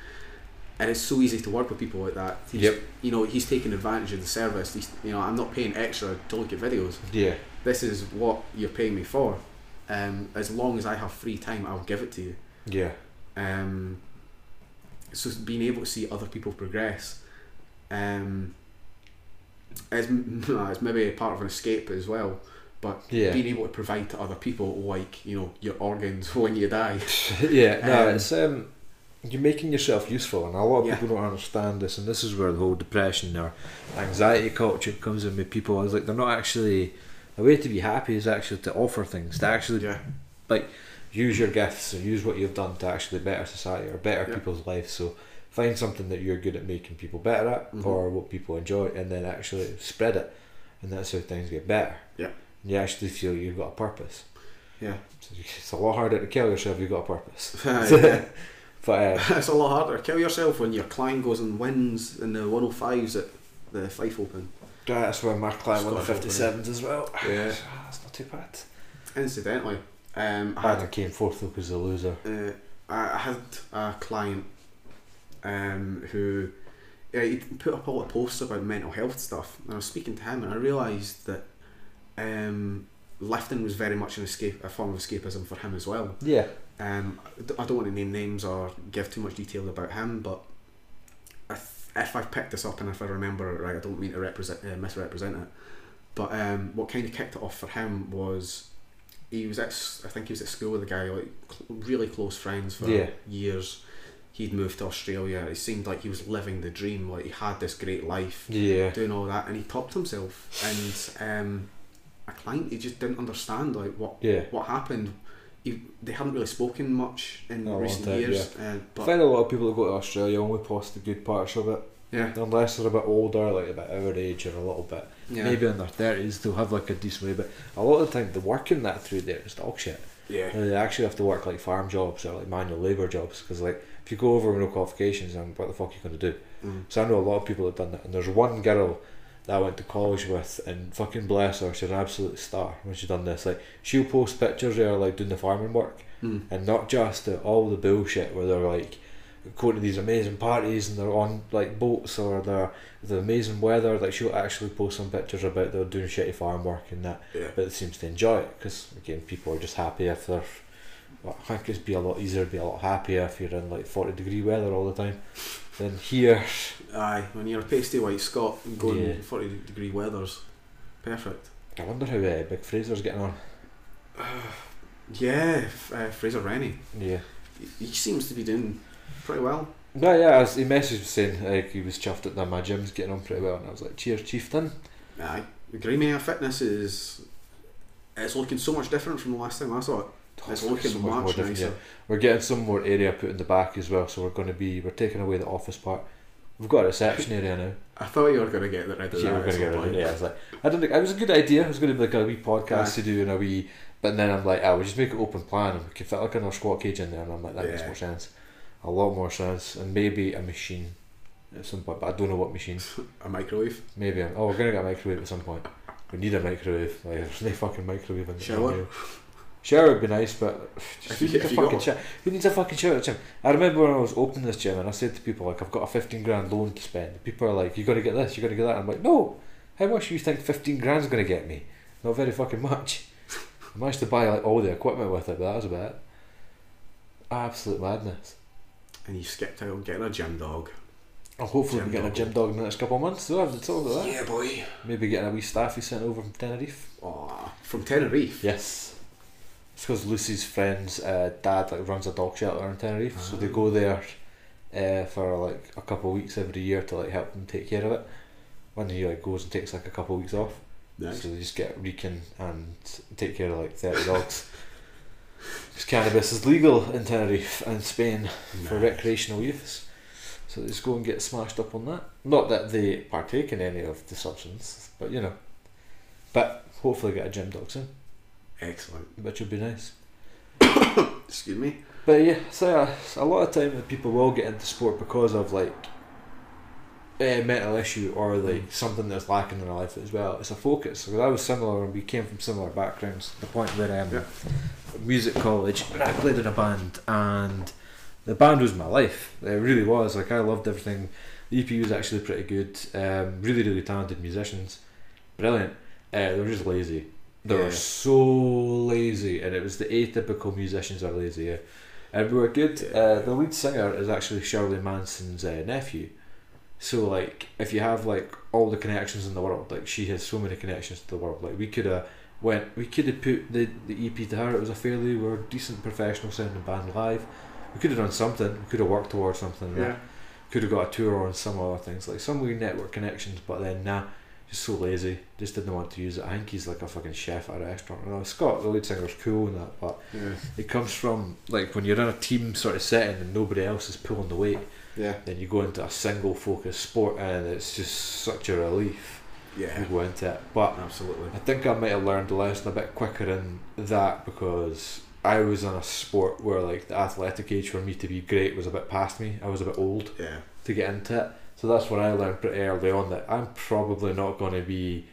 [SPEAKER 3] and it's so easy to work with people like that. He's,
[SPEAKER 1] Yep.
[SPEAKER 3] You know, he's taking advantage of the service. He's, you know, I'm not paying extra to look at videos.
[SPEAKER 1] Yeah.
[SPEAKER 3] This is what you're paying me for. Um, as long as I have free time, I'll give it to you.
[SPEAKER 1] Yeah.
[SPEAKER 3] um, so being able to see other people progress um, is m- [laughs] is maybe a part of an escape as well but
[SPEAKER 1] Yeah.
[SPEAKER 3] being able to provide to other people like you know your organs [laughs] when you die
[SPEAKER 1] yeah, no,
[SPEAKER 3] Um,
[SPEAKER 1] it's um, you're making yourself useful, and a lot of
[SPEAKER 3] Yeah.
[SPEAKER 1] people don't understand this, and this is where the whole depression or anxiety culture comes in with people. Is like they're not actually a way to be happy is actually to offer things, to actually
[SPEAKER 3] yeah
[SPEAKER 1] use your gifts or use what you've done to actually better society or better
[SPEAKER 3] Yeah.
[SPEAKER 1] people's lives. So find something that you're good at making people better at
[SPEAKER 3] Mhm.
[SPEAKER 1] or what people enjoy, and then actually spread it, and that's how things get better.
[SPEAKER 3] Yeah.
[SPEAKER 1] and you actually feel you've got a purpose.
[SPEAKER 3] yeah
[SPEAKER 1] So [laughs] It's a lot harder to kill yourself if you've got a purpose. [laughs]
[SPEAKER 3] Yeah.
[SPEAKER 1] But um,
[SPEAKER 3] [laughs] it's a lot harder kill yourself when your client goes and wins in the 105s at the Fife Open
[SPEAKER 1] That's where my client won the
[SPEAKER 3] Scottish
[SPEAKER 1] 57s as well.
[SPEAKER 3] Yeah.
[SPEAKER 1] [sighs] That's not too bad.
[SPEAKER 3] incidentally um, I had
[SPEAKER 1] And I came fourth though because the loser.
[SPEAKER 3] uh, I had a client um, who yeah, he put up all the posts about mental health stuff, and I was speaking to him, and I realised that um, lifting was very much an escape, a form of escapism for him as well.
[SPEAKER 1] Yeah.
[SPEAKER 3] Um, I don't want to name names or give too much detail about him, but I th- if I've picked this up and if I remember it right, I don't mean to represent, uh, misrepresent it. But um, what kind of kicked it off for him was he was at s- I think he was at school with a guy like cl- really close friends for
[SPEAKER 1] Yeah.
[SPEAKER 3] years. He'd moved to Australia. It seemed like he was living the dream. Like he had this great life
[SPEAKER 1] Yeah.
[SPEAKER 3] doing all that, and he popped himself. And um, a client, he just didn't understand like what
[SPEAKER 1] Yeah.
[SPEAKER 3] what happened. He, they haven't really spoken much in
[SPEAKER 1] Not a long
[SPEAKER 3] recent
[SPEAKER 1] time,
[SPEAKER 3] years, uh,
[SPEAKER 1] I
[SPEAKER 3] but
[SPEAKER 1] find a lot of people that go to Australia only post the good parts of it.
[SPEAKER 3] yeah,
[SPEAKER 1] Unless they're a bit older, like about our age or a little bit.
[SPEAKER 3] yeah,
[SPEAKER 1] Maybe in their 30s, they'll have like a decent way. But a lot of the time, the working that through there is dog shit.
[SPEAKER 3] yeah,
[SPEAKER 1] And they actually have to work like farm jobs or like manual labour jobs because, like, if you go over with no qualifications, then what the fuck are you going to do?
[SPEAKER 3] mm,
[SPEAKER 1] So I know a lot of people have done that, and there's one girl that I went to college with, and fucking bless her, she's an absolute star when she's done this. Like she'll post pictures of her like doing the farming work,
[SPEAKER 3] mm,
[SPEAKER 1] and not just the, all the bullshit where they're like going to these amazing parties and they're on like boats or they're the amazing weather. Like she'll actually post some pictures about they're doing shitty farm work and that,
[SPEAKER 3] yeah,
[SPEAKER 1] but it seems to enjoy it because again, people are just happy if they're. Well, I think it'd be a lot easier to be a lot happier if you're in like 40 degree weather all the time than here
[SPEAKER 3] aye. When you're a pasty white Scot and going
[SPEAKER 1] Yeah.
[SPEAKER 3] forty degree weather's perfect. [sighs]
[SPEAKER 1] I wonder how uh, Big Fraser's getting on.
[SPEAKER 3] Yeah, F- uh, Fraser Rennie,
[SPEAKER 1] Yeah.
[SPEAKER 3] He- he seems to be doing pretty well.
[SPEAKER 1] No, yeah, I was, he messaged me saying like, he was chuffed at that my gym's getting on pretty well, and I was like, cheers, chieftain.
[SPEAKER 3] Aye, Greenmania Fitness is it's looking so much different from the last time I saw it. It's looking
[SPEAKER 1] so much more
[SPEAKER 3] much
[SPEAKER 1] different,
[SPEAKER 3] nicer.
[SPEAKER 1] yeah. We're getting some more area put in the back as well, so we're going to be, we're taking away the office part. We've got a reception area now.
[SPEAKER 3] I thought you were going to get the red of
[SPEAKER 1] Yeah,
[SPEAKER 3] that
[SPEAKER 1] we're
[SPEAKER 3] at
[SPEAKER 1] gonna
[SPEAKER 3] some
[SPEAKER 1] get rid of
[SPEAKER 3] point.
[SPEAKER 1] it. Yeah, I was like, I don't think it was a good idea. It was going to be like a wee podcast
[SPEAKER 3] Aye.
[SPEAKER 1] to do and a wee, but then I'm like, ah, we just make it open plan and we can fit like another squat cage in there, and I'm like, that makes
[SPEAKER 3] Yeah.
[SPEAKER 1] more sense, a lot more sense, and maybe a machine at some point, but I don't know what machine.
[SPEAKER 3] A microwave.
[SPEAKER 1] Maybe. I'm, oh, we're gonna get a microwave at some point. We need a microwave. [laughs] Like, there's no fucking microwave in the
[SPEAKER 3] Shower?
[SPEAKER 1] gym. Shower would be nice, but [sighs]
[SPEAKER 3] If
[SPEAKER 1] who
[SPEAKER 3] you-
[SPEAKER 1] needs
[SPEAKER 3] if
[SPEAKER 1] a
[SPEAKER 3] you got
[SPEAKER 1] fucking
[SPEAKER 3] one.
[SPEAKER 1] shower? Who needs a fucking shower at the gym? I remember when I was opening this gym, and I said to people like, "I've got a fifteen grand loan to spend." People are like, "You got to get this. You got to get that." I'm like, "No. How much do you think fifteen grand's gonna get me? Not very fucking much." I managed to buy like all the equipment with it, but that was about it. Absolute madness.
[SPEAKER 3] and you skipped out on getting a gym dog.
[SPEAKER 1] I'll hopefully be
[SPEAKER 3] Gym
[SPEAKER 1] getting a
[SPEAKER 3] dog.
[SPEAKER 1] gym dog in the next couple of months. So I've told that.
[SPEAKER 3] boy.
[SPEAKER 1] Maybe getting a wee staffy sent over from Tenerife.
[SPEAKER 3] Aw, from Tenerife.
[SPEAKER 1] Yes. It's because Lucy's friend's uh, dad like runs a dog shelter in Tenerife, so
[SPEAKER 3] Ah.
[SPEAKER 1] they go there uh, for like a couple of weeks every year to like help them take care of it. When he like goes and takes like a couple of weeks off,
[SPEAKER 3] Nice.
[SPEAKER 1] so they just get reeking and take care of like thirty
[SPEAKER 3] [laughs]
[SPEAKER 1] dogs. Because cannabis is legal in Tenerife and Spain for
[SPEAKER 3] Nice.
[SPEAKER 1] recreational use, so they just go and get smashed up on that. Not that they partake in any of the substance, but you know. But hopefully get a gym dog soon
[SPEAKER 3] Excellent.
[SPEAKER 1] which would be nice.
[SPEAKER 3] Excuse me.
[SPEAKER 1] But yeah, so uh, a lot of time that people will get into sport because of like a mental issue or like something that's lacking in their life as well. It's a focus because I was similar and we came from similar backgrounds. The point where I am
[SPEAKER 3] Yeah.
[SPEAKER 1] music college and I played in a band and the band was my life. It really was. Like I loved everything. The EP was actually pretty good. Um, really, really talented musicians. Brilliant. Uh, they were just lazy. They
[SPEAKER 3] Yeah.
[SPEAKER 1] were so lazy, and it was the atypical musicians are lazy. Yeah. And we were good. Uh, the lead singer is actually Shirley Manson's uh, nephew. So like, if you have like all the connections in the world, like she has so many connections to the world. Like we could have went, we could have put the, the EP to her. It was a fairly we were decent professional sounding band live. We could have done something. We could have worked towards something.
[SPEAKER 3] Yeah.
[SPEAKER 1] Could have got a tour on some other things like some wee network connections, but then nah, just so lazy. Just didn't want to use it. I think he's like a fucking chef at a restaurant. And Scott, the lead singer's cool and that, but
[SPEAKER 3] Yeah.
[SPEAKER 1] it comes from like when you're in a team sort of setting and nobody else is pulling the weight
[SPEAKER 3] Yeah.
[SPEAKER 1] then you go into a single focus sport and it's just such a relief
[SPEAKER 3] Yeah.
[SPEAKER 1] you go into it but
[SPEAKER 3] Absolutely.
[SPEAKER 1] I think I might have learned the lesson a bit quicker in that because I was in a sport where like the athletic age for me to be great was a bit past me I was a bit old
[SPEAKER 3] Yeah.
[SPEAKER 1] to get into it so that's when I learned pretty early on that I'm probably not going to be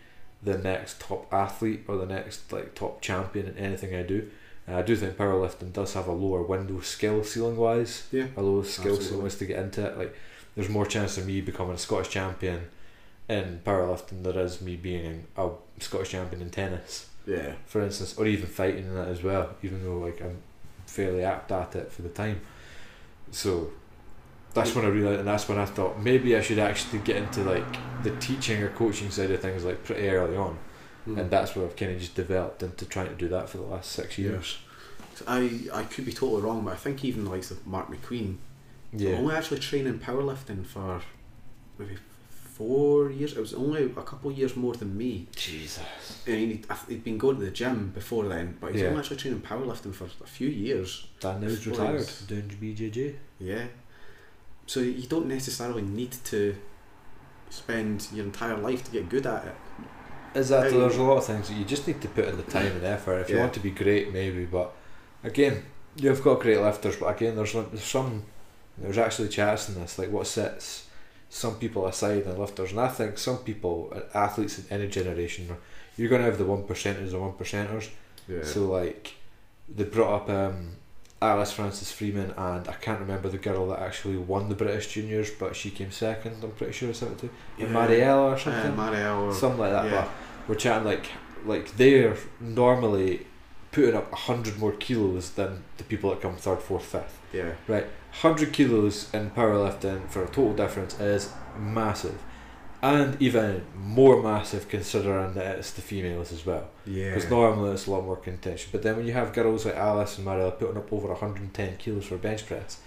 [SPEAKER 1] the next top athlete or the next like top champion in anything I do and I do think powerlifting does have a lower window skill ceiling wise
[SPEAKER 3] Yeah.
[SPEAKER 1] a low skill
[SPEAKER 3] Absolutely.
[SPEAKER 1] so is to get into it. Like there's more chance of me becoming a Scottish champion in powerlifting than there is me being a Scottish champion in tennis,
[SPEAKER 3] Yeah.
[SPEAKER 1] for instance, or even fighting in that as well, even though like I'm fairly apt at it for the time. So that's when I realised and that's when I thought maybe I should actually get into like the teaching or coaching side of things like pretty early on. And that's where I've kinda just developed into trying to do that for the last six years.
[SPEAKER 3] I, I could be totally wrong, but I think even the likes of Mark McQueen,
[SPEAKER 1] Yeah.
[SPEAKER 3] only actually training powerlifting for maybe four years. It was only a couple of years more than me.
[SPEAKER 1] Jesus.
[SPEAKER 3] I mean, he'd, I th- he'd been going to the gym before then, but he's
[SPEAKER 1] Yeah.
[SPEAKER 3] only actually training powerlifting for a few years.
[SPEAKER 1] Dan now's
[SPEAKER 3] Four
[SPEAKER 1] retired,
[SPEAKER 3] years.
[SPEAKER 1] doing BJJ.
[SPEAKER 3] Yeah. So you don't necessarily need to spend your entire life to get good at it.
[SPEAKER 1] Is that
[SPEAKER 3] Hey.
[SPEAKER 1] there's a lot of things that you just need to put in the time and effort if you
[SPEAKER 3] Yeah.
[SPEAKER 1] want to be great, maybe. But again, you've got great lifters, but again, there's, like- there's some there's actually chats in this like what sets some people aside and lifters, and I think some people uh, athletes in any generation you're going to have the one percenters and one percenters.
[SPEAKER 3] Yeah.
[SPEAKER 1] So like, they brought up um, Alice Frances Freeman and I can't remember the girl that actually won the British juniors, but she came second. I'm pretty sure it's out to
[SPEAKER 3] yeah.
[SPEAKER 1] Mariella or
[SPEAKER 3] Uh,
[SPEAKER 1] something
[SPEAKER 3] Marielle or
[SPEAKER 1] something like that.
[SPEAKER 3] yeah.
[SPEAKER 1] But we're chatting like like they're normally putting up hundred more kilos than the people that come third, fourth, fifth.
[SPEAKER 3] yeah.
[SPEAKER 1] Hundred kilos in powerlifting for a total difference is massive, and even more massive considering that it's the females as well.
[SPEAKER 3] Yeah.
[SPEAKER 1] Because normally it's a lot more contention. But then when you have girls like Alice and Mariella putting up over 110 kilos for a bench press,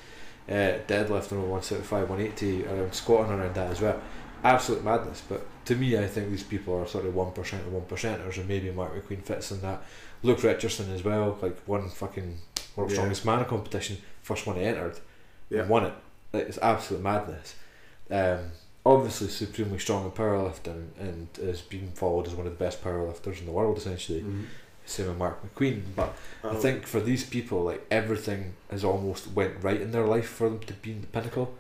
[SPEAKER 1] uh, deadlifting over 175, 180, around squatting around that as well, absolute madness. But to me, I think these people are sort of 1% or 1%ers, and maybe Mark McQueen fits in that. Luke Richardson as well, like one fucking World's
[SPEAKER 3] Yeah.
[SPEAKER 1] Strongest Man competition, first one he entered,
[SPEAKER 3] Yeah.
[SPEAKER 1] won it. Like, it's absolute madness. Um, obviously, supremely strong in powerlifting and is being followed as one of the best powerlifters in the world, essentially
[SPEAKER 3] Mhm.
[SPEAKER 1] same with Mark McQueen. But I
[SPEAKER 3] Oh,
[SPEAKER 1] think for these people, like everything has almost went right in their life for them to be in the pinnacle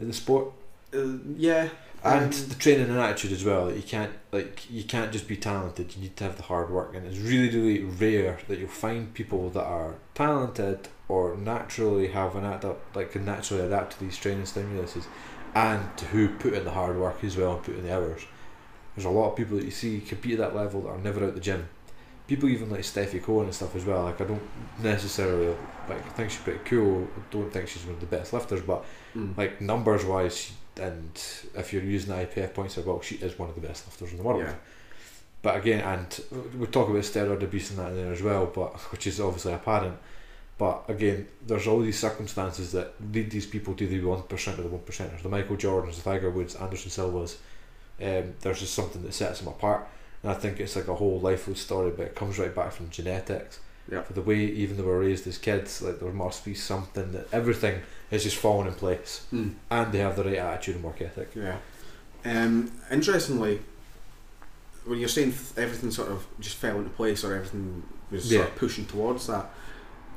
[SPEAKER 1] of the sport,
[SPEAKER 3] uh, yeah.
[SPEAKER 1] and
[SPEAKER 3] Um,
[SPEAKER 1] the training and attitude as well. Like, you can't like you can't just be talented. You need to have the hard work, and it's really really rare that you'll find people that are talented or naturally have an adapt like can naturally adapt to these training stimuluses, and who put in the hard work as well and put in the hours. There's a lot of people that you see compete at that level that are never out the gym. People even like Steffi Cohen and stuff as well. Like I don't necessarily like I think she's pretty cool. I don't think she's one of the best lifters, but
[SPEAKER 3] mm.
[SPEAKER 1] like numbers wise, and if you're using the IPF points per box, she is one of the best lifters in the world.
[SPEAKER 3] Yeah.
[SPEAKER 1] But again, and we talk about steroid abuse and that in there as well, but [laughs] which is obviously apparent. But again, there's all these circumstances that lead these people to the one percent or the one percenters, the Michael Jordans, the Tiger Woods, Anderson Silvas. Um, there's just something that sets them apart, and I think it's like a whole lifelong story, but it comes right back from genetics.
[SPEAKER 3] Yeah.
[SPEAKER 1] For the way even they were raised as kids, like there must be something that everything is just falling in place
[SPEAKER 3] Mm.
[SPEAKER 1] and they have the right attitude and work ethic.
[SPEAKER 3] Yeah. Um, interestingly, when you're saying th- everything sort of just fell into place or everything was sort
[SPEAKER 1] Yeah.
[SPEAKER 3] of pushing towards that,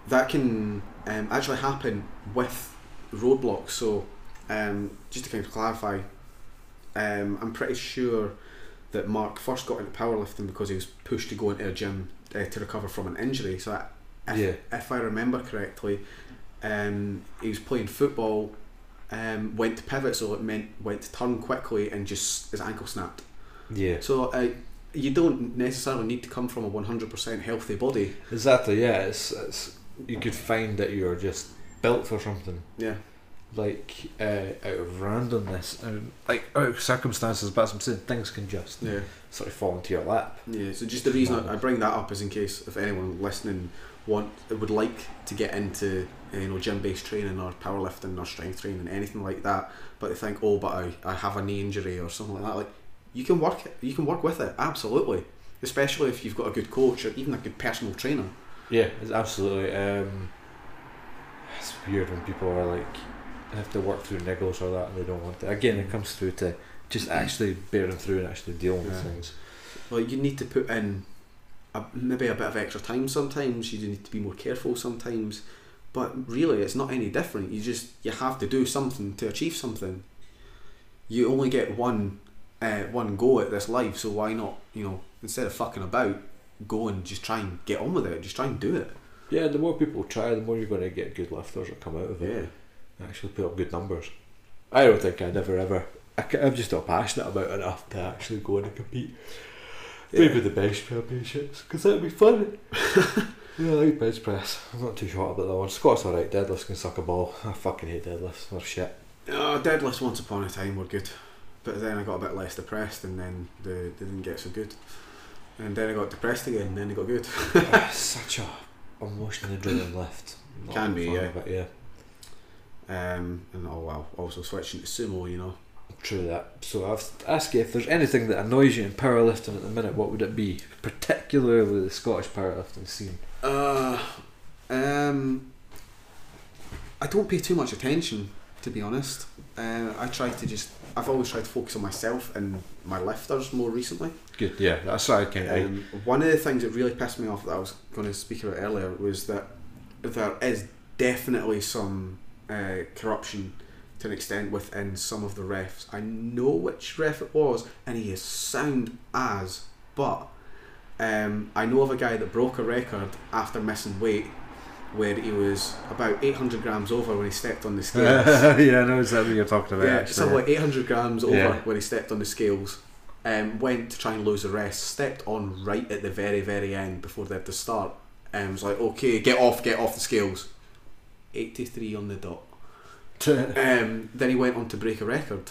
[SPEAKER 3] that can um, actually happen with roadblocks. So, um, just to kind of clarify, Um, I'm pretty sure that Mark first got into powerlifting because he was pushed to go into a gym uh, to recover from an injury. So, I, if,
[SPEAKER 1] Yeah.
[SPEAKER 3] if I remember correctly, um, he was playing football, um, went to pivot, so it meant went to turn quickly, and just his ankle snapped.
[SPEAKER 1] Yeah.
[SPEAKER 3] So, uh, you don't necessarily need to come from a 100% healthy body.
[SPEAKER 1] Exactly. Yeah. It's, it's you could find that you're just built for something
[SPEAKER 3] Yeah.
[SPEAKER 1] like uh, out of randomness and like out of circumstances. But as I'm saying, things can just
[SPEAKER 3] Yeah.
[SPEAKER 1] sort of fall into your lap.
[SPEAKER 3] Yeah, so just the reason I, I bring that up is in case if anyone listening want would like to get into uh, you know gym based training or powerlifting or strength training anything like that, but they think oh but I, I have a knee injury or something like that like you can work it you can work with it absolutely especially if you've got a good coach or even a good personal trainer
[SPEAKER 1] Yeah, it's absolutely. Um, it's weird when people are like have to work through niggles or that, and they don't want to. Again, it comes through to just actually bearing through and actually dealing with
[SPEAKER 3] Yeah.
[SPEAKER 1] things.
[SPEAKER 3] like you need to put in a, maybe a bit of extra time sometimes you do need to be more careful sometimes but really it's not any different you just you have to do something to achieve something you only get one uh, one go at this life so why not you know instead of fucking about go and just try and get on with it just try and do it
[SPEAKER 1] Yeah, the more people try, the more you're going to get good lifters that come out of it. and actually put up good numbers. I don't think I'd ever ever. I ca- I'm just not passionate about it enough to actually go in and compete. Maybe the bench championships because that'd be fun. [laughs] yeah, I like bench press. I'm not too sure about that one. Squats alright. Deadlifts can suck a ball. I fucking hate deadlifts. They're [laughs] shit.
[SPEAKER 3] Uh, deadlifts once upon a time were good, but then I got a bit less depressed, and then they, they didn't get so good. And then I got depressed again, and then they got good.
[SPEAKER 1] Such a emotionally driven lift. Not
[SPEAKER 3] Can be,
[SPEAKER 1] a fan
[SPEAKER 3] yeah.
[SPEAKER 1] of it, yeah.
[SPEAKER 3] Um, and oh wow, also switching to sumo, you know.
[SPEAKER 1] True that. So I've asked you if there's anything that annoys you in powerlifting at the minute. What would it be? Particularly the Scottish powerlifting scene.
[SPEAKER 3] Uh, um, I don't pay too much attention, to be honest. Uh, I try to just, I've always tried to focus on myself and my lifters more recently.
[SPEAKER 1] Good. Yeah, that's what I can.
[SPEAKER 3] Um, one of the things that really pissed me off that I was going to speak about earlier was that there is definitely some uh, corruption to an extent within some of the refs. I know which ref it was, and he is sound as, but um, I know of a guy that broke a record after missing weight. Where he was about 800 grams over when he stepped on
[SPEAKER 1] [laughs]
[SPEAKER 3] the scales.
[SPEAKER 1] yeah, I know exactly what you're talking about.
[SPEAKER 3] yeah,
[SPEAKER 1] actually.
[SPEAKER 3] something like 800 grams over
[SPEAKER 1] Yeah.
[SPEAKER 3] when he stepped on the scales. Um, went to try and lose the rest, stepped on right at the very, very end before they had to start, and was like, okay, get off, get off the scales. 83 on the dot. Um, then he went on to break a record.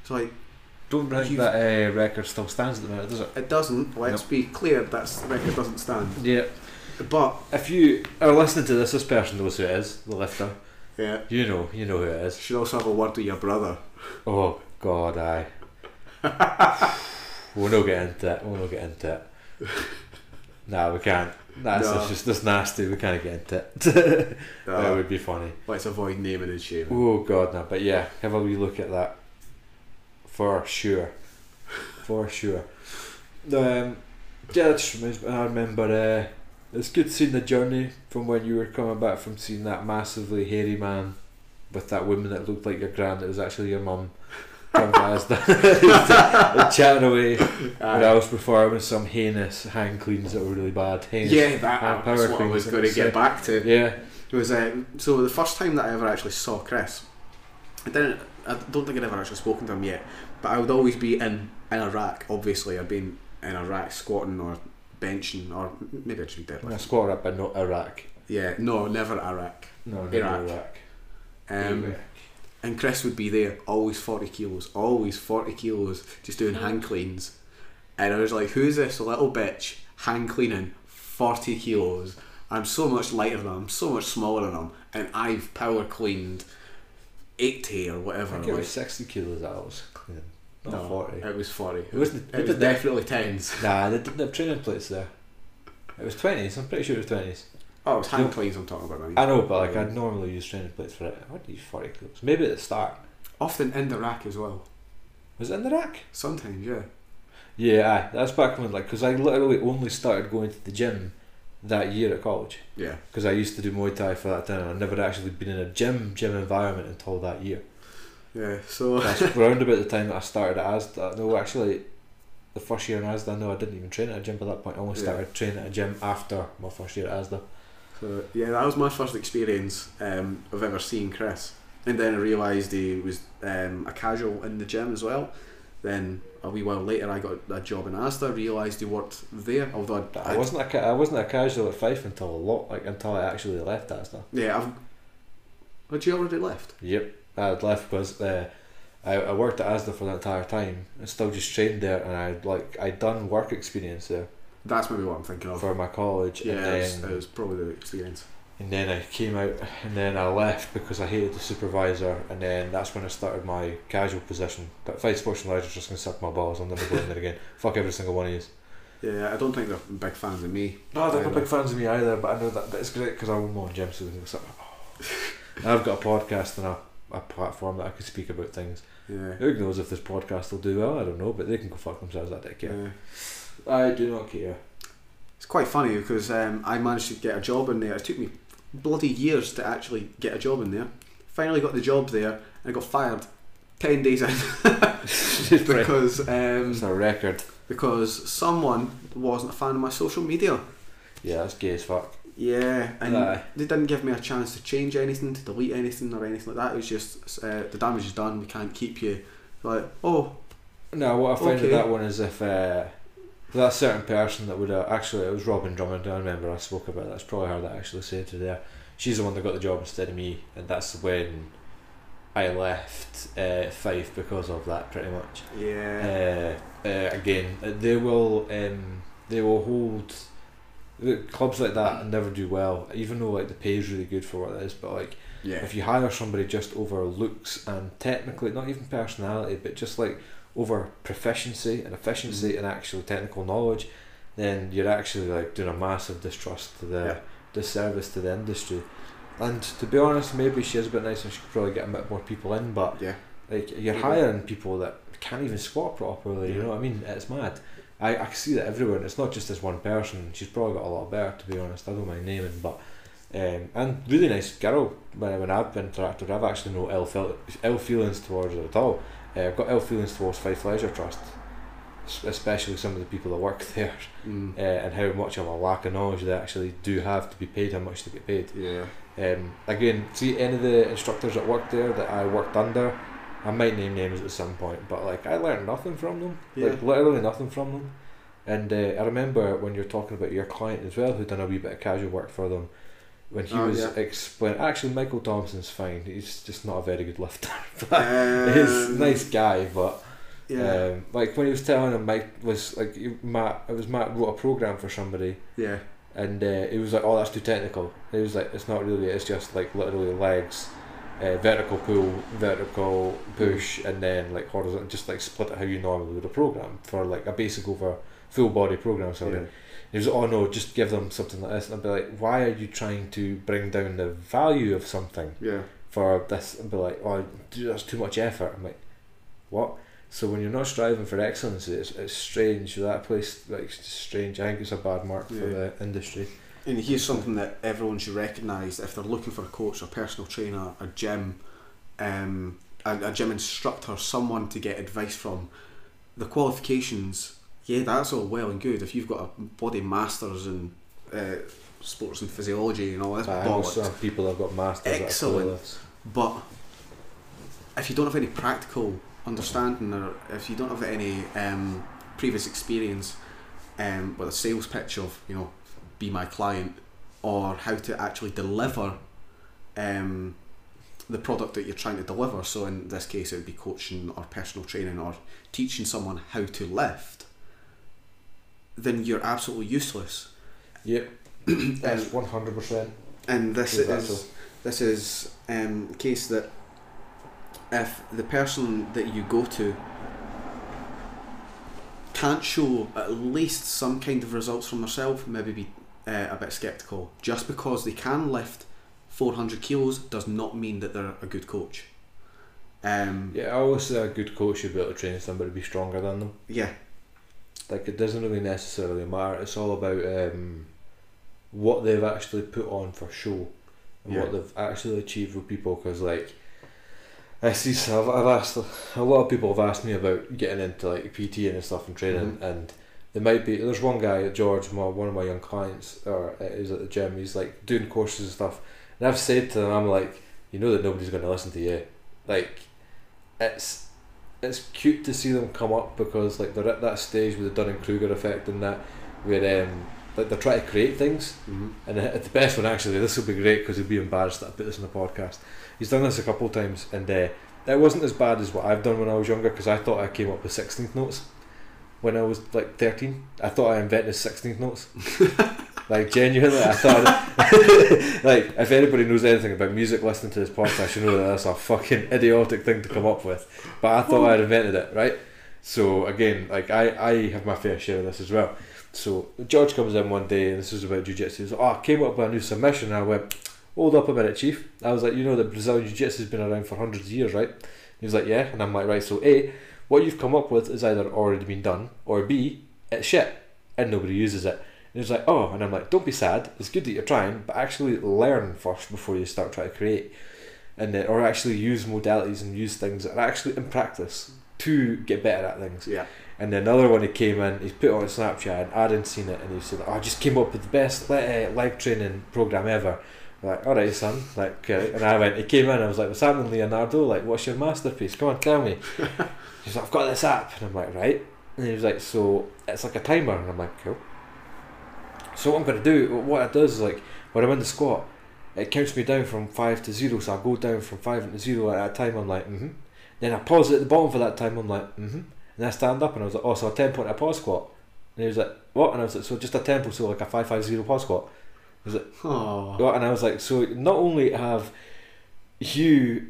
[SPEAKER 3] It's like,
[SPEAKER 1] [laughs] Don't think
[SPEAKER 3] You've-
[SPEAKER 1] that uh, record still stands at the minute, does it?
[SPEAKER 3] it doesn't, let's be clear, that's, the record doesn't stand.
[SPEAKER 1] Yeah.
[SPEAKER 3] But,
[SPEAKER 1] If you are listening to this, this person knows who it is, the lifter.
[SPEAKER 3] yeah,
[SPEAKER 1] You know, you know who it is.
[SPEAKER 3] should also have a word with your brother.
[SPEAKER 1] Oh God,
[SPEAKER 3] [laughs]
[SPEAKER 1] I. we'll not get into it. We'll not get into
[SPEAKER 3] [laughs]
[SPEAKER 1] it. nah, we can't. That's
[SPEAKER 3] No.
[SPEAKER 1] it's just that's nasty. We can't get into it. [laughs] that
[SPEAKER 3] Uh,
[SPEAKER 1] would be funny.
[SPEAKER 3] let's avoid naming and shaming.
[SPEAKER 1] Oh God, no. But yeah, have a wee look at that. For sure. For sure. Um, yeah, that just reminds me. I remember. Uh, it's good seeing the journey from when you were coming back from seeing that massively hairy man with that woman that looked like your gran that was actually your mum. Come to us, [laughs] and chatting away. Where I was performing some heinous hand cleans that were really bad. Heinous.
[SPEAKER 3] yeah,
[SPEAKER 1] hand
[SPEAKER 3] that,
[SPEAKER 1] power
[SPEAKER 3] that's what I
[SPEAKER 1] cleans,
[SPEAKER 3] was
[SPEAKER 1] I
[SPEAKER 3] going to
[SPEAKER 1] would say.
[SPEAKER 3] get back to.
[SPEAKER 1] Yeah.
[SPEAKER 3] It was um, so the first time that I ever actually saw Chris. I didn't. I don't think I'd ever actually spoken to him yet, but I would always be in in a rack. Obviously, I'd been in a rack squatting or benching or m- maybe I should be
[SPEAKER 1] I
[SPEAKER 3] deadlift.
[SPEAKER 1] squatted up in no- Iraq.
[SPEAKER 3] Yeah, no, never a rack.
[SPEAKER 1] No, not
[SPEAKER 3] Iraq.
[SPEAKER 1] Iraq. Iraq.
[SPEAKER 3] Um, and Chris would be there, always forty kilos, always forty kilos, just doing hand cleans. And I was like, "Who's this little bitch hand cleaning forty kilos? I'm so much lighter than him, so much smaller than him, and I've power cleaned eighty or
[SPEAKER 1] I
[SPEAKER 3] whatever."
[SPEAKER 1] think it
[SPEAKER 3] like-
[SPEAKER 1] was 60 kilos that I was cleaning. Not
[SPEAKER 3] No,
[SPEAKER 1] 40.
[SPEAKER 3] It was forty. It was,
[SPEAKER 1] was-
[SPEAKER 3] it
[SPEAKER 1] it
[SPEAKER 3] was
[SPEAKER 1] was-
[SPEAKER 3] definitely tens.
[SPEAKER 1] Nah, they didn't have training plates there. It was 20s, I'm pretty sure it was 20s.
[SPEAKER 3] Oh, it was hand
[SPEAKER 1] No.
[SPEAKER 3] cleans I'm talking about.
[SPEAKER 1] I
[SPEAKER 3] Man.
[SPEAKER 1] know, but like I'd normally use training plates for it. I would use 40 kilos. Maybe at the start.
[SPEAKER 3] Often in the rack as well.
[SPEAKER 1] Was it in the rack?
[SPEAKER 3] Sometimes, yeah.
[SPEAKER 1] Yeah, aye. That's back when, like, because I literally only started going to the gym that year at college.
[SPEAKER 3] Yeah.
[SPEAKER 1] Because I used to do Muay Thai for that time and I'd never actually been in a gym, gym environment until that year.
[SPEAKER 3] Yeah, so
[SPEAKER 1] That's round about the time that I started at ASDA. No, actually, the first year in ASDA, no, I didn't even train at a gym by that point. I only
[SPEAKER 3] Yeah.
[SPEAKER 1] started training at a gym after my first year at ASDA.
[SPEAKER 3] So yeah, that was my first experience um, of ever seeing Chris, and then I realised he was um, a casual in the gym as well. Then a wee while later, I got a job in Asda. Realised he worked there, although I'd,
[SPEAKER 1] I wasn't a ca- I wasn't a casual at Fife until a lot like until I actually left ASDA.
[SPEAKER 3] Yeah, I've. Had you already left?
[SPEAKER 1] Yep, I had left because uh, I, I worked at ASDA for the entire time. I still just trained there, and I like I done work experience there
[SPEAKER 3] That's maybe what I'm thinking of.
[SPEAKER 1] for my college.
[SPEAKER 3] Oh. yeah,
[SPEAKER 1] and
[SPEAKER 3] it was,
[SPEAKER 1] then,
[SPEAKER 3] it was probably the experience.
[SPEAKER 1] And then I came out and then I left because I hated the supervisor and then that's when I started my casual position. But Fight Sports and Leisure just gonna suck my balls, I'm never going there again. [laughs] Fuck every single one of you.
[SPEAKER 3] Yeah, I don't think they're big fans of me.
[SPEAKER 1] No, they're not
[SPEAKER 3] Either.
[SPEAKER 1] big fans of me either, but I know that, that it's great because I own my own gym, so they can suck my balls. [laughs] I've got a podcast and a, a platform that I can speak about things.
[SPEAKER 3] Yeah.
[SPEAKER 1] Who knows if this podcast will do well, I don't know, but they can go fuck themselves, I don't care.
[SPEAKER 3] yeah.
[SPEAKER 1] I do not care.
[SPEAKER 3] It's quite funny because um, I managed to get a job in there. It took me bloody years to actually get a job in there. Finally got the job there and I got fired ten days in
[SPEAKER 1] [laughs]
[SPEAKER 3] because
[SPEAKER 1] It's
[SPEAKER 3] um,
[SPEAKER 1] a record.
[SPEAKER 3] because someone wasn't a fan of my social media.
[SPEAKER 1] Yeah, that's gay as fuck.
[SPEAKER 3] Yeah, and
[SPEAKER 1] Aye.
[SPEAKER 3] they didn't give me a chance to change anything, to delete anything or anything like that. It was just uh, the damage is done. We can't keep you. Like oh
[SPEAKER 1] No, what I found
[SPEAKER 3] Okay.
[SPEAKER 1] with that one is if uh, that certain person that would uh, actually it was Robin Drummond. I remember I spoke about that. It's probably her that actually said to there. She's the one that got the job instead of me, and that's when I left uh, Fife because of that. Pretty much.
[SPEAKER 3] yeah
[SPEAKER 1] Uh, uh, again, uh, they will um, they will hold the clubs like that never do well. Even though like the pay is really good for what it is, but like
[SPEAKER 3] yeah
[SPEAKER 1] if you hire somebody just over looks and technically not even personality but just like over proficiency and
[SPEAKER 3] Mm-hmm.
[SPEAKER 1] efficiency and actual technical knowledge then you're actually like doing a massive distrust to the
[SPEAKER 3] Yeah.
[SPEAKER 1] disservice to the industry and to be honest maybe she is a bit nice and she could probably get a bit more people in but
[SPEAKER 3] yeah
[SPEAKER 1] like you're
[SPEAKER 3] Yeah.
[SPEAKER 1] hiring people that can't even squat properly you
[SPEAKER 3] Yeah.
[SPEAKER 1] know what I mean it's mad I, I see that everywhere and it's not just this one person she's probably got a lot better to be honest I don't mind naming but um, and really nice girl when, when I've been interacted with, I've actually no ill, feel, ill feelings towards her at all uh, I've got ill feelings towards Fife Leisure Trust s- especially some of the people that work [laughs] there
[SPEAKER 3] mm,
[SPEAKER 1] uh, and how much of a lack of knowledge they actually do have to be paid how much they get paid
[SPEAKER 3] yeah
[SPEAKER 1] um, again, see any of the instructors that worked there that I worked under, I might name names at some point, but like I learned nothing from them, like
[SPEAKER 3] Yeah.
[SPEAKER 1] literally nothing from them. And uh, I remember when you're talking about your client as well, who done a wee bit of casual work for them, when he
[SPEAKER 3] Oh,
[SPEAKER 1] was
[SPEAKER 3] yeah.
[SPEAKER 1] explain. Actually, Michael Thompson's fine. He's just not a very good lifter. [laughs] but he's a
[SPEAKER 3] um,
[SPEAKER 1] nice guy, but
[SPEAKER 3] yeah
[SPEAKER 1] um, like when he was telling him, Mike was like you- Matt. It was Matt wrote a program for somebody,
[SPEAKER 3] yeah
[SPEAKER 1] and uh, he was like, "Oh, that's too technical." He was like, "It's not really. It's just like literally legs, uh, vertical pull, vertical
[SPEAKER 3] Mm.
[SPEAKER 1] push, and then like horizontal. Just like split it how you normally would a program for like a basic over full body program." Sorry.
[SPEAKER 3] yeah
[SPEAKER 1] He was, "Oh no, just give them something like this." And I'd be like, "Why are you trying to bring down the value of something
[SPEAKER 3] yeah
[SPEAKER 1] for this?" And be like, "Oh, dude, that's too much effort." I'm like, "What?" So when you're not striving for excellence, it's, it's strange. That place like it's just strange. I think it's a bad mark for
[SPEAKER 3] Yeah.
[SPEAKER 1] the industry.
[SPEAKER 3] And here's something that everyone should recognise if they're looking for a coach, a personal trainer, a gym, um, a, a gym instructor, someone to get advice from. The qualifications, yeah, that's all well and good. If you've got a body masters in uh, sports and physiology and all this
[SPEAKER 1] I know
[SPEAKER 3] bollocks,
[SPEAKER 1] some people have got masters. that are
[SPEAKER 3] Excellent.
[SPEAKER 1] clueless.
[SPEAKER 3] but if you don't have any practical understanding or if you don't have any um, previous experience um, with a sales pitch of you know be my client or how to actually deliver um, the product that you're trying to deliver so in this case it would be coaching or personal training or teaching someone how to lift then you're absolutely useless
[SPEAKER 1] Yep.
[SPEAKER 3] Um,
[SPEAKER 1] [clears throat] That's one hundred percent.
[SPEAKER 3] and this
[SPEAKER 1] Is that
[SPEAKER 3] is
[SPEAKER 1] so?
[SPEAKER 3] this is um, case that if the person that you go to can't show at least some kind of results from themselves, maybe be uh, a bit skeptical. Just because they can lift 400 kilos does not mean that they're a good coach. Um,
[SPEAKER 1] Yeah, I always say a good coach should be able to train somebody to be stronger than them.
[SPEAKER 3] yeah,
[SPEAKER 1] Like it doesn't really necessarily matter. It's all about um, what they've actually put on for show and
[SPEAKER 3] Yeah.
[SPEAKER 1] what they've actually achieved with people. Because like, I see. so I've, I've asked a lot of people have asked me about getting into like PT and stuff and training,
[SPEAKER 3] Mhm.
[SPEAKER 1] and there might be there's one guy George, my, one of my young clients, or uh, is at the gym. He's like doing courses and stuff, and I've said to him, I'm like, you know that nobody's going to listen to you. Like, it's it's cute to see them come up because like they're at that stage with the Dunning Kruger effect and that, where um like they're trying to create things.
[SPEAKER 3] hmm
[SPEAKER 1] And uh, the the best one actually, this will be great because he'll be embarrassed that I put this in the podcast. He's done this a couple of times, and uh, that wasn't as bad as what I've done when I was younger because I thought I came up with sixteenth notes when I was like thirteen. I thought I invented sixteenth notes. like genuinely, I thought. [laughs] like if anybody knows anything about music, listening to this podcast, you know that that's a fucking idiotic thing to come up with. But I thought I'd invented it, right? So again, like I, I have my fair share of this as well. So George comes in one day, and this is about jiu-jitsu. He's like, oh, I came up with a new submission, and I went, hold up a minute, chief. I was like, you know that Brazilian jiu-jitsu has been around for hundreds of years, right? He was like, yeah, and I'm like, right. So A, what you've come up with is either already been done, or B, it's shit, and nobody uses it. And he was like, oh, and I'm like, don't be sad. It's good that you're trying, but actually learn first before you start trying to create, and then, or actually use modalities and use things that are actually in practice to get better at things.
[SPEAKER 3] Yeah.
[SPEAKER 1] And then another one he came in, he's put it on Snapchat, and I hadn't seen it, and he said, oh, I just came up with the best le- uh, leg training program ever. I'm like, alright, son. Like, okay. And I went, he came in, I was like, What's happening, Leonardo? Like, what's your masterpiece? Come on, tell me. He's like, I've got this app. And I'm like, Right. And he was like, So it's like a timer. And I'm like, Cool. So what I'm going to do, what it does is like, when I'm in the squat, it counts me down from 5 to 0. So I go down from 5 to 0 at a time. I'm like, Mm hmm. Then I pause at the bottom for that time. I'm like, Mm hmm. And I stand up and I was like, oh, so a 10 point a pause squat. And he was like, what? And I was like, so just a tempo, so like a 550 pause squat.
[SPEAKER 3] Oh.
[SPEAKER 1] Well, And I was like, so not only have you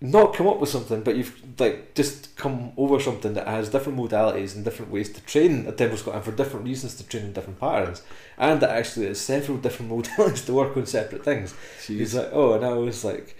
[SPEAKER 1] not come up with something, but you've like just come over something that has different modalities and different ways to train a tempo squat and for different reasons to train in different patterns. And that actually there's several different [laughs] modalities to work on separate things. He's
[SPEAKER 3] Jeez.
[SPEAKER 1] like, oh, and I was like,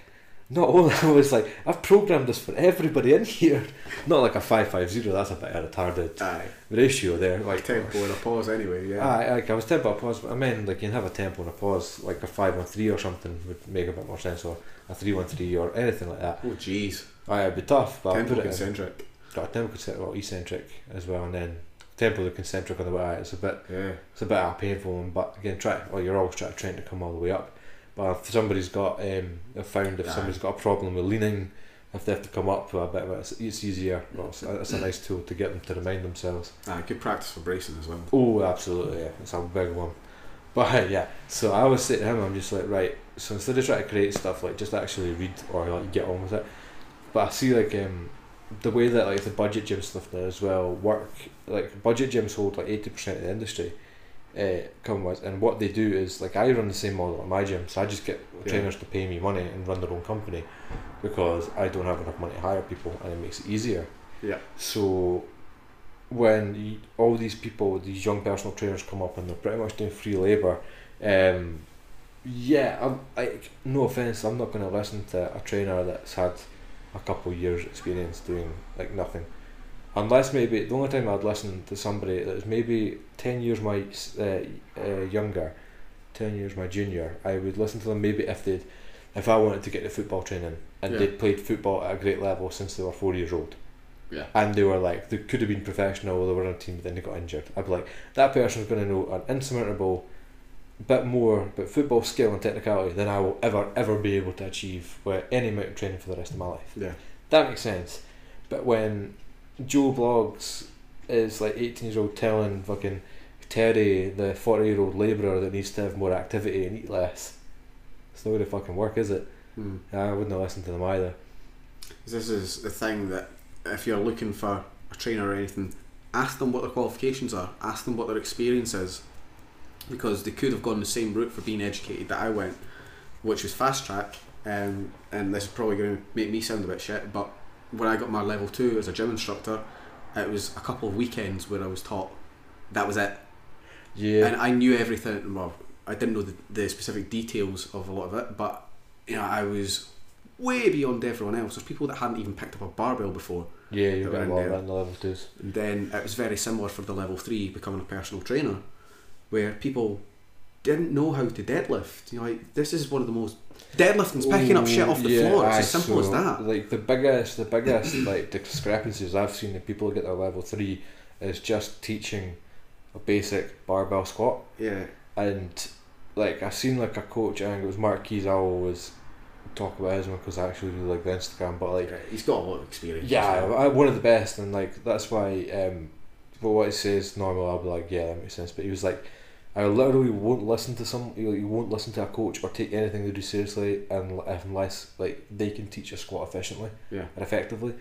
[SPEAKER 1] not only [laughs] I was like, I've programmed this for everybody in here. [laughs] Not like a five five zero. That's a bit of a retarded
[SPEAKER 3] Aye.
[SPEAKER 1] ratio there.
[SPEAKER 3] Like
[SPEAKER 1] Like
[SPEAKER 3] tempo and a pause anyway, yeah.
[SPEAKER 1] Aye, like I was tempo a pause, but I mean like you can have a tempo and a pause, like a five one three or something would make a bit more sense, or a three one three or anything like that.
[SPEAKER 3] Oh jeez.
[SPEAKER 1] Aye, it'd be tough, but I
[SPEAKER 3] Tempo
[SPEAKER 1] put it in.
[SPEAKER 3] concentric.
[SPEAKER 1] Got a tempo concentric, well, eccentric as well, and then tempo the concentric on the way. out. It's a bit
[SPEAKER 3] Yeah.
[SPEAKER 1] it's a bit of a painful one, but again, try. Well, you're always trying, trying to come all the way up. But if somebody's got, um, I've found if
[SPEAKER 3] Aye.
[SPEAKER 1] somebody's got a problem with leaning, if they have to come up a bit, it's, it's easier. Well, it's, it's a nice tool to get them to remind themselves.
[SPEAKER 3] Aye, good practice for bracing as well.
[SPEAKER 1] Oh, absolutely, yeah, it's a big one. But [laughs] uh, yeah, so I always say to him, I'm just like, right. So instead of trying to create stuff, like just actually read or like get on with it. But I see like um, the way that like the budget gym stuff now as well work. Like budget gyms hold like eighty percent of the industry. Uh, come with and what they do is like I run the same model at my gym, so I just get
[SPEAKER 3] Yeah.
[SPEAKER 1] trainers to pay me money and run their own company because I don't have enough money to hire people, and it makes it easier.
[SPEAKER 3] Yeah.
[SPEAKER 1] So when you, all these people, these young personal trainers come up and they're pretty much doing free labour, um, yeah, I'm, I, no offence, I'm not going to listen to a trainer that's had a couple years experience doing like nothing. Unless maybe the only time I'd listen to somebody that was maybe ten years my uh, uh, younger, ten years my junior, I would listen to them maybe if they, would if I wanted to get to football training and
[SPEAKER 3] Yeah.
[SPEAKER 1] they'd played football at a great level since they were four years old
[SPEAKER 3] Yeah.
[SPEAKER 1] and they were like they could have been professional they were on a team but then they got injured I'd be like that person's going to know an insurmountable bit more about football skill and technicality than I will ever ever be able to achieve with any amount of training for the rest of my life
[SPEAKER 3] Yeah.
[SPEAKER 1] that makes sense but when Joe Blogs is like 18 years old telling fucking Terry the 40 year old labourer that needs to have more activity and eat less it's not going to fucking work is it
[SPEAKER 3] Hmm.
[SPEAKER 1] I wouldn't have listened to them either
[SPEAKER 3] This is the thing that if you're looking for a trainer or anything, ask them what their qualifications are, ask them what their experience is, because they could have gone the same route for being educated that I went, which was fast track. Um, and this is probably going to make me sound a bit shit, but when I got my level two as a gym instructor, it was a couple of weekends where I was taught. That was it.
[SPEAKER 1] yeah
[SPEAKER 3] and I knew everything. Well, I didn't know the, the specific details of a lot of it, but you know, I was way beyond everyone else. There's people that hadn't even picked up a barbell before.
[SPEAKER 1] yeah you're
[SPEAKER 3] Around
[SPEAKER 1] getting a lot of
[SPEAKER 3] there.
[SPEAKER 1] that in the level 2s
[SPEAKER 3] And then it was very similar for the level three becoming a personal trainer, where people didn't know how to deadlift. You know, like, this is one of the most deadlifting's picking up shit off the
[SPEAKER 1] Oh, Yeah,
[SPEAKER 3] floor. It's
[SPEAKER 1] aye,
[SPEAKER 3] as simple as
[SPEAKER 1] so,
[SPEAKER 3] that.
[SPEAKER 1] Like the biggest, the biggest [coughs] like discrepancies I've seen in people who get their level three is just teaching a basic barbell squat,
[SPEAKER 3] Yeah,
[SPEAKER 1] and like I've seen like a coach. I think it was Mark Keys. I always talk about his one because I actually really like the Instagram, but like
[SPEAKER 3] Right, he's got a lot of experience.
[SPEAKER 1] yeah,
[SPEAKER 3] so-
[SPEAKER 1] I- one of the best, and like that's why. Um, but what he says normal, I'll be like, yeah, that makes sense. But he was like, I literally won't listen to some. You, you won't listen to a coach or take anything they do seriously, and unless like they can teach a squat efficiently
[SPEAKER 3] yeah,
[SPEAKER 1] and effectively.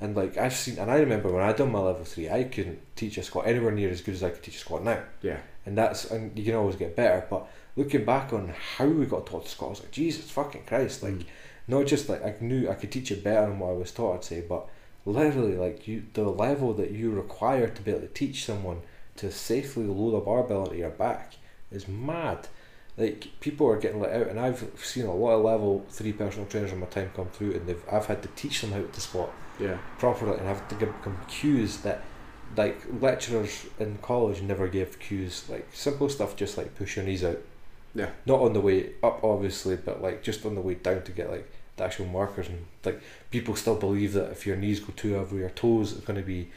[SPEAKER 1] And like I've seen, and I remember when I done my level three, I couldn't teach a squat anywhere near as good as I could teach a squat now.
[SPEAKER 3] yeah,
[SPEAKER 1] And that's and you can always get better. But looking back on how we got taught to squat, I was like, Jesus fucking Christ! Like,
[SPEAKER 3] Mm.
[SPEAKER 1] not just like I knew I could teach it better than what I was taught. I'd say, but literally, like you, the level that you require to be able to teach someone to safely load a barbell into your back is mad. Like people are getting let out, and I've seen a lot of level three personal trainers in my time come through, and they've I've had to teach them how to squat
[SPEAKER 3] yeah,
[SPEAKER 1] properly and have to give them cues that like lecturers in college never gave cues like simple stuff just like push your knees out
[SPEAKER 3] Yeah.
[SPEAKER 1] not on the way up obviously but like just on the way down to get like the actual markers and like people still believe that if your knees go too over your toes it's going to be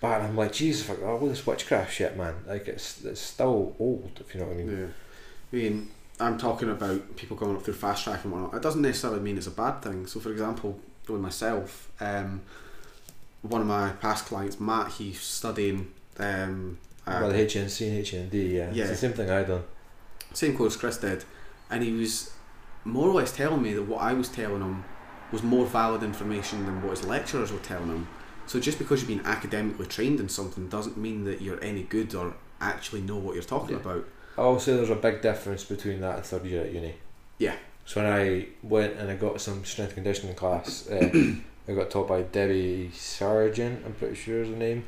[SPEAKER 1] bad i'm like jesus like all this witchcraft shit man like it's it's still old if you know what i mean
[SPEAKER 3] yeah. I mean, I'm talking about people coming up through fast track and whatnot. It doesn't necessarily mean it's a bad thing. So, for example, with myself, um, one of my past clients, Matt, he's studying. Um, uh,
[SPEAKER 1] well the hnc and hnd yeah, it's
[SPEAKER 3] Yeah.
[SPEAKER 1] the same thing i done
[SPEAKER 3] same course Chris did, and he was more or less telling me that what I was telling him was more valid information than what his lecturers were telling him. So just because you've been academically trained in something doesn't mean that you're any good or actually know what you're talking
[SPEAKER 1] Yeah.
[SPEAKER 3] about.
[SPEAKER 1] I'll say there's a big difference between that and third year at uni.
[SPEAKER 3] Yeah.
[SPEAKER 1] So when I went and I got some strength and conditioning class, uh, I got taught by Debbie Sargent, I'm pretty sure is her name.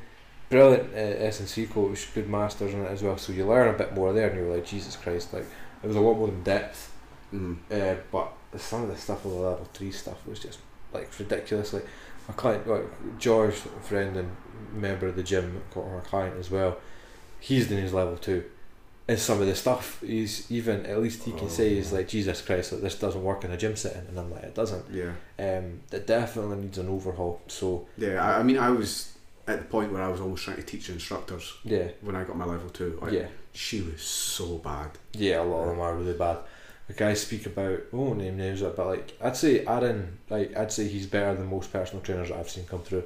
[SPEAKER 1] Brilliant uh, S&C coach, good masters in it as well. So you learn a bit more there and you're like, Jesus Christ, like it was a lot more in depth.
[SPEAKER 3] Mm.
[SPEAKER 1] Uh, but some of the stuff with the level 3 stuff was just like ridiculous. Like my client, like, George, a friend and member of the gym, got my client as well, he's doing his level 2 and some of the stuff he's even at least he can
[SPEAKER 3] Oh,
[SPEAKER 1] say is
[SPEAKER 3] yeah.
[SPEAKER 1] like Jesus Christ like this doesn't work in a gym setting and I'm like it doesn't
[SPEAKER 3] Yeah,
[SPEAKER 1] um, it definitely needs an overhaul so
[SPEAKER 3] yeah. I, I mean, I was at the point where I was almost trying to teach instructors
[SPEAKER 1] yeah
[SPEAKER 3] when I got my level two. Like,
[SPEAKER 1] yeah
[SPEAKER 3] she was so bad.
[SPEAKER 1] yeah a lot of them are really bad the guys speak about oh name names but like I'd say Aaron like I'd say he's better than most personal trainers that I've seen come through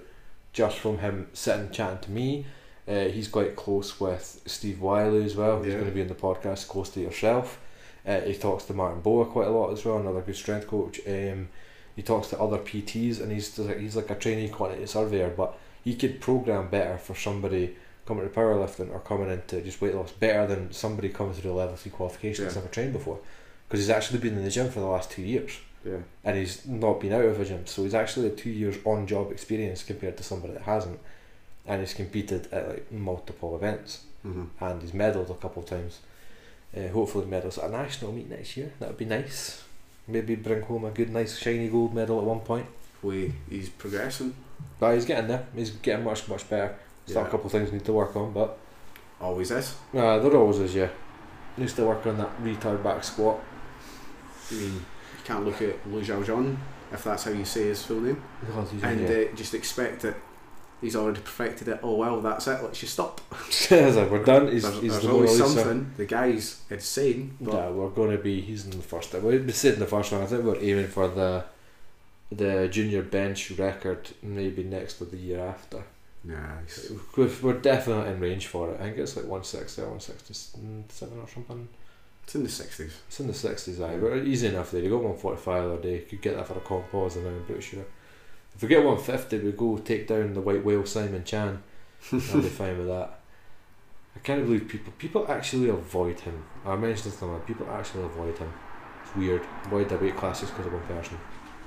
[SPEAKER 1] just from him sitting chatting to me uh, he's quite close with Steve Wiley as well who's
[SPEAKER 3] Yeah.
[SPEAKER 1] going to be in the podcast close to yourself uh, he talks to Martin Boa quite a lot as well another good strength coach um, he talks to other PTs and he's just like, he's like a trainee quantity surveyor but he could program better for somebody coming to powerlifting or coming into just weight loss better than somebody coming through the level 3 qualification that's
[SPEAKER 3] Yeah.
[SPEAKER 1] never trained before because he's actually been in the gym for the last two years
[SPEAKER 3] Yeah,
[SPEAKER 1] and he's not been out of a gym so he's actually had two years on job experience compared to somebody that hasn't and he's competed at like multiple events
[SPEAKER 3] hmm
[SPEAKER 1] and he's medalled a couple of times. Uh, hopefully, medals at a national meet next year. That would be nice. Maybe bring home a good, nice, shiny gold medal at one point.
[SPEAKER 3] way he's progressing.
[SPEAKER 1] But he's getting there. He's getting much, much better. Still a
[SPEAKER 3] Yeah.
[SPEAKER 1] couple of things need to work on, but
[SPEAKER 3] Always is.
[SPEAKER 1] uh, there always is. Yeah, needs to work on that retard back squat.
[SPEAKER 3] I mean, you can't look at Lu Zhaozhen if that's how you say his full name.
[SPEAKER 1] God, he's-
[SPEAKER 3] and
[SPEAKER 1] yeah.
[SPEAKER 3] uh, just expect that he's already perfected it. Oh well, that's it. Let's just stop.
[SPEAKER 1] It's like, we're done. uh, [laughs] He's,
[SPEAKER 3] there's
[SPEAKER 1] he's
[SPEAKER 3] there's
[SPEAKER 1] the
[SPEAKER 3] always
[SPEAKER 1] Mona Lisa.
[SPEAKER 3] something. The guy's insane. But
[SPEAKER 1] Yeah, we're going to be. He's in the first. We said in the first one. I think we're aiming for the the junior bench record, maybe next or the year after.
[SPEAKER 3] nah, he's-
[SPEAKER 1] We've, we're definitely in range for it. I think it's like 160 or 167 or something.
[SPEAKER 3] it's in the sixties.
[SPEAKER 1] It's in the 60s, aye. But easy enough there. You got 145 the other day. Could get that for a comp pause, and I'm pretty sure. If we get 150, we go take down the white whale Simon Chan. I'll be fine with that. I can't believe people people actually avoid him. I mentioned this to my people actually avoid him. It's weird. Avoid the weight classes because of one person.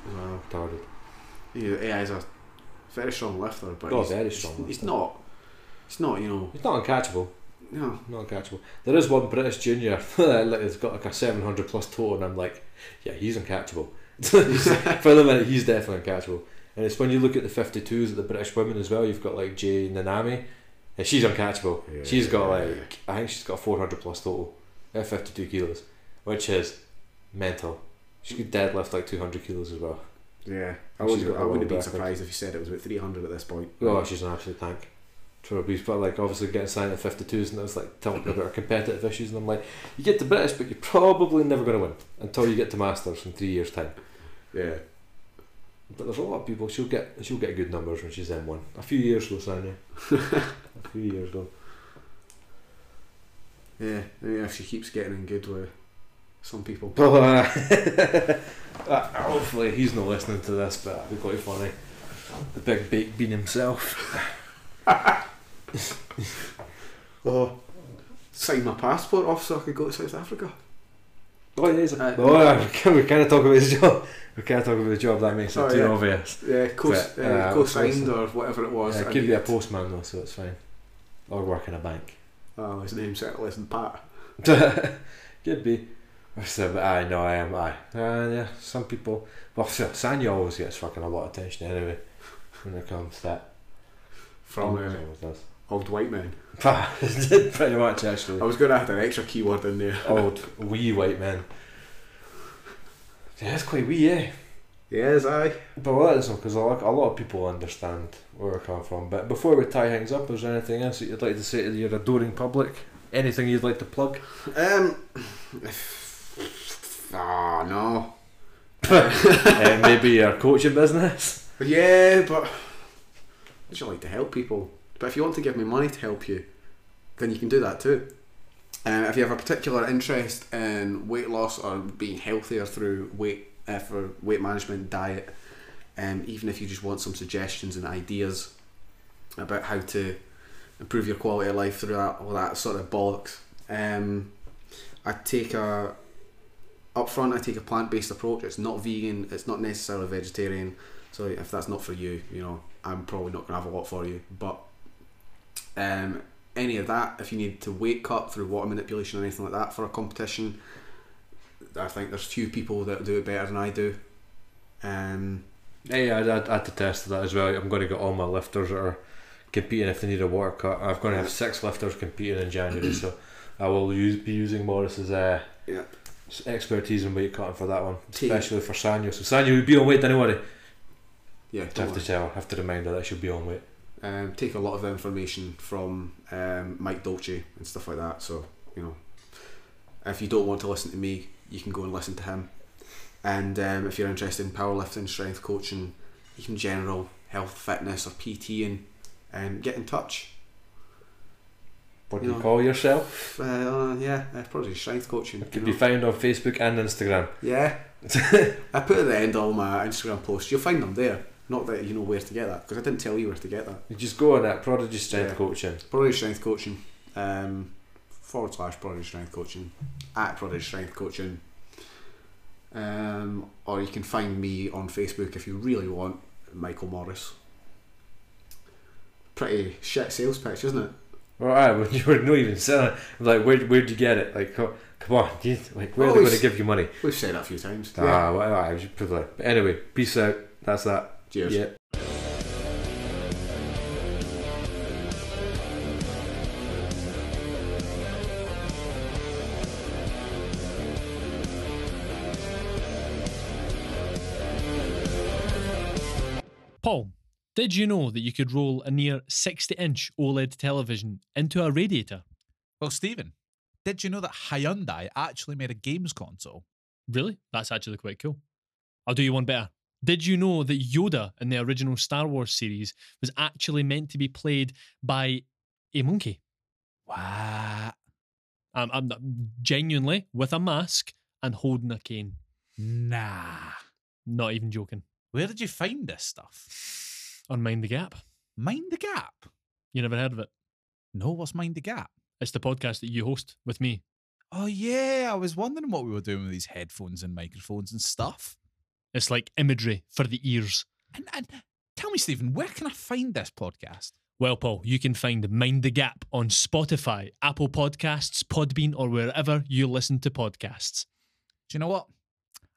[SPEAKER 3] Well,
[SPEAKER 1] Retarded.
[SPEAKER 3] yeah, yeah, he's a very strong lifter, but
[SPEAKER 1] Oh,
[SPEAKER 3] he's,
[SPEAKER 1] very strong
[SPEAKER 3] He's, he's
[SPEAKER 1] lifter.
[SPEAKER 3] not. He's not. You know.
[SPEAKER 1] He's not uncatchable.
[SPEAKER 3] No.
[SPEAKER 1] Not catchable. There is one British junior [laughs] that has got like a 700 plus total, and I'm like, yeah, he's uncatchable. [laughs] For the minute, he's definitely uncatchable. And it's when you look at the 52s at the British women as well, you've got like Jay Nanami, and she's uncatchable.
[SPEAKER 3] Yeah.
[SPEAKER 1] she's got like, I think she's got 400 plus total. at 52 kilos, which is mental. She could deadlift like 200 kilos as well.
[SPEAKER 3] Yeah, I,
[SPEAKER 1] She's
[SPEAKER 3] would,
[SPEAKER 1] got
[SPEAKER 3] I
[SPEAKER 1] the
[SPEAKER 3] wouldn't have been
[SPEAKER 1] world
[SPEAKER 3] surprised if you said it was about 300 at this point.
[SPEAKER 1] Oh, she's an absolute tank. True, but like obviously getting signed at 52s and it was like talking about her competitive issues and I'm like, you get to British, but you're probably never going to win until you get to Masters in three years' time.
[SPEAKER 3] Yeah,
[SPEAKER 1] But there's a lot of people. She'll get she'll get good numbers when she's M1. A few years ago, Sonia.
[SPEAKER 3] [laughs]
[SPEAKER 1] a few years ago.
[SPEAKER 3] yeah. I mean, if she keeps getting in good with some people,
[SPEAKER 1] Well, uh, uh, [laughs] hopefully he's not listening to this, but it'd be quite funny. The big baked bean himself. [laughs]
[SPEAKER 3] oh, sign my passport off so I could go to South Africa.
[SPEAKER 1] Oh, yeah, he's a,
[SPEAKER 3] Uh,
[SPEAKER 1] oh, yeah, we can't, we can't talk about his job. We can't talk about the job. That makes it
[SPEAKER 3] Oh,
[SPEAKER 1] too
[SPEAKER 3] yeah.
[SPEAKER 1] obvious.
[SPEAKER 3] Yeah, co-
[SPEAKER 1] But,
[SPEAKER 3] uh,
[SPEAKER 1] uh,
[SPEAKER 3] co-signed or whatever it was.
[SPEAKER 1] yeah, it
[SPEAKER 3] I
[SPEAKER 1] could be a
[SPEAKER 3] need-
[SPEAKER 1] postman though, so it's fine. Or work in a bank. [laughs]
[SPEAKER 3] Oh, his name's certainly isn't Pat.
[SPEAKER 1] could be. So, but I know I am. I. Uh, yeah, some people. Well, so, Sanya always gets fucking a lot of attention anyway when it comes to that.
[SPEAKER 3] From
[SPEAKER 1] Always,
[SPEAKER 3] uh,
[SPEAKER 1] always does.
[SPEAKER 3] Old White Men.
[SPEAKER 1] [laughs] Pretty much, actually.
[SPEAKER 3] I was going to add an extra keyword in there.
[SPEAKER 1] Old wee white man. Yeah, it's quite wee, eh?
[SPEAKER 3] Yes, I.
[SPEAKER 1] But well, that is because a lot a lot of people understand where we come from. But before we tie things up, is there anything else that you'd like to say to your adoring public? Anything you'd like to plug?
[SPEAKER 3] Um. [sighs] Ah, no.
[SPEAKER 1] uh, maybe your coaching business?
[SPEAKER 3] Yeah, but I just like to help people. But if you want to give me money to help you, then you can do that too. Um, if you have a particular interest in weight loss or being healthier through weight uh, for weight management, diet, um, even if you just want some suggestions and ideas about how to improve your quality of life through that all that sort of bollocks, um, I take a up front. I take a plant based approach. It's not vegan. It's not necessarily vegetarian. So if that's not for you, you know, I'm probably not gonna have a lot for you. But um, any of that, if you need to weight cut through water manipulation or anything like that for a competition, I think there's few people that do it better than I do. Um,
[SPEAKER 1] Yeah, yeah I'd, I'd, I'd attest to that as well. I'm going to get all my lifters that are competing if they need a water cut. I'm going to have six lifters competing in January, so I will use, be using Morris's uh,
[SPEAKER 3] Yeah.
[SPEAKER 1] s- expertise in weight cutting for that one,
[SPEAKER 3] Team.
[SPEAKER 1] especially for Sanyo. So Sanyo will be on weight, don't worry.
[SPEAKER 3] yeah,
[SPEAKER 1] I have
[SPEAKER 3] don't
[SPEAKER 1] to tell her, have to remind her that she'll be on weight.
[SPEAKER 3] worry. um, take a lot of information from um, Mike Dolce and stuff like that. So you know, if you don't want to listen to me, you can go and listen to him. And um, if you're interested in powerlifting, strength coaching, even general health, fitness, or PT, and um, get in touch.
[SPEAKER 1] What do
[SPEAKER 3] You
[SPEAKER 1] you
[SPEAKER 3] know.
[SPEAKER 1] call yourself?
[SPEAKER 3] Uh, uh, yeah, uh, probably strength coaching.
[SPEAKER 1] It could
[SPEAKER 3] you
[SPEAKER 1] be
[SPEAKER 3] know.
[SPEAKER 1] found on Facebook and Instagram. [laughs]
[SPEAKER 3] Yeah, I put at the end all my Instagram posts. You'll find them there. Not that you know where to get that because I didn't tell you where to get that.
[SPEAKER 1] You just go on that Prodigy Strength
[SPEAKER 3] Yeah.
[SPEAKER 1] Coaching.
[SPEAKER 3] Prodigy Strength Coaching, um, forward slash Prodigy Strength Coaching, at Prodigy Strength Coaching. Um, or you can find me on Facebook if you really want, Michael Morris. Pretty shit sales pitch, isn't it?
[SPEAKER 1] Well, [laughs] I when you were not even selling, it. I'm like, where where'd you get it? Like, co- come on, [laughs] you, like where are they
[SPEAKER 3] Always-
[SPEAKER 1] going to give you money?
[SPEAKER 3] We've said that a few times.
[SPEAKER 1] Ah, well, I was just like, but anyway, peace out. That's that.
[SPEAKER 3] Cheers.
[SPEAKER 1] Yeah.
[SPEAKER 4] Paul, did you know that you could roll a near 60 inch OLED E television into a radiator?
[SPEAKER 5] Well, Stephen, did you know that Hyundai actually made a games console?
[SPEAKER 4] Really? That's actually quite cool. I'll do you one better. Did you know that Yoda in the original Star Wars series was actually meant to be played by a monkey?
[SPEAKER 5] Wow.
[SPEAKER 4] Um, I'm not- genuinely with a mask and holding a cane.
[SPEAKER 5] Nah.
[SPEAKER 4] Not even joking.
[SPEAKER 5] Where did you find this stuff?
[SPEAKER 4] On Mind the Gap.
[SPEAKER 5] Mind the Gap.
[SPEAKER 4] You never heard of it?
[SPEAKER 5] No, what's Mind the Gap?
[SPEAKER 4] It's the podcast that you host with me.
[SPEAKER 5] Oh, yeah. I was wondering what we were doing with these headphones and microphones and stuff.
[SPEAKER 4] It's like imagery for the ears.
[SPEAKER 5] And, and tell me, Stephen, where can I find this podcast?
[SPEAKER 4] Well, Paul, you can find Mind the Gap on Spotify, Apple Podcasts, Podbean, or wherever you listen to podcasts.
[SPEAKER 5] Do you know what?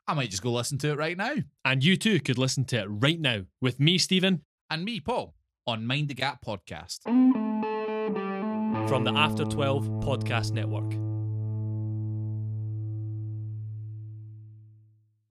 [SPEAKER 5] I might just go listen to it right now.
[SPEAKER 4] And you too could listen to it right now with me, Stephen,
[SPEAKER 5] And me, Paul, on Mind the Gap podcast.
[SPEAKER 4] from the After 12 Podcast Network.